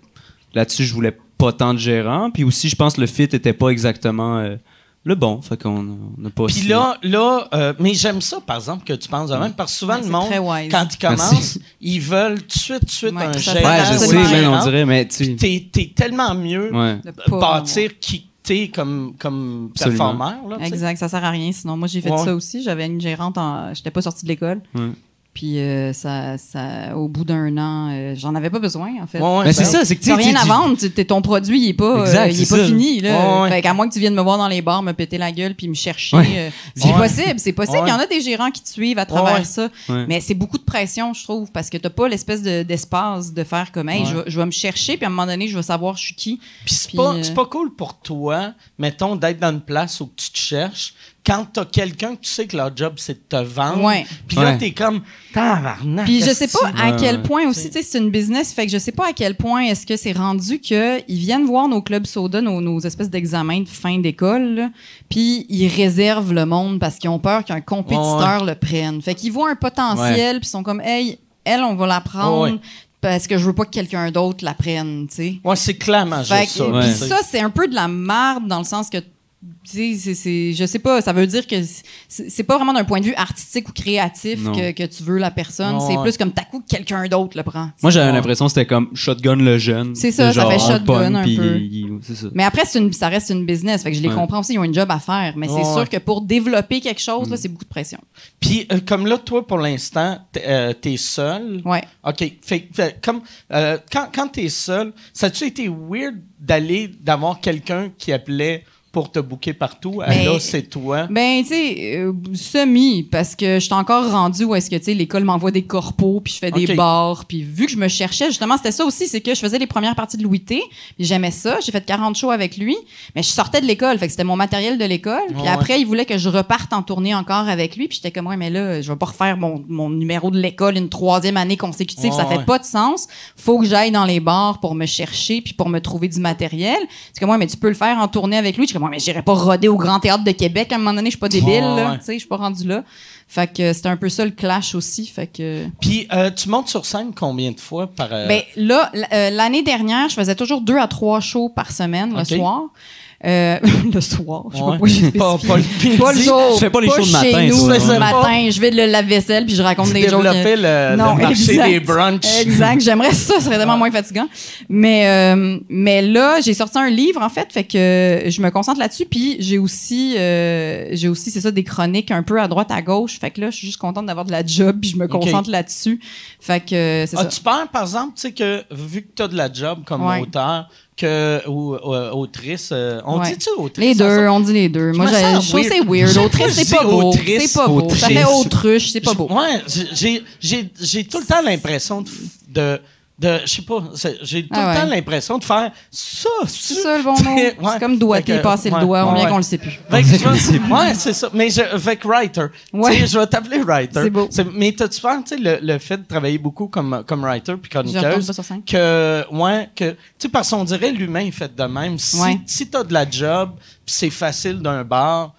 E: là-dessus, je voulais pas tant de gérant. Puis aussi, je pense que le fit était pas exactement euh, le bon. Fait qu'on on n'a pas
A: Puis
E: signé.
A: là, là euh, mais j'aime ça, par exemple, que tu penses de même, parce que souvent,
D: Ouais,
A: le
D: c'est
A: monde,
D: très wise.
A: quand ils commencent,
E: Merci.
A: ils veulent tout de suite, tout de suite
D: Ouais,
A: un
D: que ça
A: gérant.
E: ouais,
D: c'est
E: je sais,
D: pas
E: mais on
A: gérante.
E: dirait, mais tu sais.
A: T'es, t'es tellement mieux
E: Ouais.
D: De pas-
A: bâtir qui t'es comme, comme
E: Absolument.
A: performeur. Là, tu sais.
D: Exact, ça sert à rien. Sinon, moi, j'ai fait
A: Ouais.
D: ça aussi. J'avais une gérante, en... j'étais pas sortie de l'école.
E: Ouais.
D: Puis euh, ça, ça, au bout d'un an, euh, j'en avais pas besoin, en fait.
A: Ouais, ouais,
E: Mais c'est
A: ben,
E: ça, c'est que tu
D: T'as
E: sais,
D: rien
E: tu-
D: à
E: tu-
D: vendre, tu- t'es- ton produit il est pas,
E: Exact,
D: euh, il est
E: c'est
D: pas
E: ça.
D: fini là.
A: Ouais, ouais.
D: Fait qu'à moins que tu viennes me voir dans les bars, me péter la gueule puis me chercher,
E: Ouais.
D: euh, c'est
A: Ouais.
D: possible, c'est possible.
A: Ouais.
D: Il y en a des gérants qui te suivent à travers
A: ouais.
D: ça,
E: Ouais.
D: mais c'est beaucoup de pression je trouve parce que t'as pas l'espèce de- d'espace de faire comme, hey,
E: Ouais.
D: je, vais- je vais me chercher puis à un moment donné je vais savoir je suis qui.
A: Puis c'est
D: Puis,
A: pas,
D: euh,
A: c'est pas cool pour toi, mettons, d'être dans une place où tu te cherches quand t'as quelqu'un que tu sais que leur job, c'est de te vendre.
D: Ouais.
A: Puis là,
E: Ouais.
A: t'es comme, tabarnak.
D: Puis je
A: qu'est-ce
D: sais
A: que
D: pas
A: tu-
D: à
E: Ouais,
D: quel
E: ouais.
D: point aussi, tu sais, c'est une business, fait que je sais pas à quel point est-ce que c'est rendu que ils viennent voir nos clubs soda, nos, nos espèces d'examens de fin d'école, là, puis ils réservent le monde parce qu'ils ont peur qu'un compétiteur le prenne. Fait qu'ils voient un potentiel, puis ils sont comme, hey, elle, on va la prendre
A: Ouais, ouais.
D: parce que je veux pas que quelqu'un d'autre la prenne, tu sais.
A: Ouais, c'est clairement
D: Fait
A: juste
D: que-
A: Ah, ça.
D: puis
E: ouais.
A: tu sais.
D: ça, c'est un peu de la marde dans le sens que, tu sais, c'est- c'est- je sais pas, ça veut dire que c'est- c'est pas vraiment d'un point de vue artistique ou créatif
E: Non.
D: que, que tu veux la personne.
A: Non,
D: c'est
A: ouais.
D: plus comme t'as coup que quelqu'un d'autre le prend.
E: Moi, j'avais l'impression que c'était comme shotgun le jeune.
D: C'est ça, ça
E: Genre,
D: fait
E: on le pogne,
D: shotgun un
E: puis
D: peu.
E: il- il- C'est ça.
D: Mais après, c'est une, ça reste une business. Fait que je les
E: Ouais.
D: comprends aussi, ils ont une job à faire. Mais
A: Ouais,
D: c'est
A: ouais. Mm.
D: sûr que pour développer quelque chose, là, c'est beaucoup de pression.
A: Puis euh, comme là, toi, pour l'instant, t'es, euh, t'es seul.
D: Ouais.
A: OK. Fait, fait- comme, euh, quand quand t'es seul, ça a-tu été weird d'aller, d'avoir quelqu'un qui appelait pour te bouquer partout.
D: Mais-
A: là, c'est toi.
D: Ben, tu sais, euh, semi, parce que je suis encore rendue où est-ce que, tu sais, l'école m'envoie des corpos, puis je fais des
A: Ok.
D: bars, puis vu que je me cherchais, justement, c'était ça aussi, c'est que je faisais les premières parties de Louis T, puis j'aimais ça, j'ai fait 40 shows avec lui, mais je sortais de l'école, fait que c'était mon matériel de l'école, puis
A: Ouais.
D: après, il voulait que je reparte en tournée encore avec lui, puis j'étais comme, ouais, mais là, je vais pas refaire mon, mon numéro de l'école une troisième année consécutive, ça
A: Ouais,
D: fait
A: ouais.
D: pas de sens, faut que j'aille dans les bars pour me chercher, puis pour me trouver du matériel, c'est comme, ouais, mais tu peux le faire en tournée avec lui. Je suis comme, ouais, mais j'irai pas roder au Grand Théâtre de Québec. À un moment donné, je suis pas débile,
A: Ouais,
D: là.
A: ouais.
D: Tu sais, je suis pas rendu là. Fait que euh, c'était un peu ça le clash aussi. Fait que.
A: Puis, euh, tu montes sur scène combien de fois par. euh,
D: Ben, là, l- euh, l'année dernière, je faisais toujours deux à trois shows par semaine,
A: Ok.
D: le soir. Euh, *laughs* le soir, je sais pas
A: Ouais.
D: pourquoi j'ai
A: pas,
D: spécifié.
A: pas le midi.
D: Pas le jour.
E: Tu fais pas les shows le
D: chez
E: matin, hein.
D: nous,
A: toi,
D: le
A: ouais.
D: matin, je vide le lave-vaisselle puis je raconte des jokes.
A: développer le,
D: Non,
A: le marché
D: exact.
A: des brunchs.
D: Exact. J'aimerais ça, ce serait vraiment moins fatigant. Mais, euh, mais là, j'ai sorti un livre, en fait, fait que euh, je me concentre là-dessus. Puis j'ai aussi, euh, j'ai aussi, c'est ça, des chroniques un peu à droite, à gauche. Fait que là, je suis juste contente d'avoir de la job, puis je me
A: Ok.
D: concentre là-dessus. Fait que euh, c'est
A: Ah,
D: ça.
A: tu peur, par exemple, tu sais que vu que tu as de la job comme
D: Ouais.
A: auteur que, ou euh, autrice, euh, on
D: Ouais.
A: dit-tu autrice?
D: Les
A: ça,
D: deux,
A: ça?
D: on dit les deux. Moi,
A: me
D: j'ai-
A: sens
D: je trouve que c'est
A: weird.
D: weird.
A: J'ai
D: Autrice, c'est pas
A: dit
D: beau.
A: autrice,
D: C'est pas beau. Ça
A: autrice.
D: fait autruche, c'est pas beau.
A: Je- Ouais, j'ai- j'ai- j'ai j'ai tout le temps l'impression de. de de, je sais pas, c'est- j'ai tout
D: Ah
A: le temps
D: ouais.
A: l'impression de faire ça.
D: C'est ça le bon nom.
A: *laughs* Ouais.
D: C'est comme
A: Fait
D: doigté,
A: que-
D: passer
A: ouais,
D: le doigt. On
A: ouais.
D: vient qu'on le sait plus.
A: Fait que je vais- ouais, c'est ça. Mais je, avec writer.
D: Ouais.
A: Tu sais, je vais t'appeler writer.
D: C'est beau.
A: mais t'as-tu peur, tu sais, le, le fait de travailler beaucoup comme, comme writer puis
D: Je retourne
A: chroniqueuse?
D: pas sur scène.
A: Que, ouais, que, tu sais, parce qu'on dirait l'humain est fait de même. Si,
D: Ouais.
A: si t'as de la job puis c'est facile d'un bar,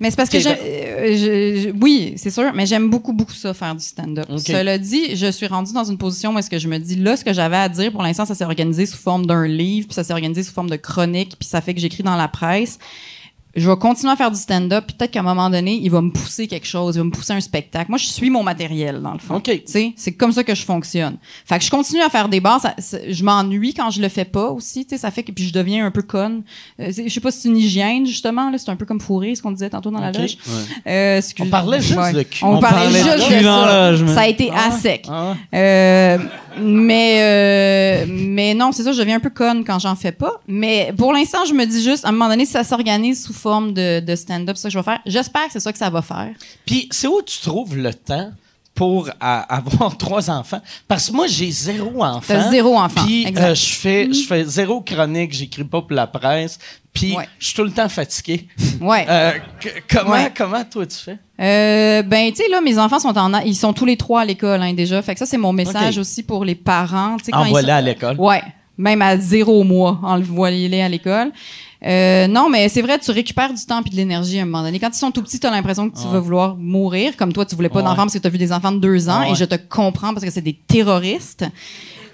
D: Mais c'est parce que
A: Ok,
D: j'aime- euh, je- je- oui, c'est sûr, mais j'aime beaucoup, beaucoup ça, faire du stand-up.
A: Ok.
D: Cela dit, je suis rendue dans une position où est-ce que je me dis, là, ce que j'avais à dire, pour l'instant, ça s'est organisé sous forme d'un livre, puis ça s'est organisé sous forme de chronique, puis ça fait que j'écris dans la presse. Je vais continuer à faire du stand-up, puis peut-être qu'à un moment donné, il va me pousser quelque chose, il va me pousser un spectacle. Moi, je suis mon matériel, dans le fond.
A: OK.
D: Tu sais, c'est comme ça que je fonctionne. Fait que je continue à faire des bars. ça- ça- je m'ennuie quand je le fais pas aussi. Tu sais, ça fait que puis je deviens un peu conne. Euh, c'est- je sais pas si c'est une hygiène justement. là, C'est un peu comme fourré, ce qu'on disait tantôt dans la
A: Ok.
D: loge. Euh, excuse-
A: On parlait juste de cul.
D: On,
A: On
D: parlait,
A: parlait
D: juste
E: de
D: de
E: cul dans la
D: ça.
E: loge, mais-
D: Ça a été à sec.
A: hein,
D: Euh, mais euh, mais non, c'est ça, je deviens un peu conne quand j'en fais pas. Mais pour l'instant, je me dis juste, à un moment donné, si ça s'organise sous forme de, de stand-up, c'est ça que je vais faire. J'espère que c'est ça que ça va faire.
A: Puis c'est où tu trouves le temps pour à- avoir *laughs* trois enfants? Parce que moi, j'ai zéro enfant.
D: T'as zéro enfant,
A: Puis
D: exact. Mhm.
A: euh, je fais, je fais zéro chronique, j'écris pas pour la presse. Puis
D: Ouais.
A: je suis tout le temps fatigué.
D: Ouais.
A: Euh, que- comment,
D: Ouais.
A: comment toi tu fais?
D: Euh, ben, tu sais, là, mes enfants sont en, a- ils sont tous les trois à l'école, hein, déjà. Fait que ça, c'est mon message
A: Ok.
D: aussi pour les parents. tu sais, quand ils
A: Envoie-la
D: sont-
A: à l'école.
D: Ouais. Même à zéro mois, envoie-les à l'école. Euh, non, mais c'est vrai, tu récupères du temps puis de l'énergie à un moment donné. Quand ils sont tout petits, t'as l'impression que tu vas vouloir mourir. Comme toi, tu voulais pas
A: Ouais.
D: d'enfants parce que t'as vu des enfants de deux ans
A: Ouais.
D: et je te comprends parce que c'est des terroristes.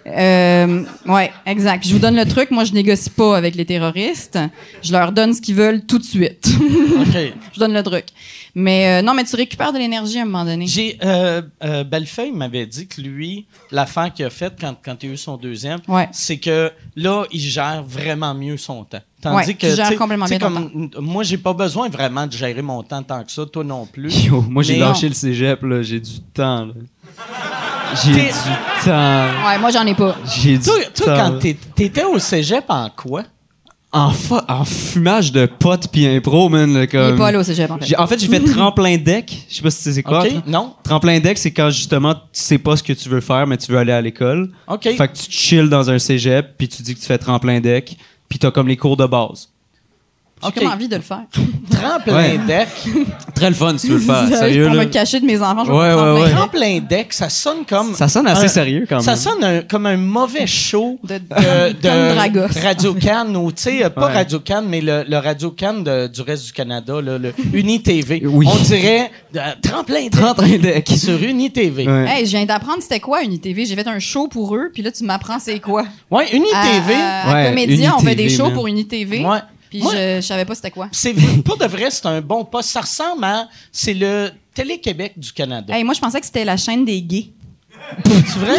D: Euh, ouais, exact. Puis je vous donne le truc. Moi, je négocie pas avec les terroristes. Je leur donne ce qu'ils veulent tout de suite.
A: OK.
D: je donne le truc. Mais euh, non, mais tu récupères de l'énergie à un moment donné.
A: J'ai, euh, euh, Bellefeuille m'avait dit que lui, l'affaire qu'il a faite quand, quand il a eu son deuxième,
D: Ouais.
A: c'est que là, il gère vraiment mieux son temps. Tandis
D: Ouais,
A: que,
D: tu gères
A: sais,
D: complètement
A: sais,
D: bien ton
A: comme, n- Moi, j'ai pas besoin vraiment de gérer mon temps tant que ça, toi non plus.
E: Yo, moi j'ai
A: Mais-
E: lâché le cégep, là, j'ai du temps. là. J'ai
A: T'es-
E: du temps.
D: Ouais, moi, j'en ai pas.
E: J'ai du
A: Toi, toi,
E: temps.
A: quand
E: là.
A: t'é- t'étais au cégep, en quoi?
E: en, fa- en fumage de potes pis impro, man. Là,
D: Il
E: comme...
D: est pas allé au cégep, en fait.
E: J'ai- En fait, j'ai fait tremplin deck. Je sais pas si c'est c'est quoi.
A: OK?
E: tra-
A: Non?
E: Tremplin deck, c'est quand justement tu sais pas ce que tu veux faire, mais tu veux aller à l'école.
A: OK.
E: Fait que tu chill dans un cégep, puis tu dis que tu fais tremplin deck, puis t'as comme les cours de base.
D: J'ai
A: OK.
D: comme envie de le faire.
A: Tremplin
E: Ouais.
A: deck.
E: Très le fun
D: *laughs*
E: si tu veux le faire. Sérieux,
D: Pour
E: là.
D: me cacher de mes enfants, je vais
E: Ouais,
D: me prendre
E: Ah ouais,
D: plein de-
A: Tremplin deck, ça sonne comme...
E: Euh, Ça sonne assez
A: un-
E: sérieux quand même.
A: Ça sonne un- comme un mauvais show
D: De-
A: de,
D: comme Dragos.
A: Radio Cannes ou tu sais euh, pas
E: Ouais.
A: Radio Cannes mais le, le Radio Cannes de- du reste du Canada là, le Uni TV.
E: Oui.
A: On dirait euh, tremplin deck
E: Tremplin deck.
A: sur Uni TV. Ouais,
E: Ouais.
D: Hey, je viens d'apprendre c'était quoi une ITV. J'ai fait un show pour eux, puis là, tu m'apprends c'est quoi.
A: Uni
D: À-
A: TV.
D: À, à
E: Ouais,
D: Comédia, on fait des
E: UniTV,
D: shows
E: man.
D: pour une ITV.
A: Ouais.
D: Puis
A: Moi-
D: je, je savais pas c'était quoi.
A: C'est v- pour de vrai, c'est un bon poste. Ça ressemble à c'est le Télé-Québec du Canada.
D: Hey, moi, je pensais que c'était la chaîne des gays.
A: C'est vrai?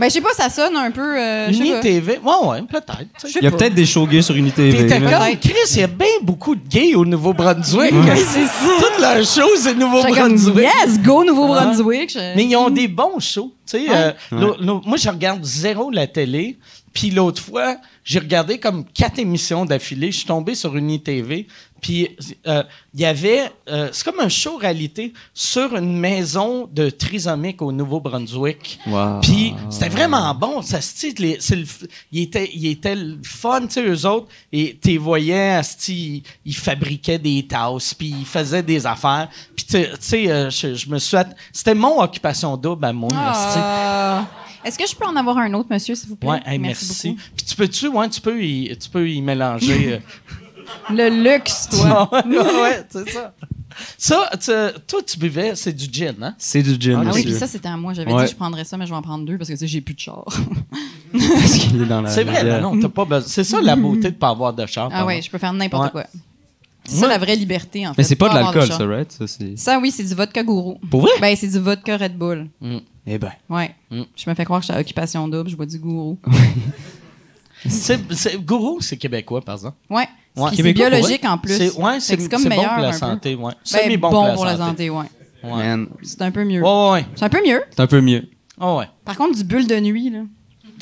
D: Ben, je sais pas, ça sonne un peu. euh, je sais
A: Uni
D: pas.
A: TV. Ouais, ouais, peut-être. tu sais.
E: Il y a peut-être des shows sur une TV.
A: T'étais
E: mais-
A: comme Chris, il y a bien beaucoup de gays au Nouveau-Brunswick.
D: *laughs* c'est ça.
A: *laughs* Toute leur show, c'est
D: J'étais comme,
A: Nouveau-Brunswick.
D: yes, go Nouveau-Brunswick. Je-
A: Mais ils ont des bons shows. tu sais, euh,
E: Ouais.
A: nos- nos- moi, je regarde zéro la télé. Puis l'autre fois, j'ai regardé comme quatre émissions d'affilée. Je suis tombé sur une ITV. Puis euh, il y avait... euh, c'est comme un show réalité sur une maison de trisomique au Nouveau-Brunswick.
E: Wow.
A: Puis c'était vraiment bon. Ça se dit, les- c'est le f- il était, il était le fun, tu sais, eux autres. Et t'es voyais, asti, ils, ils fabriquaient des tasses, puis ils faisaient des affaires. Puis tu tu sais, euh, je, je me suis... att- C'était mon occupation double à moi, asti.
D: Ah. Est-ce que je peux en avoir un autre, monsieur, s'il vous plaît?
A: Ouais, hey, merci. Puis tu peux-tu, ouais, tu peux y, tu peux y
D: *laughs*
A: mélanger.
D: beaucoup. Le luxe,
A: euh,
D: toi. Ah
A: ouais, *laughs* ouais, c'est ça. Ça, tu- toi, tu buvais, c'est du gin, hein?
E: C'est du gin,
A: Ah
D: Ah oui,
E: monsieur.
D: puis ça, c'était à moi. J'avais
E: Ouais.
D: dit je prendrais ça, mais je vais en prendre deux parce que tu sais, j'ai plus de char.
E: Il est dans la-
A: C'est vrai,
E: la-
A: non, non, t'as pas besoin. C'est ça la beauté de pas avoir de char.
D: Ah
A: pardon.
D: ouais, je peux faire n'importe
A: Ouais.
D: quoi. C'est ça la vraie liberté, en fait.
E: Mais c'est pas de
D: avoir
E: l'alcool,
D: char.
E: ça, right? Ça, c'est...
D: Ça, oui, c'est du vodka gourou.
E: Pour vrai?
D: Ben, c'est du vodka Red Bull.
E: Eh ben.
D: Ouais. Je me fais croire que j'ai occupation double, je bois du gourou.
A: C'est- c'est- Gourou, c'est québécois, par exemple.
D: Ouais.
A: Ouais.
D: Puis C'est
E: Québécois,
D: biologique en plus.
A: C'est ouais,
D: Fait
A: c'est
D: que
A: c'est bon pour la
D: un peu.
A: santé, ouais.
D: Ben,
A: C'est
D: bon, pour la santé, ouais.
A: Ouais.
E: Man,
D: C'est un peu mieux.
A: Ouais, ouais, Ah,
D: C'est un peu mieux.
E: c'est un peu mieux.
A: ouais, ouais.
D: Par contre, du bulle de nuit, là.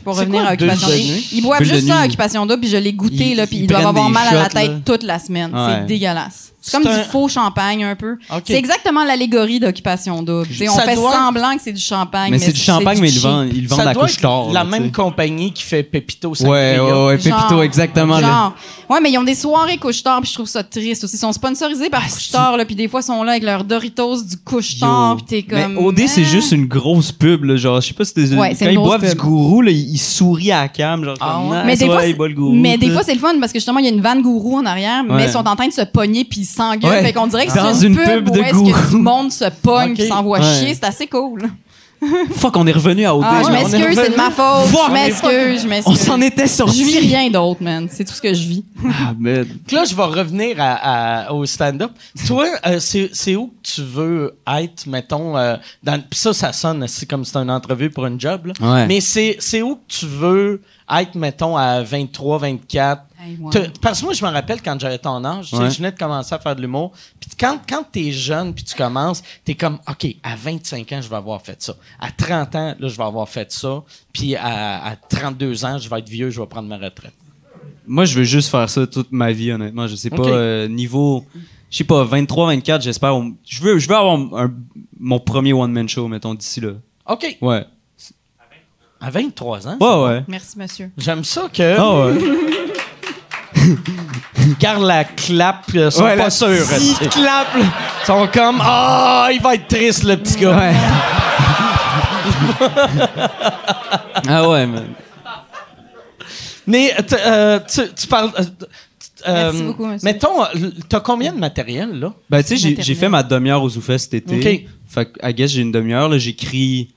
D: Pour
A: C'est
D: revenir
A: quoi,
D: à
A: bulle
D: Occupation
A: de
D: Double.
A: nuit?
D: Ils boivent
E: Bulle
D: juste
E: de
D: ça à
E: nuit.
D: Occupation Double, puis je l'ai goûté,
E: Ils-
D: là, puis
E: ils
D: ils doivent
E: prennent
D: avoir
E: des
D: mal à la
E: shots,
D: tête
E: là.
D: toute la semaine.
E: Ouais.
D: C'est dégueulasse. C'est
A: C'est
D: comme
A: un-
D: du faux champagne, un peu.
A: Ok.
D: C'est exactement l'allégorie d'Occupation Double. T'sais, on
A: Ça
D: fait
A: doit-
D: semblant que c'est du champagne.
E: Mais c'est du champagne, mais ils le
D: cheap.
E: vendent, ils le vendent
A: Ça
E: à
A: doit
E: couche
A: être
E: tard.
A: la même compagnie qui fait Pépito Sangria.
E: Ouais, ouais, ouais, Pépito,
D: Genre.
E: exactement. là.
D: Genre. Ouais, mais ils ont des soirées couche-tard, puis je trouve ça triste aussi. Ils sont sponsorisés par couche-tard, là, puis des fois, ils sont là avec leurs Doritos du couche-tard,
E: Ah,
D: puis
E: Yo.
D: t'es comme... hein?
E: Mais OD, c'est juste une grosse pub, là, genre, je sais pas si t'es...
D: Ouais, c'est
E: quand
D: une
E: ils
D: grosse
E: boivent
D: pub.
E: du gourou, là, ils ils sourient à la cam, genre,
A: Ah
E: comme,
A: ouais?
E: nice,
D: Mais des,
E: ouais,
D: fois,
E: il boit le gourou.
D: mais des
E: tout. *laughs*
D: fois, c'est le fun parce que justement, il y a une vanne gourou en arrière, mais
E: Euh. Ouais.
D: ils sont en train de se pogner puis ils s'engueulent.
E: Ouais.
D: Fait qu'on dirait que
E: Dans
D: c'est une,
E: une pub de
D: où est-ce que
E: gourou.
D: tout le monde se pogne
A: Ok.
D: puis s'envoie
E: Ouais.
D: chier. C'est assez cool.
E: Fuck, on est revenu à OD.
D: Ah, je
E: on est
D: m'excuse,
E: revenu.
D: c'est de ma faute.
E: Fuck,
D: Je m'excuse, je
E: *laughs* On
D: m'excuse.
E: s'en était
D: Je vis
E: sorti.
D: rien d'autre, man. C'est tout ce que je vis.
E: Ah, man.
A: Donc là, je vais revenir à- à- au stand-up. Toi, euh, c'est c'est où que tu veux être, mettons, euh, dans, pis ça, ça sonne c'est comme si c'était une entrevue pour une job, là.
E: Ouais.
A: mais c'est c'est où que tu veux être, mettons, à 23, 24?
D: Hey, moi.
A: Te- Parce que moi, je me rappelle quand j'avais ton âge, tu sais,
E: Ouais.
A: je venais de commencer à faire de l'humour. Puis quand, quand t'es jeune, puis tu commences, t'es comme, OK, à 25 ans, je vais avoir fait ça. À 30 ans, là, je vais avoir fait ça. Puis à, à 32 ans, je vais être vieux, je vais prendre ma retraite.
E: Moi, je veux juste faire ça toute ma vie, honnêtement. Je sais pas,
A: Ok.
E: euh, niveau, je sais pas, 23, 24, j'espère. on- Je veux, je veux avoir un- mon premier one-man show, mettons, d'ici là.
A: OK,
E: Ouais.
A: à 23 ans.
E: Ouais, ouais.
D: Merci, monsieur.
A: J'aime ça que.
E: Ah ouais.
A: Car la clap, euh, sont
E: Ouais,
A: pas
E: la
A: sûrs.
E: petite
A: esti. Ils sont comme, ah, il va être triste, le petit gars.
E: Ouais. ah ouais, man.
A: Mais euh, t- euh, tu, tu parles. euh, t- euh,
D: Merci beaucoup, monsieur.
A: Mettons, euh, l- t'as combien de matériel, là?
E: Ben, tu sais, j'ai- j'ai
D: Maternelle.
E: fait ma demi-heure aux Zoufest cet été.
A: Ok.
E: Fait que, I guess, j'ai une demi-heure. là. J'écris.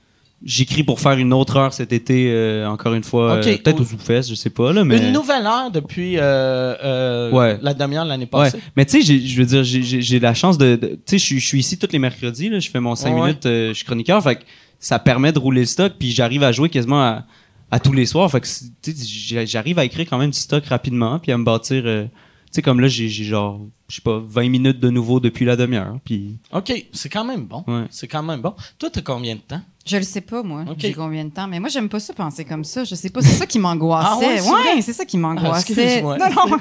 E: J'écris pour faire une autre heure cet été, euh, encore une fois.
A: Ok.
E: euh, Peut-être aux Zoufest, je sais pas, là, mais.
A: Une nouvelle heure depuis euh, euh,
E: Ouais.
A: la demi-heure l'année
E: Ouais.
A: passée.
E: Mais tu sais, j'ai- je veux dire, j'ai- j'ai j'ai la chance de. de- tu sais, je suis- je suis ici tous les mercredis, là, je fais mon 5
A: Ouais.
E: minutes, euh, je suis chroniqueur, fait que ça permet de rouler le stock, puis j'arrive à jouer quasiment à, à tous les soirs. Fait que c'est- tu sais, j'ai- j'arrive à écrire quand même du stock rapidement, puis à me bâtir. euh, tu sais, comme là, j'ai j'ai genre, je sais pas, 20 minutes de nouveau depuis la demi-heure, puis.
A: OK, c'est quand même bon.
E: Ouais.
A: C'est quand même bon. Toi, t'as combien de temps?
D: Je le sais pas, moi.
A: Ok.
D: J'ai combien de temps. Mais moi, j'aime pas ça penser comme ça. Je sais pas. C'est ça qui m'angoissait.
A: Ah ouais, c'est
D: ouais, c'est ça qui
E: Ah,
D: m'angoissait.
A: excuse-moi.
D: non, non.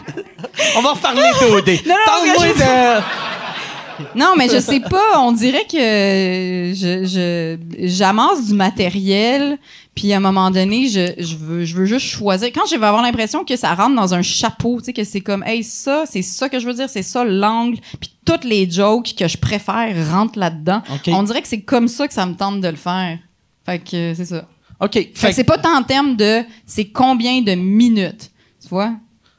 A: On va
D: *laughs*
A: reparler d'OD.
D: Non, non,
A: Parle-moi
D: parce que
A: de.
D: Non, mais je sais pas. On dirait que je, je- j'amasse du matériel, puis à un moment donné, je, je, veux, je veux juste choisir. Quand je vais avoir l'impression que ça rentre dans un chapeau, tu sais, que c'est comme, hey, ça, c'est ça que je veux dire, c'est ça l'angle, puis toutes les jokes que je préfère rentrent là-dedans.
A: OK.
D: On dirait que c'est comme ça que ça me tente de le faire. Fait que euh, c'est ça.
A: OK. Fait,
D: Fait que c'est pas tant en termes de c'est combien de minutes, tu vois,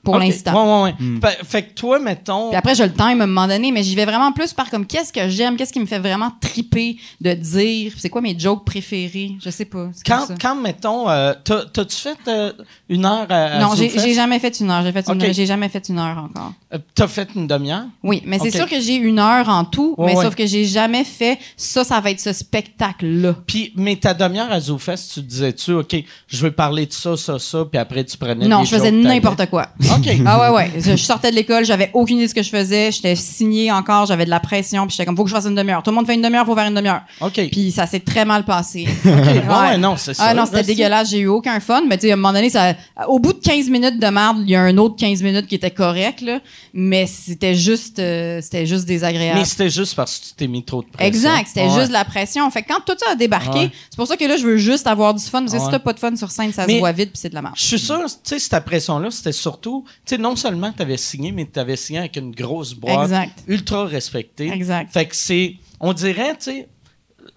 D: pour
A: OK.
D: l'instant. Hmm.
A: Ouais, ouais, ouais. Fait- Fait que toi, mettons.
D: Puis après, je le time à un moment donné, mais j'y vais vraiment plus par comme qu'est-ce que j'aime, qu'est-ce qui me fait vraiment triper de dire, c'est quoi mes jokes préférés, je sais pas. c'est
A: Quand,
D: comme ça.
A: quand, mettons, euh, t'as- t'as-tu fait euh, une heure à, à
D: non, j'ai,
A: euh, Zoufest?
D: j'ai jamais fait une heure, j'ai fait une
A: Ok.
D: j'ai jamais fait une heure encore.
A: Euh, T'as fait une demi-heure?
D: Oui, mais c'est
A: Ok.
D: sûr que j'ai une heure en tout,
A: Ouais,
D: mais
A: ouais.
D: sauf que j'ai jamais fait ça, ça va être ce spectacle-là.
A: Puis, mais ta demi-heure à ZooFest, tu disais-tu, OK, je veux parler de ça, ça, ça, puis après tu prenais.
D: Non,
A: les
D: je faisais
A: jokes que
D: n'importe quoi.
A: t'avais.
D: Ah ouais, ouais. Je, je sortais de l'école, j'avais aucune idée de ce que je faisais. J'étais signée encore, j'avais de la pression. Puis j'étais comme, faut que je fasse une demi-heure. Tout le monde fait une demi-heure, faut faire une demi-heure.
A: OK.
D: Puis ça s'est très mal passé.
A: Ouais, ouais, non, c'est ça.
D: Ah non, c'était
A: Merci.
D: dégueulasse, j'ai eu aucun fun. Mais tu sais, à un moment donné, ça, au bout de 15 minutes de merde, il y a un autre 15 minutes qui était correct, là. Mais c'était juste, euh, c'était juste désagréable.
A: Mais c'était juste parce que tu t'es mis trop de pression.
D: Exact, c'était
A: Ouais.
D: juste la pression. Fait que quand tout ça a débarqué,
A: Ouais.
D: c'est pour ça que là, je veux juste avoir du fun. Parce que
A: Ouais.
D: si t'as pas de fun sur scène, ça
A: Mais-
D: se voit vite puis c'est de la merde.
A: Je suis sûr, tu sais, cette pression-là, c'était surtout, tu sais, non seulement tu avais signé, mais tu avais signé avec une grosse boîte
D: Exact.
A: ultra respectée.
D: Exact.
A: Fait que c'est, on dirait, tu sais,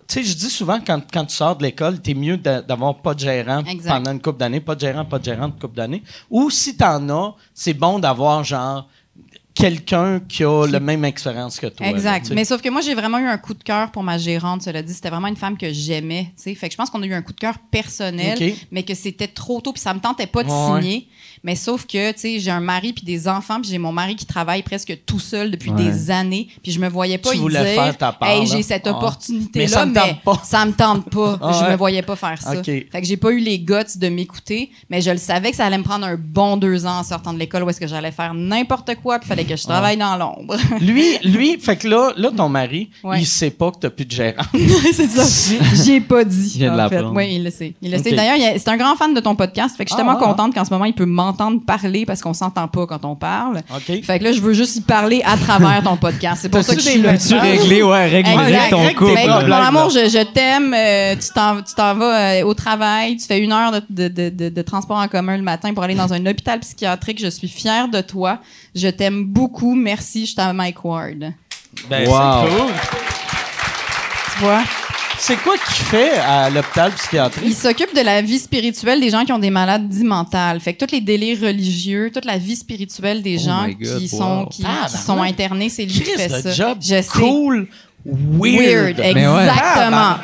A: tu sais, je dis souvent quand, quand tu sors de l'école, t'es mieux d'a- d'avoir pas de gérant
D: Exact.
A: pendant une couple d'années, pas de gérant, pas de gérant, une couple d'années. Ou si t'en as, c'est bon d'avoir genre quelqu'un qui a la même expérience que toi. là,
D: Exact.
A: tu sais.
D: Mais sauf que moi, j'ai vraiment eu un coup de cœur pour ma gérante, cela dit. C'était vraiment une femme que j'aimais. tu sais. Fait que je pense qu'on a eu un coup de cœur personnel,
A: Ok.
D: mais que c'était trop tôt, puis ça me tentait pas de
A: Ouais,
D: signer. Mais sauf que, tu sais, j'ai un mari, puis des enfants, puis j'ai mon mari qui travaille presque tout seul depuis des années, puis je me voyais pas
A: Tu
D: y
A: voulais
D: dire,
A: faire ta part,
D: Hey,
A: là.
D: j'ai cette
A: Ouais. Mais ça
D: opportunité-là,
A: me
D: mais,
A: tente pas.
D: ça me tente pas.
A: Ah
D: Je
A: *laughs* ouais.
D: me voyais pas faire ça.
A: Ok.
D: Fait que j'ai pas eu les guts de m'écouter, mais je le savais que ça allait me prendre un bon deux ans en sortant de l'école où est-ce que j'allais faire n'importe quoi, puis fallait que
A: Ah.
D: je travaille dans l'ombre.
A: Lui, lui, fait que là, là, ton mari,
D: Ouais.
A: il sait pas que t'as plus de
D: *laughs*
A: gérant.
D: c'est ça. *laughs* J'y ai pas dit.
E: Il vient de
D: en fait.
E: l'apprendre.
D: Oui, il le sait. Il le
A: Ok.
D: sait. D'ailleurs, il est- c'est un grand fan de ton podcast. Fait que je suis
A: Ah,
D: tellement
A: ouais,
D: contente qu'en ce moment, il peut m'entendre parler parce qu'on s'entend pas quand on parle.
A: OK?
D: Fait que là, je veux juste y parler à travers ton podcast. C'est pour ça que je suis là.
E: Tu réglé, ouais, règle
D: Exact.
E: avec ton
A: Règle tes
E: couple.
D: Ben, écoute,
A: problèmes,
D: mon
A: là.
D: amour, je, je t'aime. euh, tu t'en tu t'en vas euh, au travail. Tu fais une heure de, de- de- de- de transport en commun le matin pour aller dans un hôpital psychiatrique. Je suis fière de toi. Je t'aime beaucoup. Merci. Je t'aime, Mike Ward.
A: Ben, c'est
E: Wow.
A: cool.
D: Tu vois?
A: C'est quoi qu'il fait à l'hôpital psychiatrique?
D: Il s'occupe de la vie spirituelle des gens qui ont des maladies mentales. Fait que tous les délires religieux, toute la vie spirituelle des
E: Oh
D: gens
E: my God,
D: qui
E: wow.
D: sont qui,
A: Ah,
D: qui
A: ben
D: sont
A: ouais.
D: internés, c'est lui qui
A: Chris,
D: fait
A: le
D: ça.
A: job
D: Je sais.
A: cool, weird.
D: Weird, exactement.
A: Ah,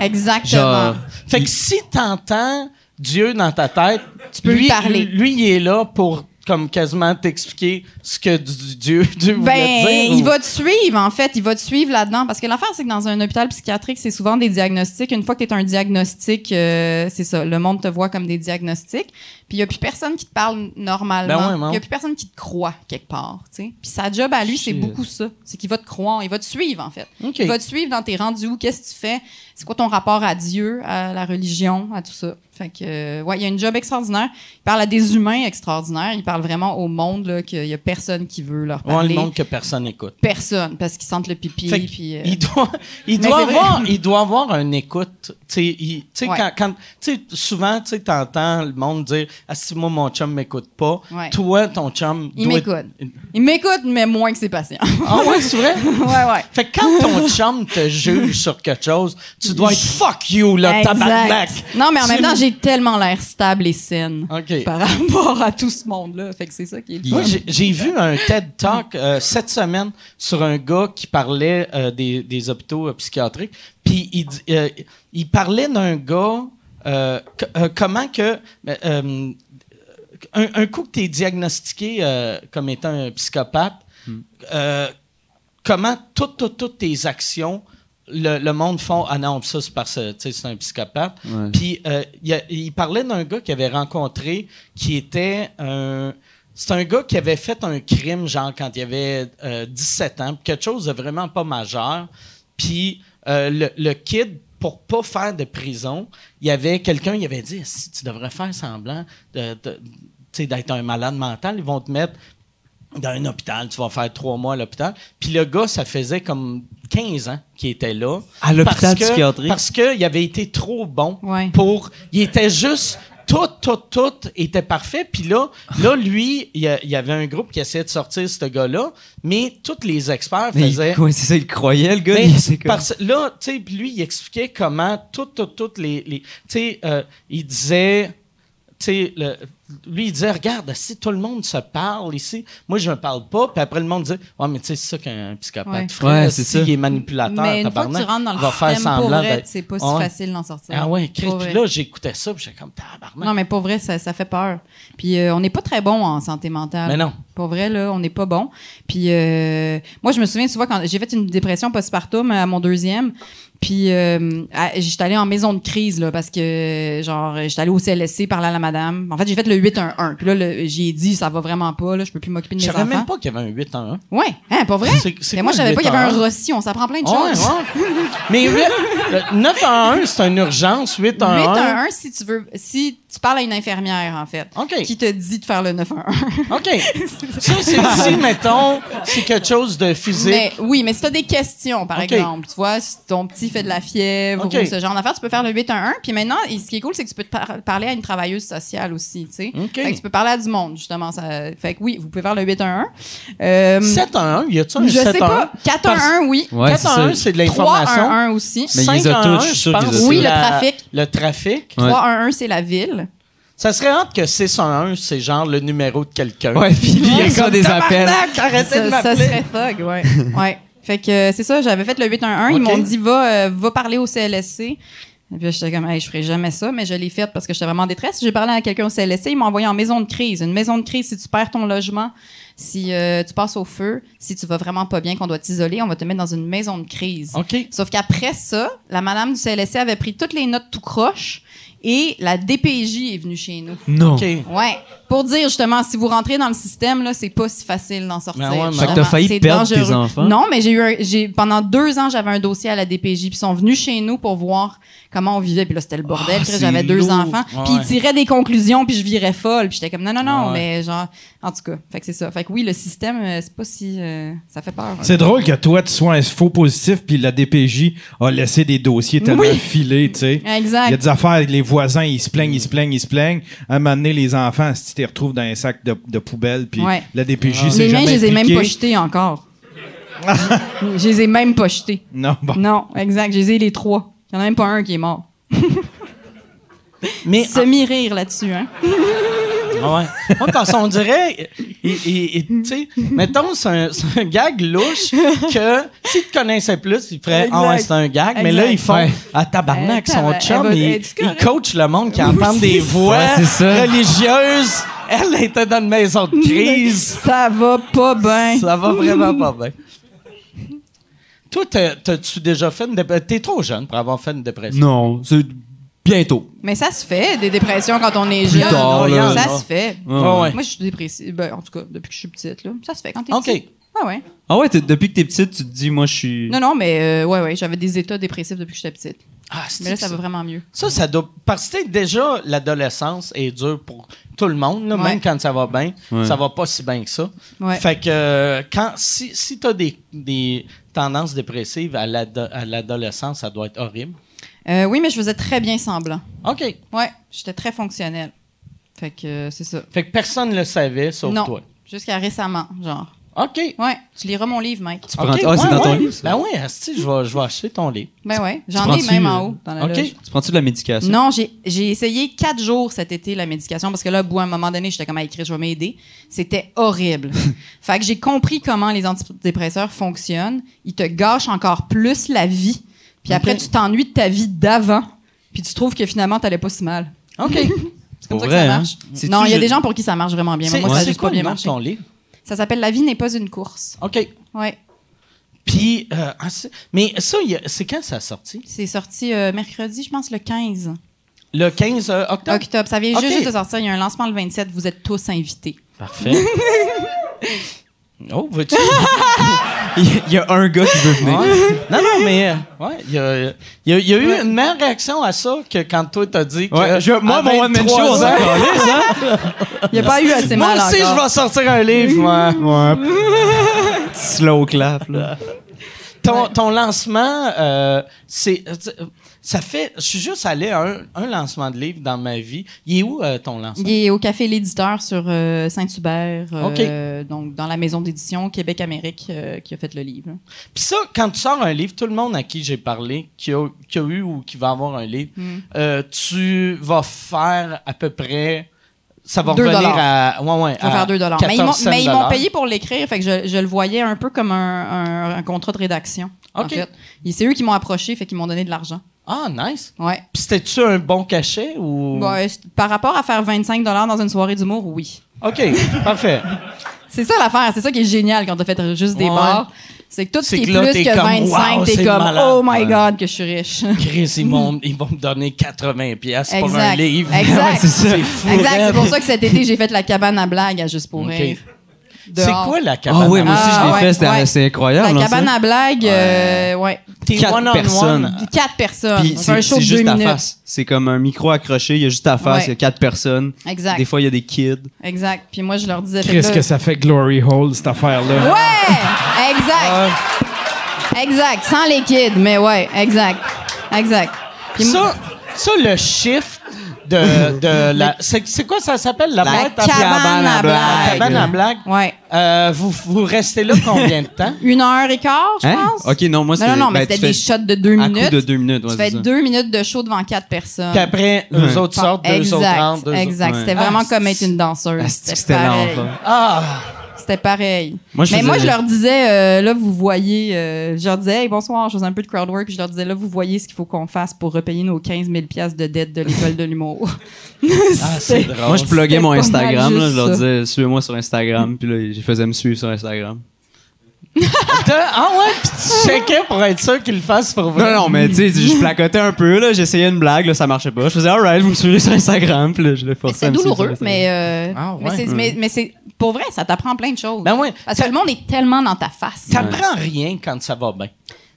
D: Exactement.
E: Genre,
A: ben, Fait que si t'entends Dieu dans ta tête, tu
D: peux
A: lui,
D: lui parler.
A: Lui, il est là pour comme quasiment t'expliquer ce que du- Dieu, *laughs* Dieu voulait
D: Ben,
A: te dire.
D: il
A: ou-
D: va te suivre, en fait. Il va te suivre là-dedans. Parce que l'affaire, c'est que dans un hôpital psychiatrique, c'est souvent des diagnostics. Une fois que tu es un diagnostic, euh, c'est ça. Le monde te voit comme des diagnostics. Puis il n'y a plus personne qui te parle
A: Ben
D: normalement.
A: ouais,
D: Il
A: non.
D: n'y a plus personne qui te croit quelque part. tu sais. Puis sa job à lui, c'est
A: Shit.
D: beaucoup ça. C'est qu'il va te croire. Il va te suivre, en fait.
A: OK.
D: Il va te suivre dans tes rendus où, qu'est-ce que tu fais, c'est quoi ton rapport à Dieu, à la religion, à tout ça. Fait que, euh, ouais, il y a une job extraordinaire. Il parle à des humains extraordinaires. Il parle vraiment au monde, là, qu'il y a personne qui veut leur
A: Ouais,
D: parler.
A: le monde que personne n'écoute.
D: Personne, parce qu'ils sentent le pipi.
A: Fait que
D: puis, euh,
A: Il doit,
D: *laughs*
A: il
D: Mais
A: doit
D: c'est vrai.
A: avoir, il doit avoir une écoute. Tu sais, il- tu sais,
D: Ouais.
A: quand, quand- tu sais, souvent, tu sais, t'entends le monde dire, ah, si moi, mon chum m'écoute pas,
D: Ouais.
A: toi, ton chum
D: Il
A: doit-
D: m'écoute. Il m'écoute, mais moins que ses patients.
A: *laughs* Ah ouais, c'est vrai?
D: ouais, *laughs* ouais.
A: Fait que quand ton chum te juge sur quelque chose, tu dois être fuck you, là,
D: Exact.
A: tabarnak.
D: Non, mais en
A: Tu-
D: même temps, j'ai tellement l'air stable et saine
A: OK.
D: par rapport à tout ce monde-là. Fait que c'est ça qui est le
A: Moi,
D: fun.
A: j'ai- j'ai vu un TED Talk euh, cette semaine sur un gars qui parlait euh, des, des hôpitaux euh, psychiatriques. Puis il, di- euh, il parlait d'un gars, euh, c- euh, comment que... euh, euh, un, un coup que tu es diagnostiqué euh, comme étant un psychopathe, euh, comment toutes toutes toutes tes actions, le, le monde font Ah non, ça c'est parce que tu sais, c'est un psychopathe.
E: Ouais.
A: Puis euh, il y a- il parlait d'un gars qu'il avait rencontré qui était un. C'est un gars qui avait fait un crime, genre quand il avait euh, 17 ans, puis quelque chose de vraiment pas majeur. Puis euh, le, le kid, pour pas faire de prison, il y avait quelqu'un, il avait dit si tu devrais faire semblant de- de- tu sais, d'être un malade mental, ils vont te mettre dans un hôpital, tu vas faire trois mois à l'hôpital. Puis le gars, ça faisait comme 15 ans qu'il était là.
E: À l'hôpital
A: Parce que-
E: psychiatrique?
A: Parce qu'il avait été trop bon
D: Ouais.
A: pour... Il était juste... Tout, tout, tout était parfait. Puis là, là lui, il y, a- il y avait un groupe qui essayait de sortir ce gars-là, mais tous les experts
E: Mais
A: faisaient...
E: il- ouais, c'est ça, il croyait, le gars.
A: Mais
E: il- *laughs* c'est comme-
A: parce- là, tu sais, puis lui, il expliquait comment toutes, toutes, toutes les. les- tu sais, euh, il disait. Tu sais, le- lui, il disait, regarde, si tout le monde se parle ici, moi, je ne parle pas. Puis après, le monde disait, ouais, mais tu sais, c'est ça qu'un psychopathe
D: Ouais.
A: ferait,
E: Ouais,
A: là,
E: c'est
A: si
E: ça.
A: Il est manipulateur,
D: Mais une fois que
A: tabarnak,
D: tu rentres dans le
A: va faire
D: système, pour
A: semblant
D: vrai,
A: d'être-
D: c'est pas si
A: Ah ouais.
D: facile d'en sortir.
A: Ah ouais, Chris,
D: Pour
A: puis
D: vrai.
A: là, j'écoutais ça, puis j'étais comme, tabarnak.
D: Non, mais pour vrai, ça, ça fait peur. Puis euh, on n'est pas très bon en santé mentale.
A: Mais non.
D: Pour vrai, là, on n'est pas bon. Puis euh, moi, je me souviens souvent quand j'ai fait une dépression postpartum à mon deuxième. Puis euh, à- j'étais allée en maison de crise là, parce que genre j'étais allée au CLSC parler à la madame. En fait, j'ai fait le 811. Puis là le- j'ai dit ça va vraiment pas là, je peux plus m'occuper de
A: Je
D: mes
A: savais
D: enfants.
A: même pas qu'il y avait un 8
D: *laughs*
A: en 1.
D: Ouais, hein, pas vrai
A: C'est- c'est
D: Mais moi
A: quoi
D: je
A: le
D: savais pas qu'il y avait un
A: 811?
D: Rossi, on s'apprend plein de
A: Ouais,
D: choses.
A: ouais. Mais 8, euh, 9 en 1, c'est une urgence. 8 en 1.
D: 811 si tu veux si tu parles à une infirmière en fait
A: OK.
D: qui te dit de faire le 911.
A: OK. Ça,
E: *laughs*
A: c'est si, mettons, c'est quelque chose de physique.
D: Mais oui, mais si t'as des questions, par
A: OK.
D: exemple, tu vois, si ton petit fait de la fièvre
A: OK.
D: ou ce genre d'affaires, tu peux faire le 811. Puis maintenant, et ce qui est cool, c'est que tu peux te par- parler à une travailleuse sociale aussi, tu sais.
A: OK.
D: Fait que tu peux parler à du monde, justement. Ça... Fait que oui, vous pouvez faire le 811. Euh,
A: 7 en 1 y a-tu un
D: je
A: 7
D: sais
A: en
D: pas. 411, oui.
E: Ouais,
A: 4 en
E: c'est
A: 1,
E: ça.
A: c'est de
D: 311
A: l'information.
D: aussi.
E: Mais il les a
A: 5 en
E: tous,
A: 1,
E: je suis
A: je
E: sûr
A: pense.
E: qu'il les a
A: c'est
D: Oui, le
A: la-
D: trafic.
A: Le trafic.
E: Ouais.
D: 311, c'est la ville.
A: Ça serait hâte que 611, c'est genre le numéro de quelqu'un.
E: Ouais, puis lui, il reçoit des appels.
A: Tabarnak, arrêtez de
D: ça, ça
A: m'appeler.
D: serait thug,
E: *laughs*
D: ouais. ouais. Fait que euh, c'est ça, j'avais fait le 811. Ils
A: Ok.
D: m'ont dit, va, euh, va parler au CLSC. Et puis j'étais comme, Hey, je ferai jamais ça, mais je l'ai fait parce que j'étais vraiment en détresse. J'ai parlé à quelqu'un au CLSC, ils m'ont envoyé en maison de crise. Une maison de crise, si tu perds ton logement, si euh, tu passes au feu, si tu vas vraiment pas bien, qu'on doit t'isoler, on va te mettre dans une maison de crise.
A: OK.
D: Sauf qu'après ça, la madame du CLSC avait pris toutes les notes tout croche et la DPJ est venue chez nous.
E: Non.
A: OK.
D: Ouais. Pour dire justement, si vous rentrez dans le système, là, c'est pas si facile d'en sortir.
A: Ben ouais, mais- Fait
E: que t'as failli
D: C'est
E: perdre tes
D: dangereux.
E: enfants.
D: Non, mais j'ai eu un- j'ai pendant deux ans, j'avais un dossier à la DPJ, puis ils sont venus chez nous pour voir comment on vivait, puis là c'était le bordel. Puis là, j'avais deux enfants, puis ils tiraient des conclusions, puis je virais folle, puis j'étais comme non non non, mais genre en tout cas, fait que c'est ça. Fait que oui, le système, euh, c'est pas si euh, ça fait peur.
C: C'est drôle que toi, tu sois un faux positif, puis la DPJ a laissé des dossiers tellement
D: Oui.
C: filés, tu sais. Il y a
D: Exact.
C: des affaires, les voisins, ils se plaignent, ils se plaignent, ils se plaignent. À un moment donné, les enfants, si tu les retrouves dans un sac de, de poubelle, puis
D: Ouais.
C: la
E: Ah.
C: DPJ, c'est
D: Les
C: jamais
D: miens, je les ai même
C: impliqué.
D: pas jetés encore. je les ai même pas jetés.
C: Non, bon.
D: Non, exact. Je les ai les trois. Il y en a même pas un qui est mort.
A: Mais
D: Semi-rire là-dessus, hein?
A: Ah ouais. Moi, parce qu'on dirait, il- il- il- tu sais, mettons, c'est un, c'est un gag louche que s'ils te connaissaient plus, ils feraient Ah ouais,
D: Exact.
A: c'est un gag, mais là, ils font
E: Ouais.
A: Ah tabarnak,
D: Eh,
A: son
D: tabarnak,
A: chum,
D: elle va-
A: il,
D: elle est-tu
A: il
D: correcte?
A: coach le monde qui entend des voix
E: Ouais, c'est ça.
A: religieuses. Elle était dans une maison de crise.
D: Ça va pas bien.
A: Ça va vraiment pas bien. Toi, t'as- t'as-tu déjà fait une dépression? T'es trop jeune pour avoir fait une dépression.
E: Non, c'est bientôt.
D: Mais ça se fait, des dépressions quand on est jeune.
E: tard,
A: là.
D: ça
A: Non.
D: se fait.
A: Ah ouais.
D: Moi, je suis dépressive. Ben, en tout cas, depuis que je suis petite, là. Ça se fait quand t'es
A: OK.
D: petite. Ah ouais.
E: Ah ouais, t'es- depuis que t'es petite, tu te dis, moi, je suis.
D: Non, non, mais euh, ouais, ouais, j'avais des états dépressifs depuis que j'étais petite.
A: Ah, c'est
D: Mais là, ça va vraiment mieux.
A: Ça, ça doit. Parce que tu sais, déjà, l'adolescence est dure pour tout le monde, là,
D: Ouais.
A: même quand ça va bien.
E: Ouais.
A: Ça va pas si bien que ça.
D: Ouais.
A: Fait que euh, quand, si, si tu as des, des tendances dépressives à l'ado- à l'adolescence, ça doit être horrible.
D: Euh, oui, mais je faisais très bien semblant.
A: OK.
D: Ouais, j'étais très fonctionnelle. Fait que euh, c'est ça.
A: Fait que personne ne le savait, sauf
D: non,
A: toi.
D: jusqu'à récemment, genre.
A: OK.
D: Ouais, tu liras mon livre, Mike.
E: Tu prends-
A: OK,
E: Ah, c'est
A: ouais,
E: dans ton
A: ouais.
E: livre, ça.
A: Ben oui, asti, je vais, je vais acheter ton livre.
D: Ben ouais, j'en ai
E: prends-tu,
D: même en
E: euh,
D: haut dans la
A: OK.
D: loge.
E: Tu prends-tu de la médication?
D: Non, j'ai j'ai essayé quatre jours cet été la médication parce que là, au bout, à un moment donné, j'étais comme à écrire, je vais m'aider. C'était horrible.
A: *laughs*
D: fait que j'ai compris comment les antidépresseurs fonctionnent. Ils te gâchent encore plus la vie. Puis après,
A: Ok.
D: tu t'ennuies de ta vie d'avant. Puis tu trouves que finalement, t'allais pas si mal. *laughs*
A: OK.
D: C'est comme
E: Pour
D: ça que
E: vrai,
D: ça
E: hein?
D: marche.
E: C'est-tu
D: Non, il y a
E: je-
D: des gens pour qui ça marche vraiment bien. mais
A: C'est
D: Moi, ça a
A: c'est
D: juste
A: quoi
D: pas
A: le
D: bien
A: nom de
D: marché.
A: ton livre?
D: Ça s'appelle La vie n'est pas une course.
A: OK.
D: Ouais.
A: Puis, euh, ah, c'est- mais ça, il y a- c'est quand ça a sorti?
D: C'est sorti euh, mercredi, je pense, le 15
A: Le 15 octobre?
D: octobre. Ça vient
A: Ok.
D: juste de sortir. Il y a un lancement le 27. Vous êtes tous invités.
A: Parfait. oh, veux-tu?
E: Il y a- il y a un gars qui veut venir.
A: Ouais. Non, non, mais euh, *laughs* ouais, il y a, il y a- il y a eu une meilleure réaction à ça que quand toi t'as dit que.
E: Ouais, je- moi,
A: à
E: mon one-man
A: 23
E: show, on s'en
A: ans-
E: calisse, hein?
D: Il n'y a pas eu assez
A: Oh, Moi
D: mal
A: aussi,
D: encore.
A: je vais sortir un livre, moi.
E: Slow clap, là.
A: Ton, ton lancement, euh, c'est. Ça fait. Je suis juste allé à un, un lancement de livre dans ma vie. Il est où euh, ton lancement?
D: Il est au Café L'Éditeur sur euh, Saint-Hubert, euh,
A: OK.
D: donc dans la maison d'édition Québec-Amérique euh, qui a fait le livre.
A: Puis ça, quand tu sors un livre, tout le monde à qui j'ai parlé, qui a, qui a eu ou qui va avoir un livre,
D: Mm.
A: euh, tu vas faire à peu près. Ça va
D: Deux
A: revenir
D: dollars.
A: à. Ouais, ouais.
D: On va
A: à
D: faire 2 dollars. Mais ils
A: 14
D: m'ont-
A: cents
D: mais ils m'ont
A: dollars.
D: payé pour l'écrire, fait que je, je le voyais un peu comme un, un- un contrat de rédaction. en
A: OK.
D: fait. Et C'est eux qui m'ont approché, fait qu'ils m'ont donné de l'argent.
A: Ah, nice.
D: Ouais. euh,
A: Puis c'était-tu un bon cachet ou.
D: Ouais, c'est- par rapport à faire 25 dollars dans une soirée d'humour, oui.
A: OK, parfait.
D: C'est ça l'affaire, c'est ça qui est génial quand t'as fait juste des
A: Ouais.
D: bars. C'est que tout ce
A: C'est
D: qui est
A: que là,
D: plus
A: t'es
D: que
A: comme,
D: 25,
A: Wow,
D: t'es
A: c'est
D: comme
A: malade.
D: Oh my
A: Ouais.
D: God, que je suis riche.
A: Chris, ils, m'ont- ils vont me donner 80 pièces pour un
D: Exact.
A: livre.
D: Exact.
A: *laughs* Ouais, c'est ça. fou.
D: exact, c'est pour
A: raide.
D: ça que cet été, j'ai fait la cabane à blagues à Juste pour
A: Ok.
D: rire.
A: C'est
D: Dehors.
A: quoi la cabane?
E: Ah ouais, moi aussi
D: Ah,
E: je l'ai
D: ouais,
E: fait, c'était
D: ouais.
E: c'est incroyable.
D: La
E: hein, ça.
D: cabane à blagues, euh, ouais.
A: T'es
E: Quatre
A: one-on-one.
E: personnes.
D: Quatre personnes.
E: Puis
D: On fait
E: c'est
D: un show
E: c'est
D: de deux
E: juste à
D: minutes.
E: face. C'est comme un micro accroché, il y a juste à face,
D: Ouais.
E: il y a quatre personnes.
D: Exact.
E: Des fois il y a des kids.
D: Exact. Puis moi, je leur disais. fait
C: Qu'est-ce
D: là-
C: que ça fait Glory Hole, cette affaire-là?
D: Ouais! Exact. Exact. Sans les kids, mais ouais, exact. Exact. Puis moi-
A: Ça, ça, le chiffre de, de la. C'est c'est quoi ça s'appelle? La, boîte à-
D: cabane à
A: La
D: blagues.
A: cabane à blague.
D: Ouais.
A: Euh, vous, vous restez là combien de
D: *laughs*
A: temps?
D: Une heure et quart, je
E: Hein?
D: pense.
E: Ok, non, moi
D: Non,
E: c'était.
D: non, non, mais
E: ben, tu
D: c'était des
E: fais
D: shots de deux
E: à coup
D: minutes.
E: de deux minutes. ouais,
D: Tu
E: c'est
D: fais
E: ça.
D: deux minutes de show devant quatre personnes.
A: Puis après, eux autres sortent, eux autres rentrent,
D: exact,
A: eux autres.
D: exact. C'était vraiment comme être une danseuse.
E: Ah, c'est- C'était hein.
D: C'était pareil.
E: l'enfer.
A: Ah!
D: C'était pareil.
E: Moi, je
D: mais
E: faisais-
D: moi, je leur disais, euh, là, vous voyez, euh, je leur disais, hey, bonsoir, je faisais un peu de crowd work, puis je leur disais, là, vous voyez ce qu'il faut qu'on fasse pour repayer nos 15 000 piastres de dette de l'école de l'humour. *laughs*
A: Ah, c'est drôle.
E: Moi, je pluguais mon
D: pas mal
E: Instagram, là,
D: juste
E: je leur
D: ça.
E: disais, suivez-moi sur Instagram, puis là, ils faisaient me suivre sur Instagram.
A: T'as- Ah ouais, pis tu checkais pour être sûr qu'ils le fassent pour vrai.
E: Non, non, mais tu sais, je placotais un peu, là, j'essayais une blague, là, ça marchait pas. Je faisais, alright, vous me suivez sur Instagram, puis là, je le
D: Mais
E: forçais
D: C'était
E: à me suivre sur
D: douloureux,
E: Instagram.
D: mais, euh,
A: Ah, ouais.
D: mais c'est-
E: Ouais.
D: mais- mais c'est pour vrai, ça t'apprend plein de choses.
A: Ben ouais.
D: Parce que le monde est tellement dans ta face.
A: T'apprends rien quand ça va bien.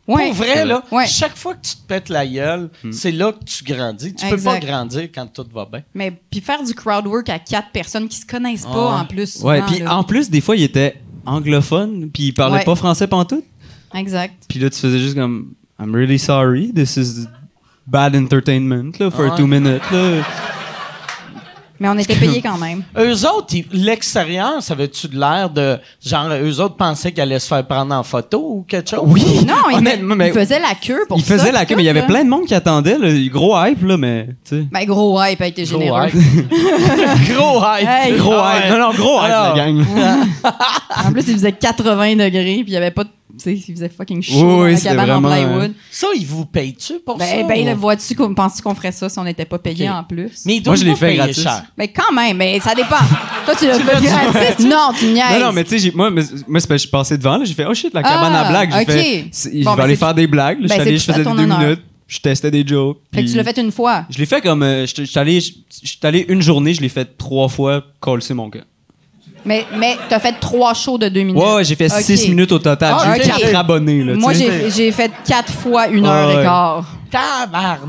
D: Ouais.
A: Pour vrai, là,
D: Ouais.
A: chaque fois que tu te pètes la gueule,
E: Hmm.
A: c'est là que tu grandis. Tu peux pas
D: Exact.
A: grandir quand tout va bien.
D: Mais puis faire du crowd work à quatre personnes qui se connaissent pas
A: Ah.
D: en plus. souvent,
E: Ouais, puis
D: là.
E: en plus, des fois, il était anglophone, puis il parlait
D: Ouais.
E: pas français pantoute.
D: Exact.
E: Puis là, tu faisais juste comme, I'm really sorry, this is bad entertainment, là, for
A: Ouais.
E: two minutes, là.
D: Mais on était payés quand même.
A: Eux autres, ils- l'extérieur, ça avait-tu de l'air de. Genre, eux autres pensaient qu'ils allaient se faire prendre en photo ou quelque chose?
E: Oui! *laughs*
D: Non, il,
E: Honnêtement, mais-
D: il faisait la queue pour
E: Il faisait
D: ça,
E: la
D: puis
E: queue, mais il y
D: tout, hein.
E: avait
D: là.
E: plein de monde qui attendait, là, gros hype, là, mais, tu sais.
D: Ben, gros hype a été
A: Gros
D: généreux.
A: hype.
D: *laughs*
A: Gros hype.
D: Hey.
E: Gros
A: Ah ouais.
E: hype! Non, non, gros hype, la
A: Alors,
E: gang.
D: En plus, il faisait 80 degrés, puis il y avait pas de. Tu sais, il faisait fucking chaud
E: Oui,
D: dans
E: oui,
D: la
E: c'était
D: cabane
E: vraiment,
D: en plywood.
A: Ça, ils vous payent-tu pour ça?
D: Ben, ben,
A: ou-
D: le vois-tu, qu'on- penses-tu qu'on ferait ça si on n'était pas payé
A: Ok.
D: en plus?
A: Mais ils
E: Moi,
A: doivent
E: je l'ai
A: pas
E: fait
A: payer
E: gratis.
A: cher.
D: Mais quand même, mais ça
E: *laughs*
D: dépend. Toi, tu l'as fait gratis. Non, tu niaises.
E: Non, non, mais tu sais, j'ai- moi, mais- moi c'est parce que je suis passé devant, là, j'ai fait, oh shit, la cabane
D: Ah,
E: à blagues. J'ai
D: ok.
E: fait, c'est- je
D: Bon,
E: vais
D: ben,
E: aller
D: c'est-
E: faire des blagues. là,
D: ben,
E: je suis allé,
D: c'est
E: je faisais
D: tout à ton
E: des deux
D: honneur.
E: minutes, je testais des jokes.
D: Fait que
E: puis-
D: tu l'as fait une fois.
E: Je l'ai fait comme. euh, Je je suis allé- je- je suis allé une journée, je l'ai fait trois fois, c'est mon gars.
D: Mais, mais t'as fait trois shows de deux minutes.
E: Ouais, ouais, j'ai fait
D: Ok.
E: six minutes au total.
D: Ah,
E: j'ai
D: ok.
E: eu quatre abonnés, là. tu
D: Moi,
E: sais.
D: j'ai j'ai fait quatre fois une
E: Ah,
D: heure et
E: ouais.
D: quart.
A: Tabarnak!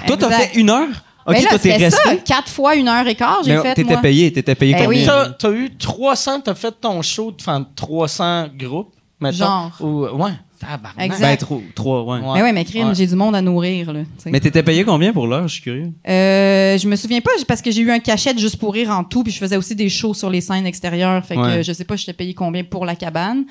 D: Ouais,
E: Toi, t'as
D: exact.
E: fait une heure? Ok,
D: Mais là,
E: toi, t'es
D: c'était ça,
E: resté.
D: quatre fois une heure et quart, j'ai
E: Mais
D: fait,
E: t'étais
D: moi.
E: payé, t'étais payé
D: Ben
E: combien?
D: oui.
E: là?
A: T'as, t'as eu 300, t'as fait ton show devant 300 groupes, mettons.
D: Genre.
A: Ou, ouais, tabarnak.
D: Exact.
E: Ben, trop- trois, ouais.
D: Mais ouais, mais crime,
A: Ouais.
D: j'ai du monde à nourrir, là. tu sais.
E: Mais t'étais payé combien pour l'heure? Je suis curieux.
D: Euh, je me souviens pas j'ai- parce que j'ai eu un cachet de juste pour rire en tout, puis je faisais aussi des shows sur les scènes extérieures. Fait que
E: Ouais.
D: euh, je sais pas, je t'ai payé combien pour la cabane,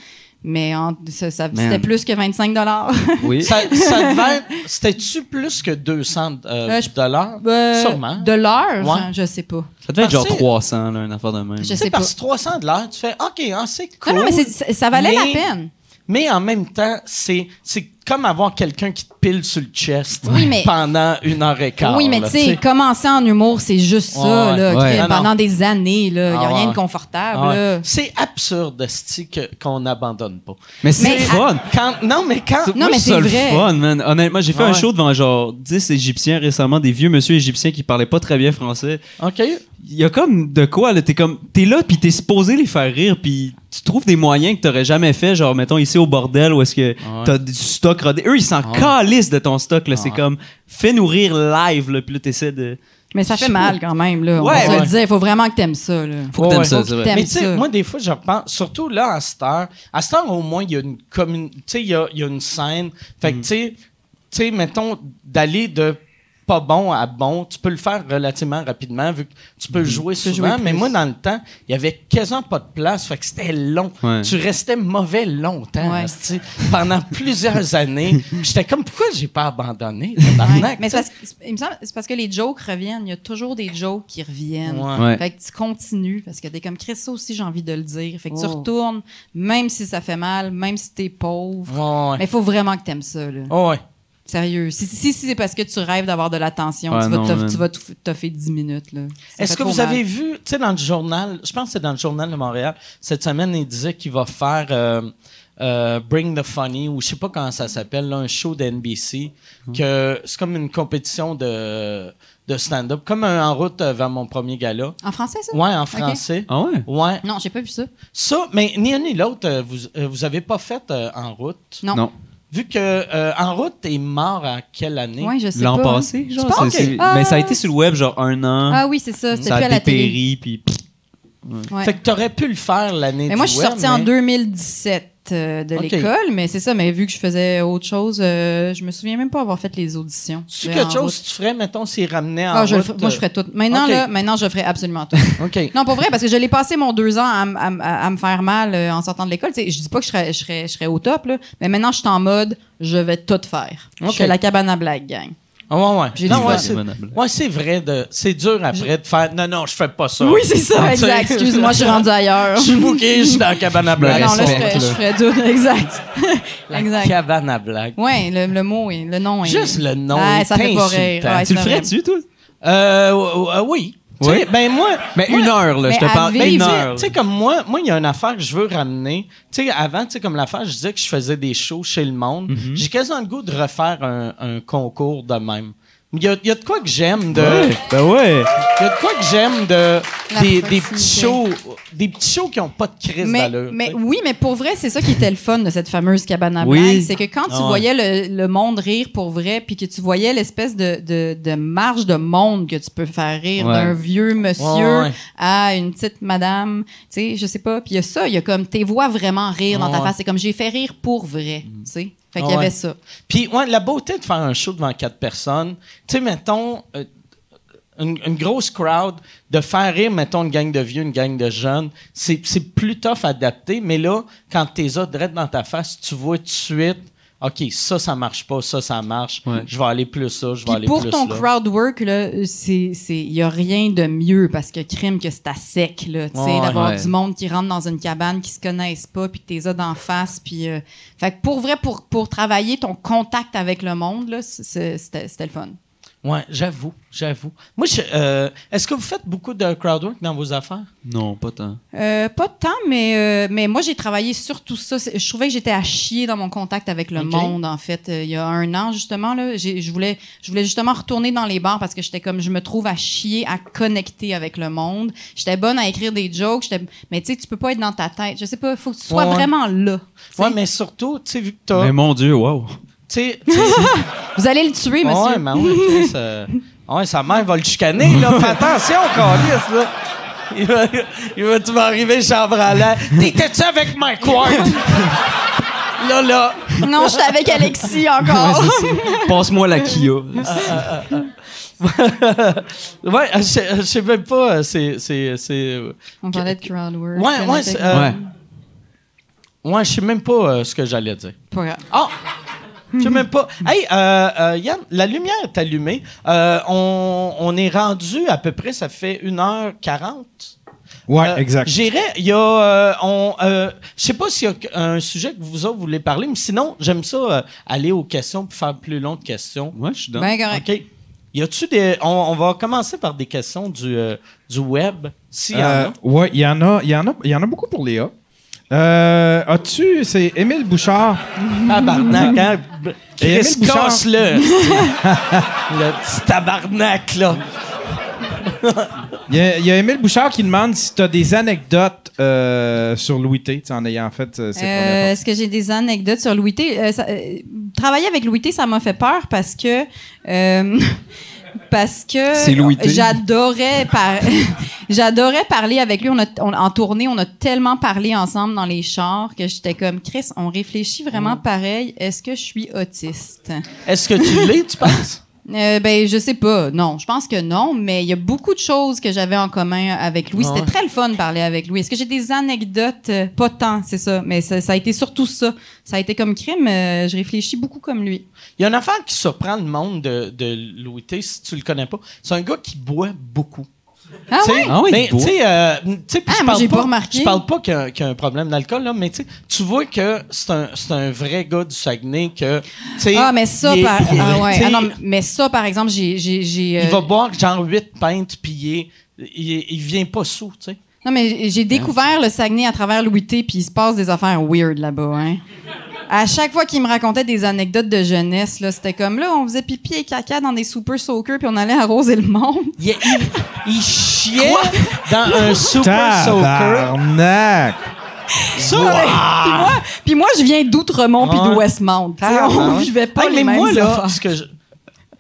D: mais en- ça, ça-
E: Man.
D: c'était plus que
A: *laughs*
D: 25 dollars.
E: Oui.
A: Ça, ça devait être- C'était-tu plus que 200 euh,
D: Euh, je-
A: dollars? Sûrement.
D: De l'heure,
A: Ouais.
D: hein, je sais pas.
E: Ça devait être genre
A: Parce que-
E: 300, là, une affaire de même.
D: Je
A: Tu
D: sais
A: sais,
D: pas.
A: parce que 300 de l'heure, tu fais OK, ah, c'est cool.
D: Non, non, mais c'est- ça, ça valait
A: Mais-
D: la peine.
A: Mais en même temps, c'est, c'est comme avoir quelqu'un qui te pile sur le chest
D: Oui, mais-
A: pendant une heure et quart.
D: oui, mais
A: là,
D: tu sais, commencer en humour, c'est juste ça,
A: Ouais,
D: là,
E: ouais.
D: crime,
A: Ah, non.
D: pendant des années, là. Il n'y
A: Ah,
D: a rien
A: ouais.
D: de confortable,
A: Ah ouais.
D: là.
A: C'est absurde, esti, que- qu'on n'abandonne pas.
E: Mais c'est
D: Mais-
E: fun!
A: Quand, non, mais quand.
D: Non,
E: Moi,
D: mais
E: ça
D: c'est
E: le
D: vrai.
E: fun, man. Honnêtement, j'ai fait
A: Ah
E: un
A: ouais.
E: show devant genre 10 Égyptiens récemment, des vieux monsieur égyptiens qui parlaient pas très bien français.
A: OK.
E: Il y a comme de quoi, là. T'es comme, t'es là, puis t'es supposé les faire rire, puis tu trouves des moyens que t'aurais jamais fait, genre, mettons, ici au bordel, où est-ce que t'as du stock rodé. Eux, ils s'en calissent de ton stock, là. C'est comme, fais-nous rire live, là, puis là, t'essaies de.
D: Mais ça fait mal quand même, là. On
E: Ouais,
D: va se
E: ouais.
D: le dire, il faut vraiment que t'aimes ça, là.
E: Ah Faut que t'aimes ça,
A: faut
E: c'est vrai.
D: t'aimes
A: Mais tu sais,
D: ça.
A: moi, des fois, je repense, surtout là, à cette heure, à cette heure, au moins, il y a une commune, tu sais, il y a, il y a une scène. Fait que,
D: Mm.
A: tu sais, tu sais, mettons, d'aller de pas bon à bon, tu peux le faire relativement rapidement, vu que tu peux jouer souvent.
D: Mm-hmm. jouer
A: mais
D: plus.
A: moi, dans le temps, il y avait quasiment pas de place, fait que c'était long.
E: Ouais.
A: Tu restais mauvais longtemps,
D: Ouais.
A: asti, pendant
D: *laughs*
A: plusieurs années. Puis J'étais comme, pourquoi j'ai pas
D: *laughs*
A: abandonné? tabarnak,
D: Ouais, Mais
A: tu
D: c'est
A: sais?
D: parce, que- c'est- il me semble- c'est parce que les jokes reviennent. Il y a toujours des jokes qui reviennent.
A: Ouais.
E: Ouais.
D: Fait que tu continues parce que t'es comme Chris, ça aussi j'ai envie de le dire. Fait que tu
A: Oh.
D: retournes, même si ça fait mal, même si t'es pauvre.
A: Ouais, ouais.
D: Mais il faut vraiment que t'aimes ça. Là.
A: Oh, ouais.
D: Sérieux. Si, si, si, si c'est parce que tu rêves d'avoir de l'attention,
E: Ah
D: tu, vas
E: non,
D: t'off-
E: man.
D: tu vas t'off- t'offer 10 minutes. là. Ça
A: Est-ce
D: fait
A: que
D: trop
A: vous
D: mal.
A: avez vu, tu sais, dans le journal, je pense que c'est dans le journal de Montréal, cette semaine, il disait qu'il va faire euh, euh, Bring the Funny, ou je sais pas comment ça s'appelle, là, un show d'NBC,
D: Mhm.
A: que c'est comme une compétition de, de stand-up, comme un en route euh, vers mon premier gala.
D: En français, ça?
A: Ouais, en
D: Ok.
A: français.
E: Ah ouais?
A: Ouais.
D: Non, j'ai pas vu ça.
A: Ça, mais ni un ni l'autre, euh, vous, euh, vous avez pas fait euh, en route.
D: Non.
A: Vu que euh, en route est mort à quelle année?
D: Ouais, je sais
E: L'an
D: pas.
E: passé, genre.
D: penses?
E: c'est- c'est-
D: Ah.
E: Mais ça a été sur le web, genre un an.
D: Ah oui, c'est ça. C'était
E: ça
D: plus à
E: a
D: la télé.
E: dépéri, puis pff,
D: Ouais.
A: Fait que t'aurais pu le faire l'année
D: Mais moi,
A: du hein.
D: je suis
A: web,
D: sortie en
A: mais-
D: 2017 euh, de
A: Ok.
D: l'école, mais c'est ça. Mais vu que je faisais autre chose, euh, je me souviens même pas avoir fait les auditions.
A: Si
D: Euh, en
A: quelque
D: route.
A: chose, tu ferais, mettons, s'il ramenait en
D: Ah, je le
A: route, euh,
D: ferais- moi, je ferais tout. Maintenant,
A: ok.
D: là, maintenant, je ferais
A: *laughs*
D: absolument tout.
A: euh, OK.
D: Non, pour vrai, parce que je l'ai passé mon deux ans à, m- à m- à me faire mal euh, en sortant de l'école. Tu sais, Je dis pas que je serais, je serais, je serais au top, là, mais maintenant, je suis en mode, je vais tout faire.
A: Ok.
D: Je fais la cabane à blague, gang.
A: Ah, ouais, ouais.
D: J'ai
A: Non,
D: dit
A: ouais,
D: ça.
A: c'est, ouais, c'est vrai. De, c'est dur après de faire. Non, non, je fais pas ça. Ah,
D: c'est ça. Exact. Excuse-moi, je suis rendue
A: *laughs*
D: ailleurs. *laughs*
A: Je suis bouqué, je suis dans la cabane à blague.
D: non, là, je ferais,
B: respecte,
D: je
B: là.
D: ferais tout. *laughs* Exact.
A: La
D: exact.
A: cabane à blague.
D: Ouais, le, le mot, est- le nom est.
A: Juste le nom.
D: Ah,
A: est
D: ça fait pas rire.
A: insultant.
D: Ouais,
E: Tu le
D: c'est
E: ferais-tu, toi?
A: Euh, ou- ou- euh, oui. Tu sais,
E: Oui?
A: Ben, moi.
E: Mais
D: Ouais.
E: une heure, là,
D: Mais
E: je te
D: à
E: parle.
D: vivre,
E: Une
A: Tu sais-
E: heure.
A: Tu sais, comme moi, moi, il y a une affaire que je veux ramener. Tu sais, avant, tu sais, comme l'affaire, je disais que je faisais des shows chez le monde.
E: Mm-hmm.
A: J'ai quasiment le goût de refaire un, un concours de même. Il y a, il y a de quoi que j'aime de.
E: Ouais, Ben ouais.
A: Il y a de quoi que j'aime de
D: La
A: des, des
D: proximité.
A: petits shows des petits shows qui ont pas de crise
D: Mais,
A: d'allure.
D: mais
A: tu sais.
D: oui, mais pour vrai, c'est ça qui était le fun de cette fameuse cabane à
E: Oui.
D: blagues. C'est que quand tu
A: Ah ouais.
D: voyais le, le monde rire pour vrai, puis que tu voyais l'espèce de, de, de marge de monde que tu peux faire rire
E: Ouais.
D: d'un vieux monsieur
A: Ouais, ouais.
D: à une petite madame, tu sais, je sais pas. Puis il y a ça, il y a comme tes voix vraiment rire dans
A: Ah
D: ta
A: Ouais. Ah
D: face. C'est comme j'ai fait rire pour vrai, tu sais. Fait qu'il y
A: Ouais.
D: avait ça.
A: Puis ouais, la beauté de faire un show devant quatre personnes, tu sais mettons euh, une, une grosse crowd de faire rire mettons une gang de vieux, une gang de jeunes, c'est c'est plus tough à adapter, mais là quand t'es direct dans ta face, tu vois tout de suite OK, ça ça marche pas, ça ça marche.
E: Ouais.
A: Je vais aller plus ça, je vais
D: Puis
A: aller
D: pour
A: plus
D: ton
A: là.
D: crowd work, là, c'est, c'est, y a rien de mieux parce que crime que c'est à sec, là, tu sais,
A: Ouais,
D: d'avoir
E: ouais.
D: du monde qui rentre dans une cabane, qui se connaissent pas, puis que t'es là d'en face, puis, euh, fait que pour vrai, pour, pour travailler ton contact avec le monde, là, c'est- c'est- c'était, c'était le fun.
A: Ouais, j'avoue, j'avoue. Moi je- euh, est-ce que vous faites beaucoup de crowd work dans vos affaires
E: Non, pas tant.
D: Euh, pas de temps, mais, euh, mais moi, j'ai travaillé sur tout ça. C'est- Je trouvais que j'étais à chier dans mon contact avec le
A: Ok.
D: monde, en fait. Euh, il y a un an, justement, là, j'ai- je voulais, je voulais justement retourner dans les bars parce que j'étais comme, je me trouve à chier, à connecter avec le monde. J'étais bonne à écrire des jokes, j'étais- mais tu sais, tu peux pas être dans ta tête. Je sais pas, faut que tu sois
A: Ouais.
D: vraiment là. tu sais.
A: Ouais, mais surtout, tu sais vu que t'as,
E: Mais
A: tu
E: mon Dieu, wow.
A: sais, tu sais,
D: Vous allez le tuer,
A: Ah Ouais,
D: monsieur.
A: mais oui, tu sais, ça- ah ouais, sa mère va le chicaner, là. Fais attention, Calis, là. Il va, il va- tu vas arriver chambre à l'air. T'étais-tu avec Mike Ward? là, là. *laughs*
D: non, j'étais avec Alexis encore.
E: Passe-moi la Kia. *laughs*
A: ouais, je sais- je sais même pas. euh, C'est. c'est, c'est... euh,
D: On parlait de crowd work.
A: Ouais, ouais, c'est, euh,
E: Ouais.
A: ouais, je sais même pas euh, ce que j'allais dire.
D: Pas grave.
A: Ah! Je sais même pas. Hey, euh, euh, Yann, la lumière est allumée. Euh, on, on est rendu à peu près, ça fait 1h40.
C: Ouais,
A: Euh,
C: exact.
A: J'irais, il y a, euh, on, euh, je sais pas s'il y a un sujet que vous autres voulez parler, mais sinon, j'aime ça euh, aller aux questions pour faire plus long de questions.
E: Ouais, je suis dans.
D: Ben correct.
A: Ok. Y a-tu des, on, on va commencer par des questions du, euh, du web, s'il y en
C: Euh,
A: a.
C: ouais, il y en a, il y en a, il y en a beaucoup pour Léa. Euh, as-tu, c'est Émile Bouchard.
A: Tabarnak, hein?
C: *laughs*
A: B-
C: Et Émile
A: Chris,
C: Bouchard. *laughs*
A: casse-le! le petit tabarnak, là.
C: Il y, a- il y a Émile Bouchard qui demande si tu as des anecdotes euh, sur Louis T, tu sais, en ayant fait euh, ses
D: Euh,
C: premières
D: Est-ce que j'ai des anecdotes sur Louis T? Euh, ça- euh, travailler avec Louis T, ça m'a fait peur parce que. euh, *laughs* Parce que
E: C'est Louis T.
D: j'adorais par- *laughs* j'adorais parler avec lui. On a, on- en tournée, on a tellement parlé ensemble dans les chars que j'étais comme Chris. On réfléchit vraiment pareil. Est-ce que je suis autiste
A: Est-ce que tu l'es, tu penses?
D: Euh, Ben je sais pas. Non, je pense que non. Mais il y a beaucoup de choses que j'avais en commun avec Louis.
A: Ah
D: C'était
A: ouais.
D: très le fun de parler avec Louis. Est-ce que j'ai des anecdotes Euh, Pas tant, c'est ça. Mais ça, ça a été surtout ça. Ça a été comme crime. euh, je réfléchis beaucoup comme lui.
A: Il y a une affaire qui surprend le monde de, de Louis T, si tu le connais pas. C'est un gars qui boit beaucoup.
D: Ah
A: Tu
D: ouais?
A: sais,
E: Ah oui,
A: ben,
E: il boit.
A: tu sais, euh, tu sais, puis
D: Ah,
A: je
D: moi,
A: parle
D: j'ai pas
A: pas-
D: remarqué.
A: Je parle pas qu'il y a, qu'il y a un problème d'alcool, là, mais tu sais, tu vois que c'est un, c'est un vrai gars du Saguenay que. tu sais,
D: Ah, mais ça,
A: il est
D: par...
A: bourré,
D: ah, ouais.
A: tu sais,
D: Ah non, mais ça, par exemple, j'ai. j'ai- j'ai, euh,
A: Il va boire genre 8 pintes, puis il, est- il, il vient pas sous, tu sais.
D: Non, mais j'ai découvert le Saguenay à travers Louis T, puis il se passe des affaires weird là-bas, hein. À chaque fois qu'il me racontait des anecdotes de jeunesse, là, c'était comme là, on faisait pipi et caca dans des soupers soakers, puis on allait arroser le monde.
A: Il, il- il chiait dans
D: *laughs*
A: un super soaker.
C: Tabarnak!
A: Ça,
D: Puis moi, puis moi, je viens d'Outremont puis de Westmount. tu sais, on vivait pas
A: Hey,
D: les
A: mais
D: mêmes
A: moi, là,
D: affaires.
A: ce que je-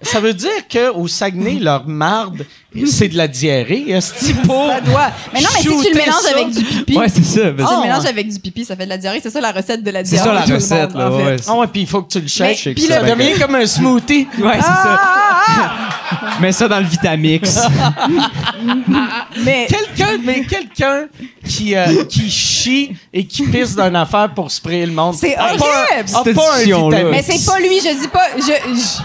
A: Ça veut dire qu'au Saguenay, leur marde, c'est de la diarrhée. Est-ce pour...
D: Ça doit. Mais non, mais si tu le
A: shooter
D: mélanges
A: ça. Ah,
D: avec du pipi,
E: Ouais, c'est ça. mais
D: si tu
E: c'est-
D: le mélanges avec du pipi, ça fait de la diarrhée. Ah. C'est ça la recette de la
E: C'est
D: diarrhée.
E: ça la
D: de tout le
E: recette,
D: monde,
E: là.
D: en fait.
E: Ouais,
A: Ah ouais, puis il faut que tu le cherches.
D: Mais-
A: puis là, ça devient comme un *laughs* smoothie.
E: Ouais, c'est ça.
D: Ah, ah,
E: Mets ça dans le Vitamix.
D: ah. Mais
A: Quelqu'un, mais quelqu'un qui, euh, qui chie et qui pisse dans une affaire pour sprayer le monde.
D: C'est
A: Ah,
D: horrible!
A: Pas, ah,
E: Cette
A: pas un
E: édition-là.
A: vitamine.
D: Mais c'est pas lui, je dis pas. Je, je-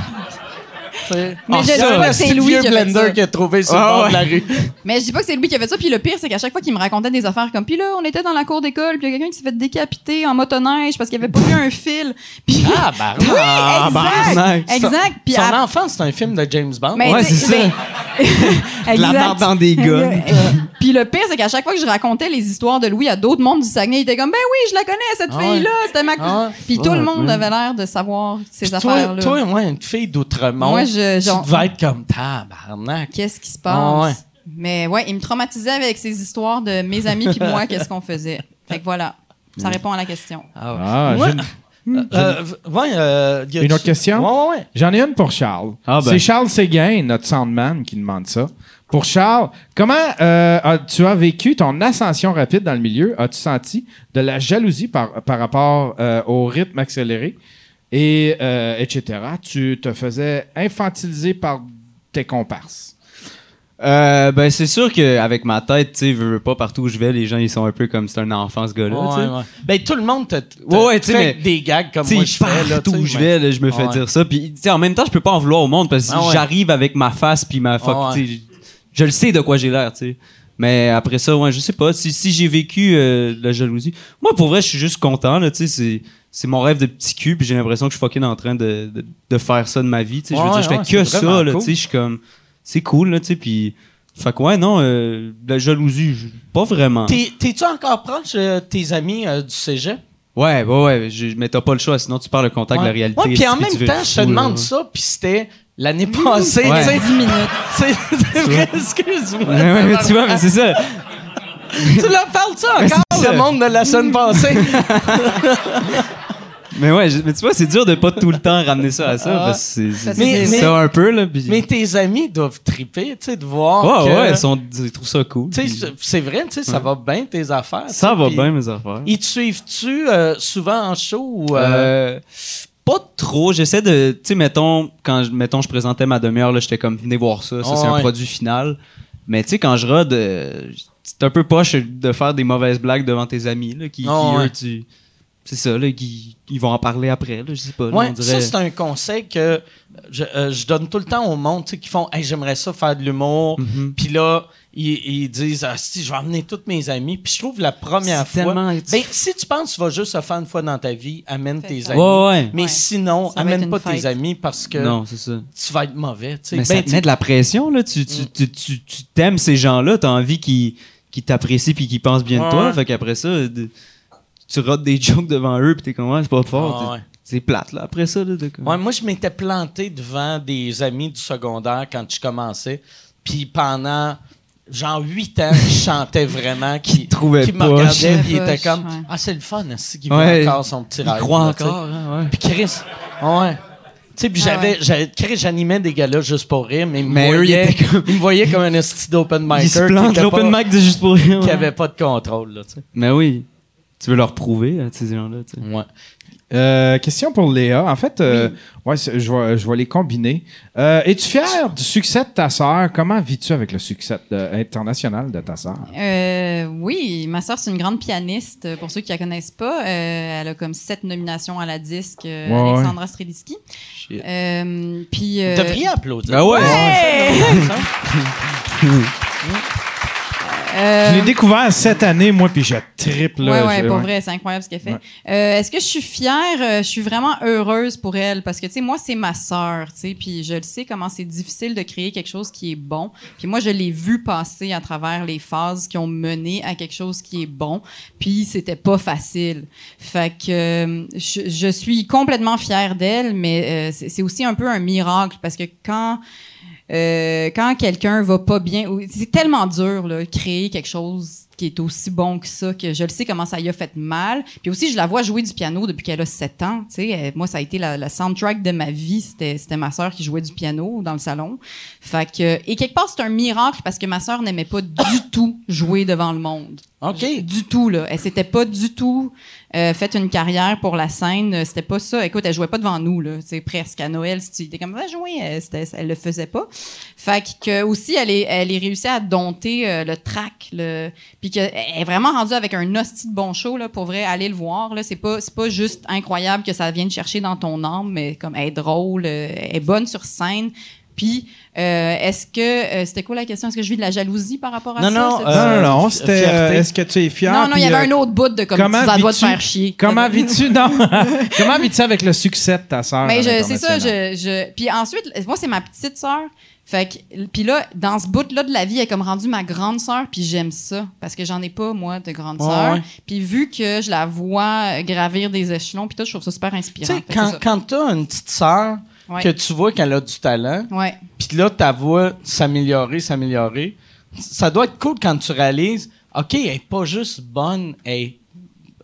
D: mais
A: Ah,
D: je dis
A: ça,
D: pas
A: le
D: que c'est
A: petit
D: Louis
A: vieux
D: qui a fait ça.
A: blender qu'il a trouvé sur le
E: Ah,
A: bord
E: ouais.
A: de la rue.
D: mais je dis pas que c'est lui qui a fait ça. Puis le pire, c'est qu'à chaque fois qu'il me racontait des affaires comme. Puis là, on était dans la cour d'école, puis il y a quelqu'un qui s'est fait décapiter en motoneige parce qu'il avait pas vu un fil. Puis.
A: Ah, bah
D: oui, exact! *laughs*
E: barnac.
D: exact! Puis
A: Son
D: à-
A: enfant, c'est un film de James Bond.
D: Mais
E: Ouais,
D: tu sais,
E: c'est ça.
D: *laughs* mais-
E: De la
D: Exact.
E: marde dans des gars.
D: euh, Puis le pire, c'est qu'à chaque fois que je racontais les histoires de Louis à d'autres mondes du Saguenay, ils étaient comme, ben oui, je la connais, cette
A: Ah ouais.
D: fille-là, c'était ma cousine.
A: Ah ouais.
D: Puis tout le monde
E: ouais.
D: avait l'air de savoir ces
A: toi,
D: affaires-là.
A: toi, moi, une fille d'Outremont,
D: Moi, je- genre-
A: tu devais être comme tabarnak.
D: Qu'est-ce qui se
A: Ah ouais.
D: passe? Mais ouais, il me traumatisait avec ces histoires de mes amis puis moi, qu'est-ce qu'on faisait. Fait que voilà, ça répond à la question.
C: Ah,
A: Moi-
C: j'ai une-
A: Euh, euh, ouais, euh, y a
C: Une
A: du-
C: autre question?
A: Ouais, ouais, ouais.
C: J'en ai une pour Charles.
E: Ah ben.
C: C'est Charles Séguin, notre soundman, qui demande ça. Pour Charles, comment euh, as- tu as vécu ton ascension rapide dans le milieu? As-tu senti de la jalousie par, par rapport euh, au rythme accéléré et euh, etc. Tu te faisais infantiliser par tes comparses.
E: Euh, ben, c'est sûr qu'avec ma tête, tu sais, veux, veux pas partout où je vais, les gens, ils sont un peu comme c'est un enfant, ce gars-là. tu sais.
A: Ouais, ouais. Ben, tout le monde te, te-
E: Ouais, ouais, tu sais,
A: fait
E: mais-
A: des gags comme
E: Tu sais,
A: moi, je fais. là,
E: partout
A: tu sais,
E: où je
A: mais-
E: vais, là, je me fais
A: Ouais.
E: dire ça. Puis, tu sais, en même temps, je peux pas en vouloir au monde parce que
A: Ah ouais.
E: j'arrive avec ma face puis ma fuck.
A: Ah ouais.
E: tu sais, Je le sais de quoi j'ai l'air, tu sais. Mais après ça, ouais, je sais pas. Si, si j'ai vécu euh, de la jalousie, moi, pour vrai, je suis juste content, là, tu sais. C'est, c'est mon rêve de petit cul, puis j'ai l'impression que je suis fucking en train de, de, de faire ça de ma vie, tu sais. je veux
A: Ouais,
E: dire, je
A: ouais,
E: fais que
A: c'est
E: ça,
A: vraiment
E: là,
A: cool.
E: tu sais. Je suis comme, c'est cool, là, tu sais. Puis, fait que, ouais, non, euh, de la jalousie, je- pas vraiment.
A: T'es- T'es-tu encore proche de tes amis euh, du cégep?
E: Ouais, ouais, ouais, je, mais t'as pas le choix, sinon tu perds le contact de la réalité.
A: Ouais, puis en même
E: tu veux
A: temps, je te
E: fou,
A: demande
E: là.
A: ça, puis c'était l'année passée,
E: Ouais.
A: tu sais.
D: 10 minutes.
A: C'est c'est vrai, excuse-moi.
E: Ouais, ouais, mais tu vois, mais c'est ça.
A: Tu leur parles ça encore,
E: c'est ça.
A: le monde de la semaine passée?
E: Mais ouais, je- mais tu vois, c'est dur de pas tout le temps ramener ça à ça.
A: Ah.
E: parce que c'est- c'est
D: Parce que
E: c'est
A: c'est-
E: ça un peu, là. Puis...
A: Mais tes amis doivent triper, tu sais, de voir
E: ouais,
A: que...
E: ouais, ils, sont, ils trouvent ça cool.
A: Tu sais,
E: puis-
A: c'est- c'est vrai, tu sais, ça va bien tes affaires. tu
E: Ça
A: sais,
E: va
A: puis
E: bien, mes affaires.
A: Ils te suivent-tu euh, souvent en show ou... euh,
E: Euh, Pas trop. J'essaie de. Tu sais, mettons, quand je, mettons, je présentais ma demi-heure, là, j'étais comme, venez voir ça. Ça, c'est
A: Ah ouais.
E: un produit final. Mais tu sais, quand je rode, euh, c'est un peu poche de faire des mauvaises blagues devant tes amis, là, qui, qui,
A: Ah ouais.
E: eux, tu. C'est ça, là, qui, ils vont en parler après, là, je sais pas. là,
A: Ouais,
E: on
A: ça,
E: dirait...
A: c'est un conseil que je, euh, je donne tout le temps au monde, tu sais, qui font hey, « j'aimerais ça faire de l'humour
E: Mhm.
A: Puis là, ils, ils disent « Ah, si, je vais emmener tous mes amis. » Puis je trouve la première
E: C'est
A: fois...
E: tellement-
A: Ben, si tu penses que tu vas juste le faire une fois dans ta vie, amène
D: Fais
A: tes
D: ça.
A: amis.
E: Ouais, ouais.
A: Mais
D: Ouais.
A: sinon,
D: Ça va être
A: amène
D: une
A: pas
D: fête.
A: tes amis parce que
E: Non, c'est ça.
A: tu vas être mauvais. tu sais. Ben,
E: Mais
A: Mm.
E: ça te
A: tu-
E: met de la pression, là. Tu, tu, tu, tu, tu t'aimes ces gens-là, t'as envie qu'ils, qu'ils t'apprécient puis qu'ils pensent bien
A: Ouais,
E: de toi.
A: ouais.
E: Fait qu'après ça, de- tu rates des *laughs* jokes devant eux puis t'es comme, ouais, c'est pas fort.
A: Ah,
E: t'es-
A: ouais.
E: C'est plate, là. Après ça, là, t'es comme-
A: Ouais, moi, je m'étais planté devant des amis du secondaire quand je commençais. Puis pendant genre huit ans, je chantais vraiment qui
E: trouvait
A: qui me
E: poche.
A: *laughs* regardait puis il
D: Poche,
A: était comme
D: ouais.
A: ah c'est le fun aussi qui
E: Ouais.
A: voit encore son petit
E: Ils
A: rêve.
E: croient
A: là, tu sais.
E: encore, hein, ouais.
A: Puis Chris, ouais. Tu sais, puis
D: Ah
A: j'avais, j'avais, Chris, j'animais des gars-là juste pour rire, mais ils me
E: Mais eux, ils
A: voyaient, *laughs*
E: étaient comme-
A: ils me voyaient comme un esti d'open micer
E: Ils se
A: qui
E: plantent
A: était
E: l'open
A: pas-
E: mic de juste pour rire.
A: qui
E: ouais.
A: avait pas de contrôle, là, tu sais.
E: *laughs* Mais oui. Tu veux leur prouver à ces gens-là, tu sais.
A: Ouais.
C: Euh, question pour Léa. En fait, euh, ouais, c'est- je vais, je vais les combiner. Euh, Es-tu fier du succès de ta sœur? Comment vis-tu avec le succès de- international de ta sœur?
D: Euh, oui, ma sœur, c'est une grande pianiste. Pour ceux qui la connaissent pas, euh, elle a comme sept nominations à la disque, euh,
C: Ouais, ouais.
D: Alexandra Strelitzky.
E: Shit.
D: Euh, puis. euh,
E: Ben
A: Vous devriez applaudir.
E: Ah ouais.
D: Ouais! Euh,
C: Je l'ai découvert cette année, moi, puis je triple.
D: Oui,
C: là,
D: Euh, ouais,
C: je-
D: pour
C: ouais.
D: vrai, c'est incroyable ce qu'elle fait. Euh, Est-ce que je suis fière? Euh, je suis vraiment heureuse pour elle parce que, tu sais, moi, c'est ma sœur, tu sais, puis je le sais comment c'est difficile de créer quelque chose qui est bon. Puis moi, je l'ai vu passer à travers les phases qui ont mené à quelque chose qui est bon, puis c'était pas facile. Fait que euh, je, je suis complètement fière d'elle, mais euh, c'est c'est aussi un peu un miracle parce que quand... Euh, quand quelqu'un va pas bien, ou- c'est tellement dur là, créer quelque chose qui est aussi bon que ça, que je le sais comment ça y a fait mal. Puis aussi, je la vois jouer du piano depuis qu'elle a 7 ans. tu sais. Elle- moi, ça a été la, la soundtrack de ma vie. C'était c'était ma sœur qui jouait du piano dans le salon. Fait que, et quelque part, c'est un miracle parce que ma sœur n'aimait pas du tout jouer devant le monde.
A: OK.
D: Du tout, là. Elle s'était pas du tout euh, fait une carrière pour la scène. Euh, C'était pas ça. Écoute, elle jouait pas devant nous, là. C'est presque à Noël, si tu étais comme, va jouer, elle, c'était- elle le faisait pas. Fait que, que aussi, elle est, elle est réussie à dompter euh, le track, le... puis qu'elle est vraiment rendue avec un hostie de bon show, là, pour vrai, aller le voir, là. C'est pas, c'est pas juste incroyable que ça vienne chercher dans ton âme, mais comme, elle est drôle, euh, elle est bonne sur scène. Puis, euh, est-ce que, euh, c'était quoi la question? Est-ce que je vis de la jalousie par rapport à
A: Non,
D: ça?
A: non,
D: C'est-
A: euh,
C: Non, non, non,
A: fi-
C: c'était.
A: fierté.
C: euh, Est-ce que tu es fier?
D: non, non, il y
C: Puis,
D: avait
C: euh,
D: un autre bout de comme
C: comment
D: ça doit te
C: vis-tu-
D: faire chier. *laughs*
C: Comment vis-tu? Non. comment vis-tu avec le succès de ta
A: Ah,
C: sœur?
D: Mais
C: à
D: Ben, je- c'est ça,
C: l'international?
D: je, je- Puis ensuite, moi, c'est ma petite sœur. Fait que, puis là, dans ce bout-là de la vie, elle est comme rendue ma grande sœur, puis j'aime ça. Parce que j'en ai pas, moi, de grande
A: Ouais,
D: sœur.
A: ouais.
D: Puis vu que je la vois euh, gravir des échelons, puis tout, je trouve ça super
A: Tu
D: inspirant.
A: sais,
D: Fait que
A: quand,
D: c'est ça.
A: quand t'as une petite sœur,
D: Ouais.
A: que tu vois qu'elle a du talent,
D: Ouais.
A: puis là, ta voix s'améliorer, s'améliorer, ça doit être cool quand tu réalises, OK, elle est pas juste bonne, elle, est-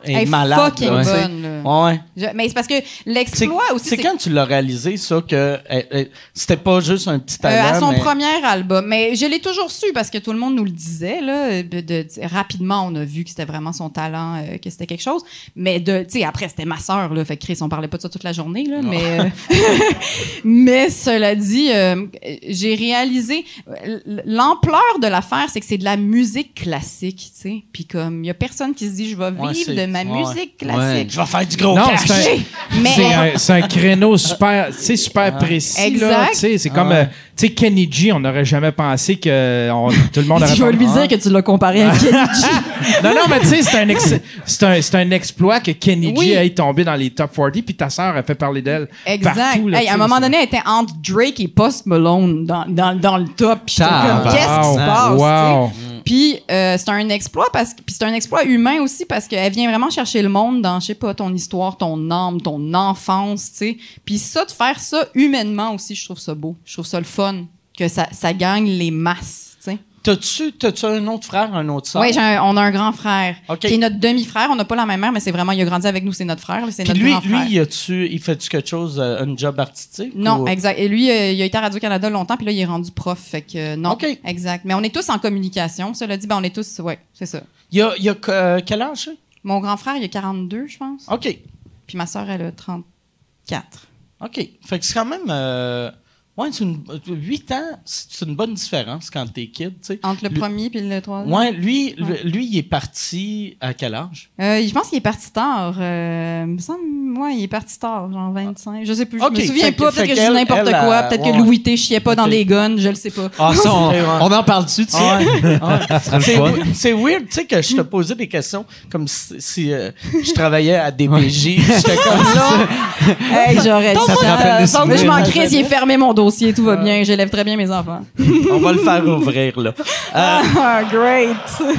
A: elle est
D: Elle est
A: malade.
D: fucking
A: là, tu sais.
D: bonne, là.
A: Ouais.
D: Je- mais c'est parce que
A: C'est
D: l'exploit aussi,
A: c'est quand tu l'as réalisé, ça, que euh, euh, c'était pas juste un petit talent.
D: Euh, à son
A: mais-
D: premier album. Mais je l'ai toujours su parce que tout le monde nous le disait. Là, de- de- rapidement, on a vu que c'était vraiment son talent, euh, que c'était quelque chose. Mais de, tu sais, après, c'était ma sœur. Là, fait que Chris, on parlait pas de ça toute la journée. Là, mais,
C: *laughs*
D: euh, *laughs* mais cela dit, euh, j'ai réalisé l- l'ampleur de l'affaire, c'est que c'est de la musique classique. tu sais. Puis comme, il y a personne qui se dit, je vais
A: Ouais,
D: vivre
A: c'est-
D: de ma
A: ouais.
D: musique
A: Ouais.
D: classique.
A: Je vais faire du gros
C: Non,
A: cash.
C: c'est un-
D: Mais
C: C'est un, c'est un créneau super, tu sais, super précis. là,
D: Exact.
C: tu sais, C'est comme euh, tu sais, Kenny G, on n'aurais jamais pensé que euh, on- tout le monde aurait
D: je vais lui dire que tu l'as
C: *laughs*
D: comparé à Kenny G.
C: Non, non, mais tu sais, c'est un, ex- c'est un, c'est un exploit que Kenny
D: Oui.
C: G ait tombé dans les top 40, puis ta sœur a fait parler d'elle.
D: Exact.
C: Partout, là,
D: Hey,
C: tu
D: à un
C: sais,
D: moment
C: c'est-
D: donné, elle était entre Drake et Post Malone dans, dans, dans le top. Puis j'étais comme,
E: Tabarnak.
D: qu'est-ce qui se passe?
C: Wow.
D: tu sais? Puis euh, c'est un exploit parce que puis c'est un exploit humain aussi parce qu'elle vient vraiment chercher le monde dans je sais pas ton histoire, ton âme, ton enfance, tu sais. Puis ça de faire ça humainement aussi, je trouve ça beau. Je trouve ça le fun que ça ça gagne les masses, tu sais.
A: T'as-tu t'as-tu un autre frère, un autre sœur?
D: Oui, on a un grand frère
A: Ok.
D: qui est notre demi-frère. On n'a pas la même mère, mais c'est vraiment, il a grandi avec nous, c'est notre frère, là, c'est
A: Puis
D: notre
A: lui,
D: grand frère.
A: lui, il a-tu, il fait-tu quelque chose, euh, un job artistique?
D: Non,
A: ou-
D: exact. Et lui, euh, il a été à Radio-Canada longtemps, puis là, il est rendu prof. Fait que euh, non.
A: OK.
D: Exact. Mais on est tous en communication. Cela dit, ben, on est tous. Ouais, c'est ça.
A: Il a, il a que- euh, quel âge? hein?
D: Mon grand frère, il a 42, je pense.
A: OK.
D: Puis ma soeur, elle a 34.
A: OK. Fait que c'est quand même. Euh, ouais, c'est une, 8 ans, c'est une bonne différence quand t'es kid, tu sais.
D: Entre le
A: Lui-
D: premier puis le troisième.
A: Ouais, lui,
D: Ouais.
A: lui, lui, il est parti à quel âge?
D: Euh, je pense qu'il est parti tard. Euh, il me semble, ouais, il est parti tard, genre 25. Je sais plus. Je
A: OK,
D: me souviens
A: fait que-
D: pas. Peut-être
A: fait
D: que je
A: qu'elle-
D: dis n'importe
A: elle,
D: quoi.
A: euh,
D: Peut-être
A: ouais.
D: que Louis T chiait pas dans
A: OK.
D: les guns. Je le sais pas.
A: Ah, ça, on,
E: On en parle-tu, tu sais?
A: Ah ouais, ah ouais.
E: Ça serait le
A: C'est
E: fun.
A: we- C'est weird, tu sais, que je te posais des questions comme si, si, euh, je travaillais à DPJ. J'étais comme là.
D: hey, j'aurais dit
A: Ça te rappelle des
D: Mais je m'en
A: souvenirs.
D: crie, j'ai fermé mon dossier,
A: Euh.
D: tout va bien. J'élève très bien mes enfants.
A: On va le faire ouvrir, là. Euh,
D: Ah, great!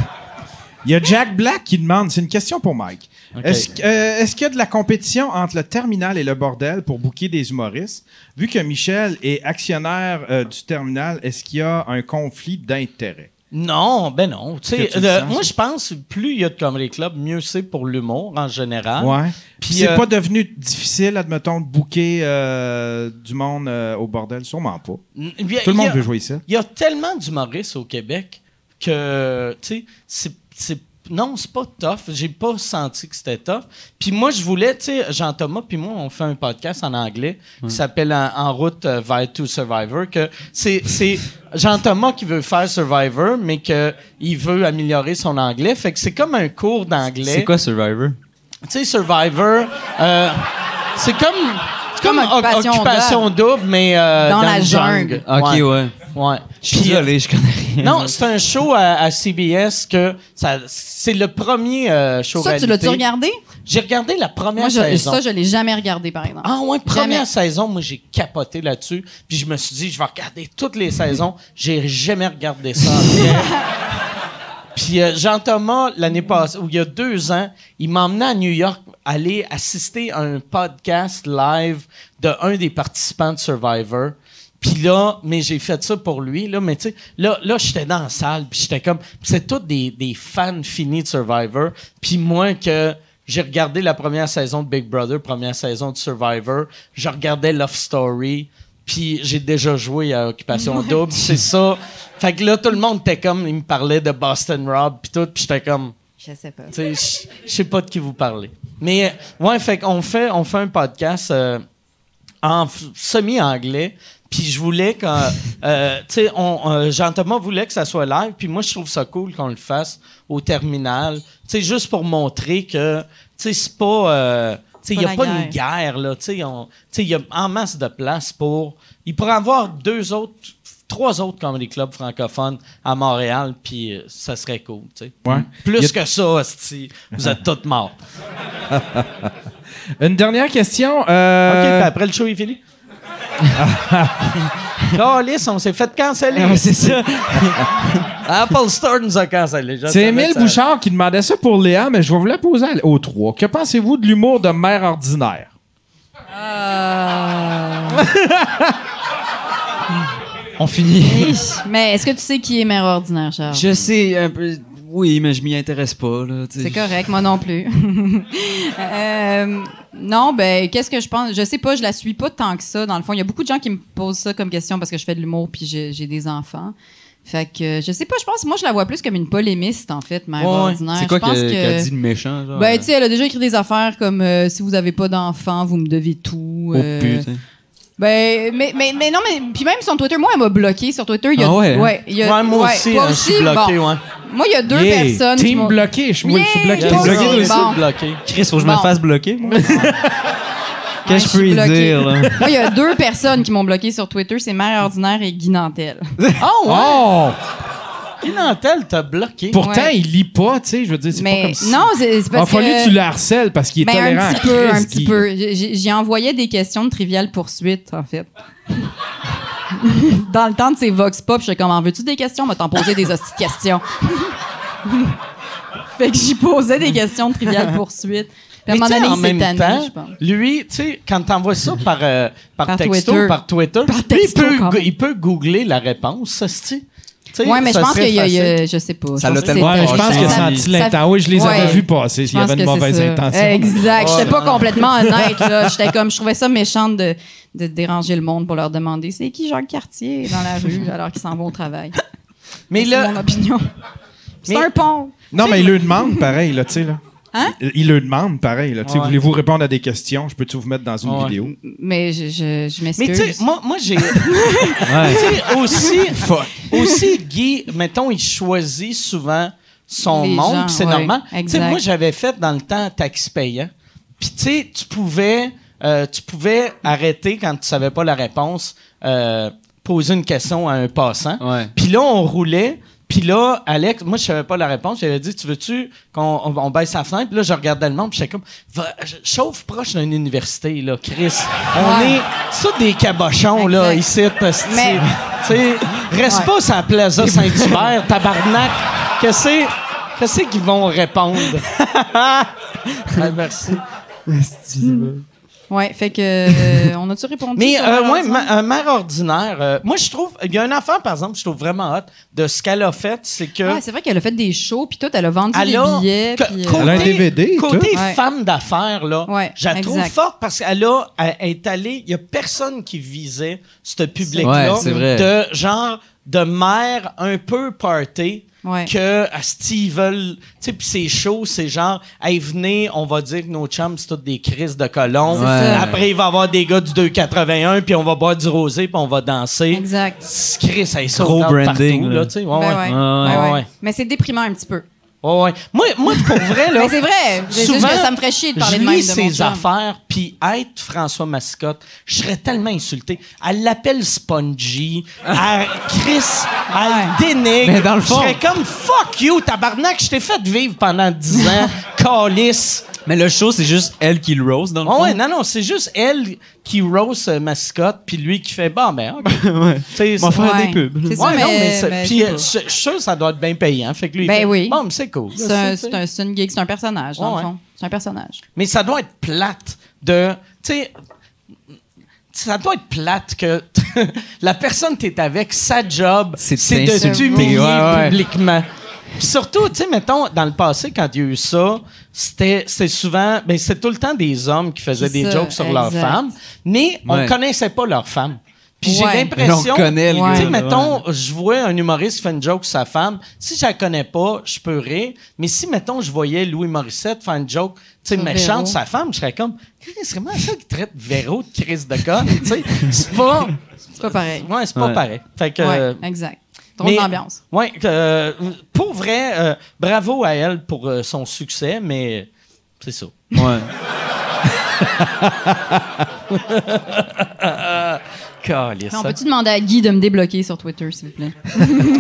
C: Il y a Jack Black qui demande, c'est une question pour Mike. Est-ce que- euh, est-ce qu'il y a de la compétition entre le terminal et le bordel pour bouquer des humoristes? Vu que Michel est actionnaire euh, du terminal, est-ce qu'il y a un conflit d'intérêts?
A: non, ben non. Tu sais,
C: Que tu le
A: euh,
C: sens,
A: moi,
C: ça?
A: je pense plus il y a de comedy club, mieux c'est pour l'humour en général.
C: Ouais.
A: Puis,
C: Ah. Puis c'est
A: euh,
C: pas devenu difficile, admettons, de bouquer euh, du monde euh, au bordel? Sûrement pas.
A: N- il y a-
C: Tout le
A: il y
C: monde
A: a-
C: veut jouer ici.
A: Il y a tellement d'humoristes au Québec que, tu sais, c'est- c'est. Non, c'est pas tough. J'ai pas senti que c'était tough. Puis moi, je voulais, tu sais, Jean-Thomas, puis moi, on fait un podcast en anglais qui s'appelle en, En route euh, vers To Survivor. que C'est c'est Jean-Thomas qui veut faire Survivor, mais qu'il veut améliorer son anglais. Fait que c'est comme un cours d'anglais.
E: C'est quoi Survivor?
A: Tu sais, Survivor, euh, c'est comme, c'est comme,
D: Comme
A: Oc- occupation,
D: Occupation
A: double, mais euh,
D: Dans la
A: le
D: jungle.
E: Ok, ouais.
A: Ouais.
E: Je suis
A: Puis, euh,
E: désolé, je connais rien. *laughs*
A: Non, c'est un show à, à CBS que ça, c'est le premier euh, show
D: Ça,
A: réalité.
D: tu l'as-tu regardé?
A: J'ai regardé la première
D: Moi, je,
A: saison.
D: ça, je l'ai jamais regardé, par exemple.
A: Ah ouais, première
D: Jamais.
A: saison, moi j'ai capoté là-dessus, puis je me suis dit je vais regarder toutes les saisons. J'ai jamais regardé ça.
D: *laughs*
A: en fait. Puis euh, Jean-Thomas, l'année passée, ou il y a deux ans, il m'emmenait à New York aller assister à un podcast live de un des participants de Survivor. Puis là, mais j'ai fait ça pour lui, là, mais tu sais, là, là j'étais dans la salle, puis j'étais comme, c'est tous des, des fans finis de Survivor, puis moi que j'ai regardé la première saison de Big Brother, première saison de Survivor, je regardais Love Story, puis j'ai déjà joué à Occupation Double, c'est ça. Fait que là, tout le monde était comme, il me parlait de Boston Rob, puis tout, puis j'étais comme,
D: Je sais pas.
A: tu sais, je je sais pas de qui vous parlez. Mais euh, ouais, fait qu'on fait, on fait un podcast euh, en f- semi-anglais. Puis je voulais que, euh, *laughs* tu sais, on- euh, Jean-Thomas voulait que ça soit live. Puis moi, je trouve ça cool qu'on le fasse au terminal. Tu sais, juste pour montrer que, tu sais, c'est pas, euh, tu sais, il n'y a
D: Pas la
A: pas une guerre, là. Tu sais, on- tu sais, il y a en masse de place pour. Il pourrait avoir deux autres, trois autres comedy clubs francophones à Montréal, puis euh, ça serait cool, tu sais.
C: Ouais.
A: Plus que ça, hostie, vous êtes tous morts.
C: Une dernière question.
A: OK,
C: euh,
A: puis après le show est fini. *laughs* Calice, on s'est fait
D: Ah,
A: canceller.
E: c'est ça.
A: Apple Store nous a cancellés. Je
C: C'est
A: savais
C: Émile
A: que ça- euh,
C: Bouchard qui demandait ça pour Léa, mais je vais vous la poser à- aux trois. Que pensez-vous de l'humour de mère ordinaire?
E: On finit.
D: *laughs* Mais est-ce que tu sais qui est mère ordinaire, Charles?
E: Je sais un peu. Oui, mais je m'y intéresse pas. Là, tu sais.
D: C'est correct, moi non plus. *laughs* Euh, non, ben, qu'est-ce que je pense? Je sais pas, je la suis pas tant que ça, dans le fond. Il y a beaucoup de gens qui me posent ça comme question parce que je fais de l'humour puis j'ai j'ai des enfants. Fait que euh, je sais pas, je pense, moi je la vois plus comme une polémiste, en fait, mère
A: Ouais, ouais.
D: hein, ordinaire.
E: C'est quoi
D: je pense
E: qu'elle
D: que-
E: qu'elle dit de méchant? Genre, euh,
D: Ben, tu sais, elle a déjà écrit des affaires comme euh, si vous avez pas d'enfants, vous me devez tout.
E: Oh
D: euh,
E: putain.
D: Ben, mais, mais, mais non, mais puis même son Twitter, moi, elle m'a bloqué sur Twitter. Il y a,
E: Ah
C: hein?
E: ouais?
D: il y a-
A: Ouais, moi
D: ouais,
A: aussi,
D: toi
A: hein, je suis
D: aussi,
A: bloqué,
D: bon.
A: ouais.
D: Moi, il y a deux
C: Yeah.
D: personnes. qui
C: Team
D: m'ont-
C: bloqué, je moi, je suis
D: Yeah,
C: bloqué.
D: toi
E: Bloqué, toi
D: aussi,
E: aussi.
D: bon.
A: bloqué.
E: Chris, faut que je me
D: Bon.
E: fasse bloquer, moi.
D: Ouais,
E: *laughs* Qu'est-ce
D: je
E: que je peux
D: suis
E: y
D: bloquée.
E: dire, là?
D: Moi, il y a deux personnes qui m'ont bloqué sur Twitter, c'est Mère Ordinaire et Guy Nantel.
A: Oh, ouais.
C: Oh!
A: Inantel t'a bloqué.
C: Pourtant,
D: Ouais.
C: il lit pas, tu sais, je veux dire, c'est pas
D: Mais
C: comme si...
D: non, c'est c'est
C: Il a
D: parce
C: fallu que
D: que...
C: tu le harcèles parce qu'il est
D: Ben,
C: tolérant.
D: un petit peu, un
C: Christ, euh,
D: petit
C: Guy.
D: peu. J'ai j'ai envoyé des questions de triviale poursuite, en fait. *laughs* Dans le temps de ces Vox Pop, je suis comme, en veux-tu des questions? M'a t'en poser des hosties de questions. *laughs* fait que j'y posais des questions de triviale poursuite. Puis à
A: Mais
D: un moment
A: tu sais,
D: donné,
A: en
D: il s'est
A: même
D: tanné,
A: temps,
D: je pense.
A: lui, tu sais, quand t'envoies ça par, euh, par,
D: Par
A: texto,
D: Twitter.
A: par Twitter,
D: Par
A: lui,
D: texto,
A: il, peut,
D: quand
A: go-
D: même.
A: il peut googler la réponse, hostie. Tu sais,
D: Ouais, mais je
A: ça
D: pense
A: serait
D: qu'il y a, il y a-
A: facile.
D: je sais pas.
E: Ça
D: Je pense
E: l'a
D: que
E: tellement
D: c'est-
C: Ouais, je pense
E: Ça-
C: qu'il a
E: ça-
C: senti
D: ça-
C: l'intention. Oui, je les
D: Ouais.
C: avais vus passer
D: Je
C: s'il y
D: pense
C: avait une
D: que c'est
C: mauvaise
D: ça. Eh,
C: intention.
D: Exact.
A: Oh
D: J'étais pas
A: là. *laughs*
D: complètement honnête, là. J'étais comme, je trouvais ça méchant de, de déranger le monde pour leur demander c'est qui Jacques Cartier dans la
A: *laughs*
D: rue alors qu'ils s'en vont au travail.
A: Mais
D: C'est
A: là,
D: mon opinion.
A: *laughs*
D: C'est
A: Mais-
D: un pont.
C: Non, mais il le demande pareil, là, tu sais, là.
D: Hein?
C: Il- Il le demande pareil, là. Tu sais,
A: Ouais.
C: voulez-vous répondre à des questions? Je peux-tu vous mettre dans une
A: Ouais.
C: vidéo?
D: Mais je, je, je
A: Mais tu sais,
D: m'excuse.
A: moi, moi j'ai. Tu sais, aussi, aussi, Guy, mettons, il choisit souvent son
D: Les
A: monde,
D: gens,
A: puis c'est
D: ouais,
A: normal. Tu sais,
D: exact.
A: moi, j'avais fait dans le temps taxi payant. Puis tu sais, tu pouvais, euh, tu pouvais arrêter quand tu savais pas la réponse, euh, poser une question à un passant.
E: *laughs* Ouais.
A: Puis là, on roulait. Puis là, Alex, moi, je savais pas la réponse. J'avais dit, tu veux-tu qu'on on, on baisse la fenêtre? Puis là, je regardais le monde. Puis j'étais comme, Va- chauffe proche d'une université, là, Chris. On
D: Ouais.
A: est... Ça, des cabochons, là, ici,
D: Exact.
A: hostie.
D: Mais-
A: Tu sais, reste
D: Ouais.
A: pas sur la plaza Saint-Hubert, tabarnak. Qu'est-ce que qu'est-ce qu'ils vont
D: *laughs*
A: répondre? Ouais, merci.
D: Ouais, fait
A: *laughs*
D: que. euh, on a-tu répondu?
A: Mais
D: sur
A: euh,
D: leur
A: ouais,
D: ensemble?
A: ma- un maire ordinaire, euh, moi je trouve, il y a une affaire par exemple, que je trouve vraiment hot de ce qu'elle a fait, c'est que
D: Ouais, Ah, c'est vrai qu'elle a fait des shows, puis tout, elle a vendu
A: elle
D: des
A: a,
D: billets.
A: que-
D: puis, euh,
A: côté,
C: Elle a un DVD et
A: côté
D: tout. Ouais.
A: femme d'affaires là,
D: Ouais,
A: je la trouve
D: exact.
A: forte parce qu'elle a, elle est allée, il y a personne qui visait ce public là
E: Ouais, c'est vrai.
A: de genre de mère un peu party.
D: Ouais.
A: Que à Steven, tu sais, puis c'est chaud, c'est genre, hey, venez, on va dire que nos chums, c'est toutes des crises de colons.
E: C'est ça.
A: Après, il va y avoir des gars du 281, puis on va boire du rosé, puis on va danser.
D: Exact.
A: Chris, ça
E: Gros branding,
A: partout,
E: là.
A: là, tu sais. Ouais,
D: Ben
A: ouais.
D: ouais,
E: Ouais,
D: ben
A: ouais.
D: ouais. Mais c'est déprimant un petit peu.
A: Ouais, ouais. Moi, moi, pour vrai, là.
D: *laughs* Mais c'est vrai. C'est juste
A: souvent,
D: que ça me ferait chier de parler
A: je
D: de même
A: lis
D: de mon
A: ses
D: chum.
A: affaires, puis être François Mascotte, je serais tellement insulté. Elle l'appelle Spongy, elle Chris, elle dénigre.
B: Mais dans le fond-
A: Je serais comme « Fuck you, tabarnak, je t'ai fait vivre pendant 10
D: *laughs*
A: ans, calice.
E: Mais le show, c'est juste elle qui le rose dans le
A: Ah
E: fond.
B: Mm-hmm.
A: ouais, non, non, c'est juste elle qui roast euh, Mascotte, puis lui qui fait « Bon, ben,
B: *laughs*
A: ok. Tu sais,
E: M'en
A: c'est-
E: faire
D: Ouais.
E: des pubs.
D: C'est ça,
A: Ouais, non, mais
D: mais.
A: c'est-
D: mais
A: puis,
D: je sais
A: euh, je
D: pas.
A: je suis sûr que ça doit être bien payant. Fait que lui, il
D: Ben
A: fait,
D: oui.
A: Bon, mais c'est cool.
D: C'est un- c'est un- c'est une gig, c'est un personnage, dans
A: Ouais,
D: le
A: ouais.
D: fond. C'est un personnage.
A: Mais ça doit être plate de. Tu sais. Ça doit être plate que *laughs* la personne que t'es avec, sa job,
B: C'est de
A: c'est de
B: t'insulter,
A: t'humilier
B: ouais, ouais.
A: publiquement. Puis surtout, tu sais, mettons, dans le passé, quand il y a eu ça, c'était c'était souvent... Ben, c'était tout le temps des hommes qui faisaient
D: C'est
A: des
D: ça,
A: jokes sur leurs
D: exact.
A: femmes, mais
E: Ouais.
A: on connaissait pas leurs femmes. Puis j'ai
D: Ouais.
B: Mais on
A: l'impression...
B: connaît le
D: Ouais.
A: Tu sais,
D: gars,
A: mettons, je vois un humoriste faire une joke sur sa femme. Si je la connais pas, je peux rire. Mais si, mettons, je voyais Louis Morissette faire une joke, tu sais,
D: Sur Véro.
A: méchante sur sa femme, je serais comme, Chris, c'est vraiment ça qui traite Véro de Chris de conne, tu sais. C'est pas,
D: C'est pas pareil.
A: ouais, c'est pas
E: Ouais.
A: pareil. Fait que,
D: Ouais, exact. Drôle
A: mais-
D: d'ambiance.
A: ouais, que, euh, pour vrai, euh, bravo à elle pour euh, son succès, mais c'est ça.
E: Ouais.
A: Calisse,
D: Mais On
A: hein.
D: peut-tu demander à Guy de me débloquer sur Twitter, s'il vous plaît?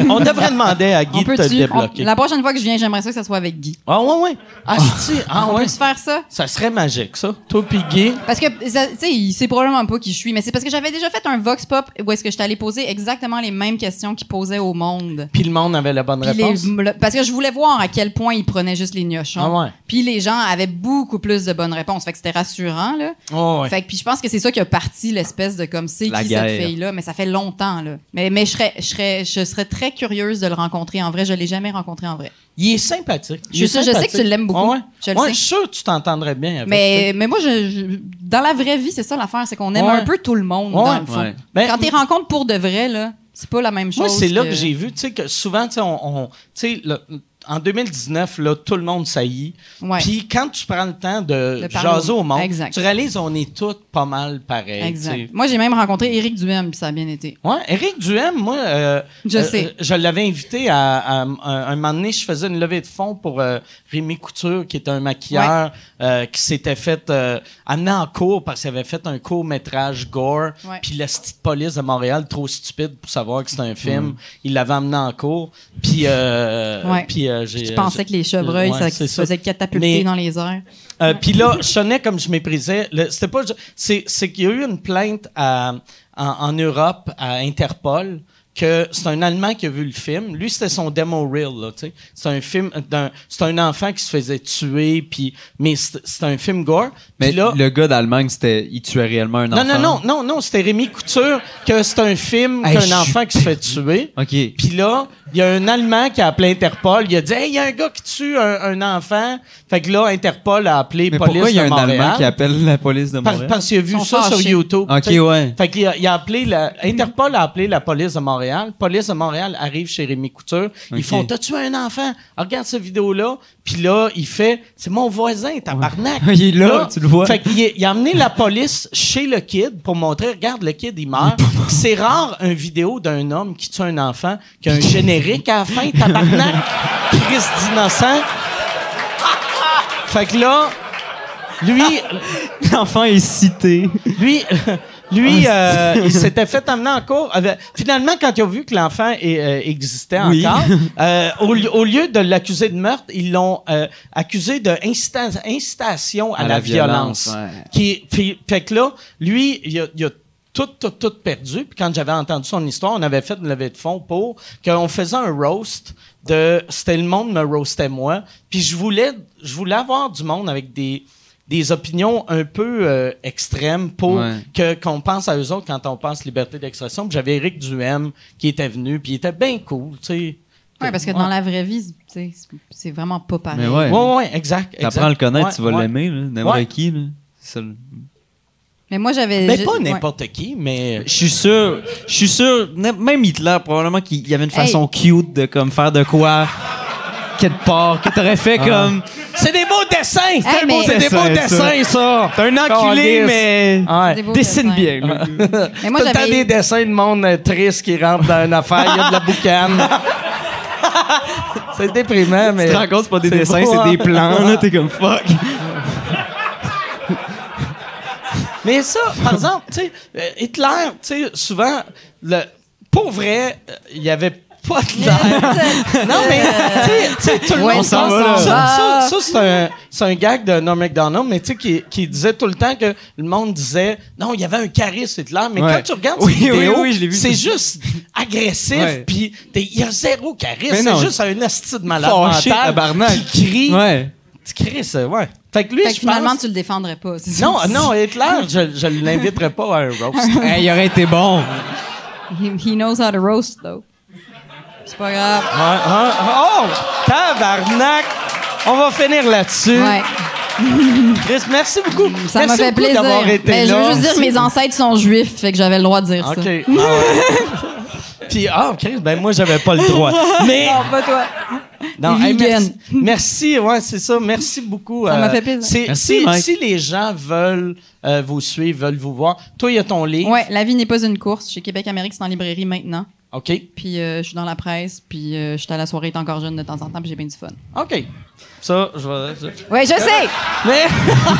A: on devrait demander à
D: On
A: Guy de te
D: peut-tu?
A: le débloquer.
D: on- La prochaine fois que je viens, j'aimerais ça que ça soit avec Guy.
A: Ah, ouais, ouais. Ah, si, ah,
D: On
A: ouais.
D: peut-tu faire ça?
A: Ça serait magique, ça. Toi, puis Guy.
D: Parce que, ça- tu sais, il sait probablement pas qui je suis, mais c'est parce que j'avais déjà fait un Vox Pop où est-ce que je t'allais poser exactement les mêmes questions qu'il posait au monde.
A: Puis le monde avait la bonne
D: Puis les-
A: réponse.
D: le- parce que je voulais voir à quel point il prenait juste les gnochons.
A: Ah ouais.
D: Puis les gens avaient beaucoup plus de bonnes réponses. Fait que c'était rassurant, là.
A: Oh, ouais.
D: Fait que, puis je pense que c'est ça qui a parti l'espèce de comme c'est
E: La
D: qui
E: guerre.
D: cette fille-là, mais ça fait longtemps, là. Mais, mais je, serais, je, serais, je serais très curieuse de le rencontrer en vrai. Je l'ai jamais rencontré en vrai.
A: Il est sympathique.
D: Je
A: Il est
D: sais- je sais
A: sympathique.
D: que tu l'aimes beaucoup.
A: Ah ouais?
D: Je le
A: Ouais,
D: sais.
A: je suis sûr que tu t'entendrais bien avec.
D: Mais, mais moi, je, je- dans la vraie vie, c'est ça l'affaire, c'est qu'on aime
A: Ouais.
D: un peu tout le monde,
A: Ouais,
D: dans le fond.
E: ouais.
A: Ben,
D: Quand tu rencontres pour de vrai, là, c'est pas la même chose.
A: Moi, c'est là que, j'ai vu, tu sais, que souvent, tu sais, on, on- tu sais, le- en 2019, là, tout le monde saillit.
D: Ouais.
A: Puis quand tu prends le temps de,
D: De parler
A: jaser
D: au-
A: au monde,
D: Exact.
A: tu réalises on est tous pas mal pareils. euh, tu
D: Exact.
A: sais.
D: Moi, j'ai même rencontré Éric Duhem, puis ça a bien été.
A: Ouais, Éric Duhem, moi, euh,
D: Je
A: euh,
D: sais.
A: euh, je l'avais invité à, à- à- un moment donné, je faisais une levée de fonds pour euh, Rémi Couture, qui est un maquilleur euh, qui s'était fait euh, amener en cours parce qu'il avait fait un court métrage gore,
D: Ouais.
A: puis la petite police de Montréal, trop stupide pour savoir que c'était un film, il l'avait amené en cours, puis euh,
D: Mm. Ouais.
A: puis euh, j'ai
D: Puis tu pensais
A: j'ai-
D: que les chevreuils,
A: Ouais,
D: ça
A: c'est
D: se faisait catapulter
A: Mais-
D: dans les airs.
A: euh, Puis là, je sonnais comme je méprisais. Le- C'était pas. C'est, c'est qu'il y a eu une plainte à- en, en Europe à Interpol que c'est un Allemand qui a vu le film. Lui, c'était son demo reel. Là, tu sais. c'est un film d'un. C'est un enfant qui se faisait tuer. Puis mais c'est, c'est un film gore.
E: Mais
A: Puis là,
E: le gars d'Allemagne, c'était, il tuait réellement un enfant.
A: non, non, non, non, non, c'était Rémi Couture que c'est un film
E: Hey,
A: qu'un
E: je
A: enfant qui se fait tuer.
E: OK.
A: Puis là, il y a un Allemand qui a appelé Interpol. Il a dit, hey, il y a un gars qui tue un, un enfant. Fait que là, Interpol a appelé
E: Mais
A: police
E: pourquoi il y a
A: de
E: un
A: Montréal.
E: Allemand qui appelle la police de
A: Par-
E: Montréal?
A: parce qu'il a vu
D: Ils sont
A: ça sur
D: fâchés.
A: YouTube.
E: Ok,
A: tu sais.
E: ouais.
A: Fait qu'il a, il a appelé la, Interpol a appelé la police de Montréal. Police de Montréal arrive chez Rémi Couture. Ils
E: Ok.
A: font T'as tué un enfant? Regarde cette vidéo-là. Puis là, il fait C'est mon voisin, tabarnak.
E: *laughs* Il est là, tu le vois.
A: Fait qu'il est- il a amené la police chez le kid pour montrer Regarde, le kid, il meurt. C'est rare une vidéo d'un homme qui tue un enfant qui a un générique à la fin,
E: *laughs*
A: tabarnak. Christ d'innocent. Fait que là, lui,
E: *laughs* L'enfant est cité.
A: lui, *laughs* lui,
E: Ah,
A: euh, il s'était fait amener en cours. Avec- Finalement, quand ils ont vu que l'enfant est- euh, existait
E: Oui. *laughs*
A: encore, euh, au, li- au lieu de l'accuser de meurtre, ils l'ont euh, accusé de incita- incitation à,
E: À
A: la,
E: la
A: violence.
E: violence, ouais.
A: Qui, puis- fait que là, lui, il a, il a tout, tout, tout perdu. Puis quand j'avais entendu son histoire, on avait fait une levée de fonds pour qu'on faisait un roast de c'était le monde me roastait moi. Puis je voulais, je voulais avoir du monde avec des des opinions un peu euh, extrêmes pour
E: Ouais.
A: que qu'on pense à eux autres quand on pense liberté d'expression. Puis j'avais Eric Duhem qui était venu, puis il était bien cool, tu sais.
D: Ouais, parce que
A: Ouais.
D: dans la vraie vie, c'est- tu sais, c'est- c'est vraiment pas pareil.
E: Mais ouais.
A: Ouais, ouais, exact.
E: T'apprends à le connaître, tu vas
A: l'aimer.
E: l'aimer, là, n'importe
A: Ouais.
E: qui. Là. C'est le-
D: Mais moi, j'avais.
A: Mais
D: je-
A: pas
D: ouais. *laughs*
A: n'importe qui, mais.
E: Je suis sûr, je suis sûr, n- même Hitler, probablement qu'il y avait une façon cute de comme faire de quoi, quelque part, que t'aurais fait
A: Ah.
E: comme.
A: C'est des beaux dessins!
D: Hey,
A: c'est des beaux-
D: mais-
A: c'est des beaux
E: Dessin, ça.
A: dessins, ça!
E: T'es un
A: enculé, *laughs*
E: mais.
A: Ouais.
D: Des beaux
E: Dessine
D: dessins.
E: bien. là.
D: Mais moi,
A: Tout le temps
D: j'avais.
E: *laughs*
A: des dessins de monde euh, triste qui rentre dans une affaire, il y a de la boucane. C'est déprimant, mais.
E: Tu te rends compte, c'est pas des
A: C'est
E: dessins,
A: beau, hein?
E: c'est des plans, là. T'es comme fuck.
A: Mais ça, par exemple, tu sais, euh, Hitler, tu sais, souvent, le, pour vrai, euh, il y avait pas de
D: *laughs*
A: l'air. non, mais, tu sais, tu sais, tout le
D: Ouais,
A: monde
D: on s'en
A: pense-
D: va, là.
A: Ça, ça, ça, c'est un, c'est un gag de Norm MacDonald, mais tu sais, qui, qui disait tout le temps que le monde disait, non, il y avait un charisme, Hitler, mais
E: Ouais.
A: quand tu regardes
E: Oui,
A: ses
E: oui,
A: vidéos,
E: oui, je l'ai vu.
A: c'est juste agressif,
E: Ouais.
A: puis t'es- il y a zéro charisme,
E: Mais non.
A: c'est juste un asti de malade
E: Fâché,
A: mental
E: tabarnak.
A: qui crie.
E: Ouais.
A: Tu cries, ça, ouais. Fait que lui,
D: Fait que
A: je
D: finalement,
A: pense...
D: tu le défendrais pas. c'est ça?
A: Non, non, Hitler, je, je l'inviterai pas à un roast.
E: Hey, il aurait été bon.
D: He, he knows how to roast, though. C'est pas grave.
A: Ah, ah, ah, oh, tabarnak! On va finir là-dessus.
D: Ouais.
A: Chris, merci beaucoup.
D: Ça
A: Merci
D: m'a fait
A: beaucoup
D: plaisir.
A: d'avoir été
D: Mais je
A: là.
D: veux juste dire, mes ancêtres sont juifs, fait que j'avais le droit de dire ça.
A: OK. Ah,
D: *laughs*
A: ouais. Puis, ah, Chris, ben moi, j'avais pas le droit. Mais,
D: Non, pas toi.
A: non,
D: les
A: hey,
D: vegans.
A: merci, merci, ouais, c'est ça. Merci beaucoup. euh,
D: Ça m'a fait plaisir.
A: c'est-
E: Merci,
A: si,
E: Mike.
A: si les gens veulent euh, vous suivre, veulent vous voir, toi, il y a ton livre.
D: Ouais, La vie n'est pas une course. Chez Québec Amérique, c'est en librairie maintenant.
A: OK.
D: Puis euh, je suis dans la presse, puis euh, je suis à la soirée T'es encore jeune de temps en temps, puis j'ai bien du fun.
A: OK. Ça, je vais. je-
D: Oui, je sais!
A: Mais.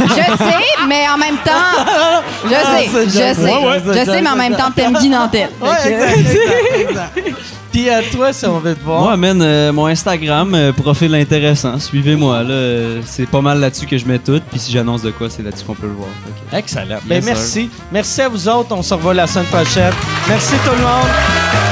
D: Je sais, mais en même temps.
A: *laughs*
D: Je sais,
A: c'est
D: je
A: gentil.
D: sais.
A: Ouais, ouais, c'est
D: je sais, mais en
A: gentil.
D: même temps, t'aimes Guy Nantel. Fait
A: Ouais,
D: que-
A: exact, exact, exact. *laughs* Puis, à toi, si on veut te voir.
E: Moi, man, euh, mon Instagram, euh, profil intéressant. Suivez-moi, là. Euh, c'est pas mal là-dessus que je mets tout. Puis si j'annonce de quoi, c'est là-dessus qu'on peut le voir. Fait que-
A: Excellent. Ben,
E: Yes, sir.
A: merci. Merci à vous autres. On se revoit la semaine prochaine. Merci tout le monde.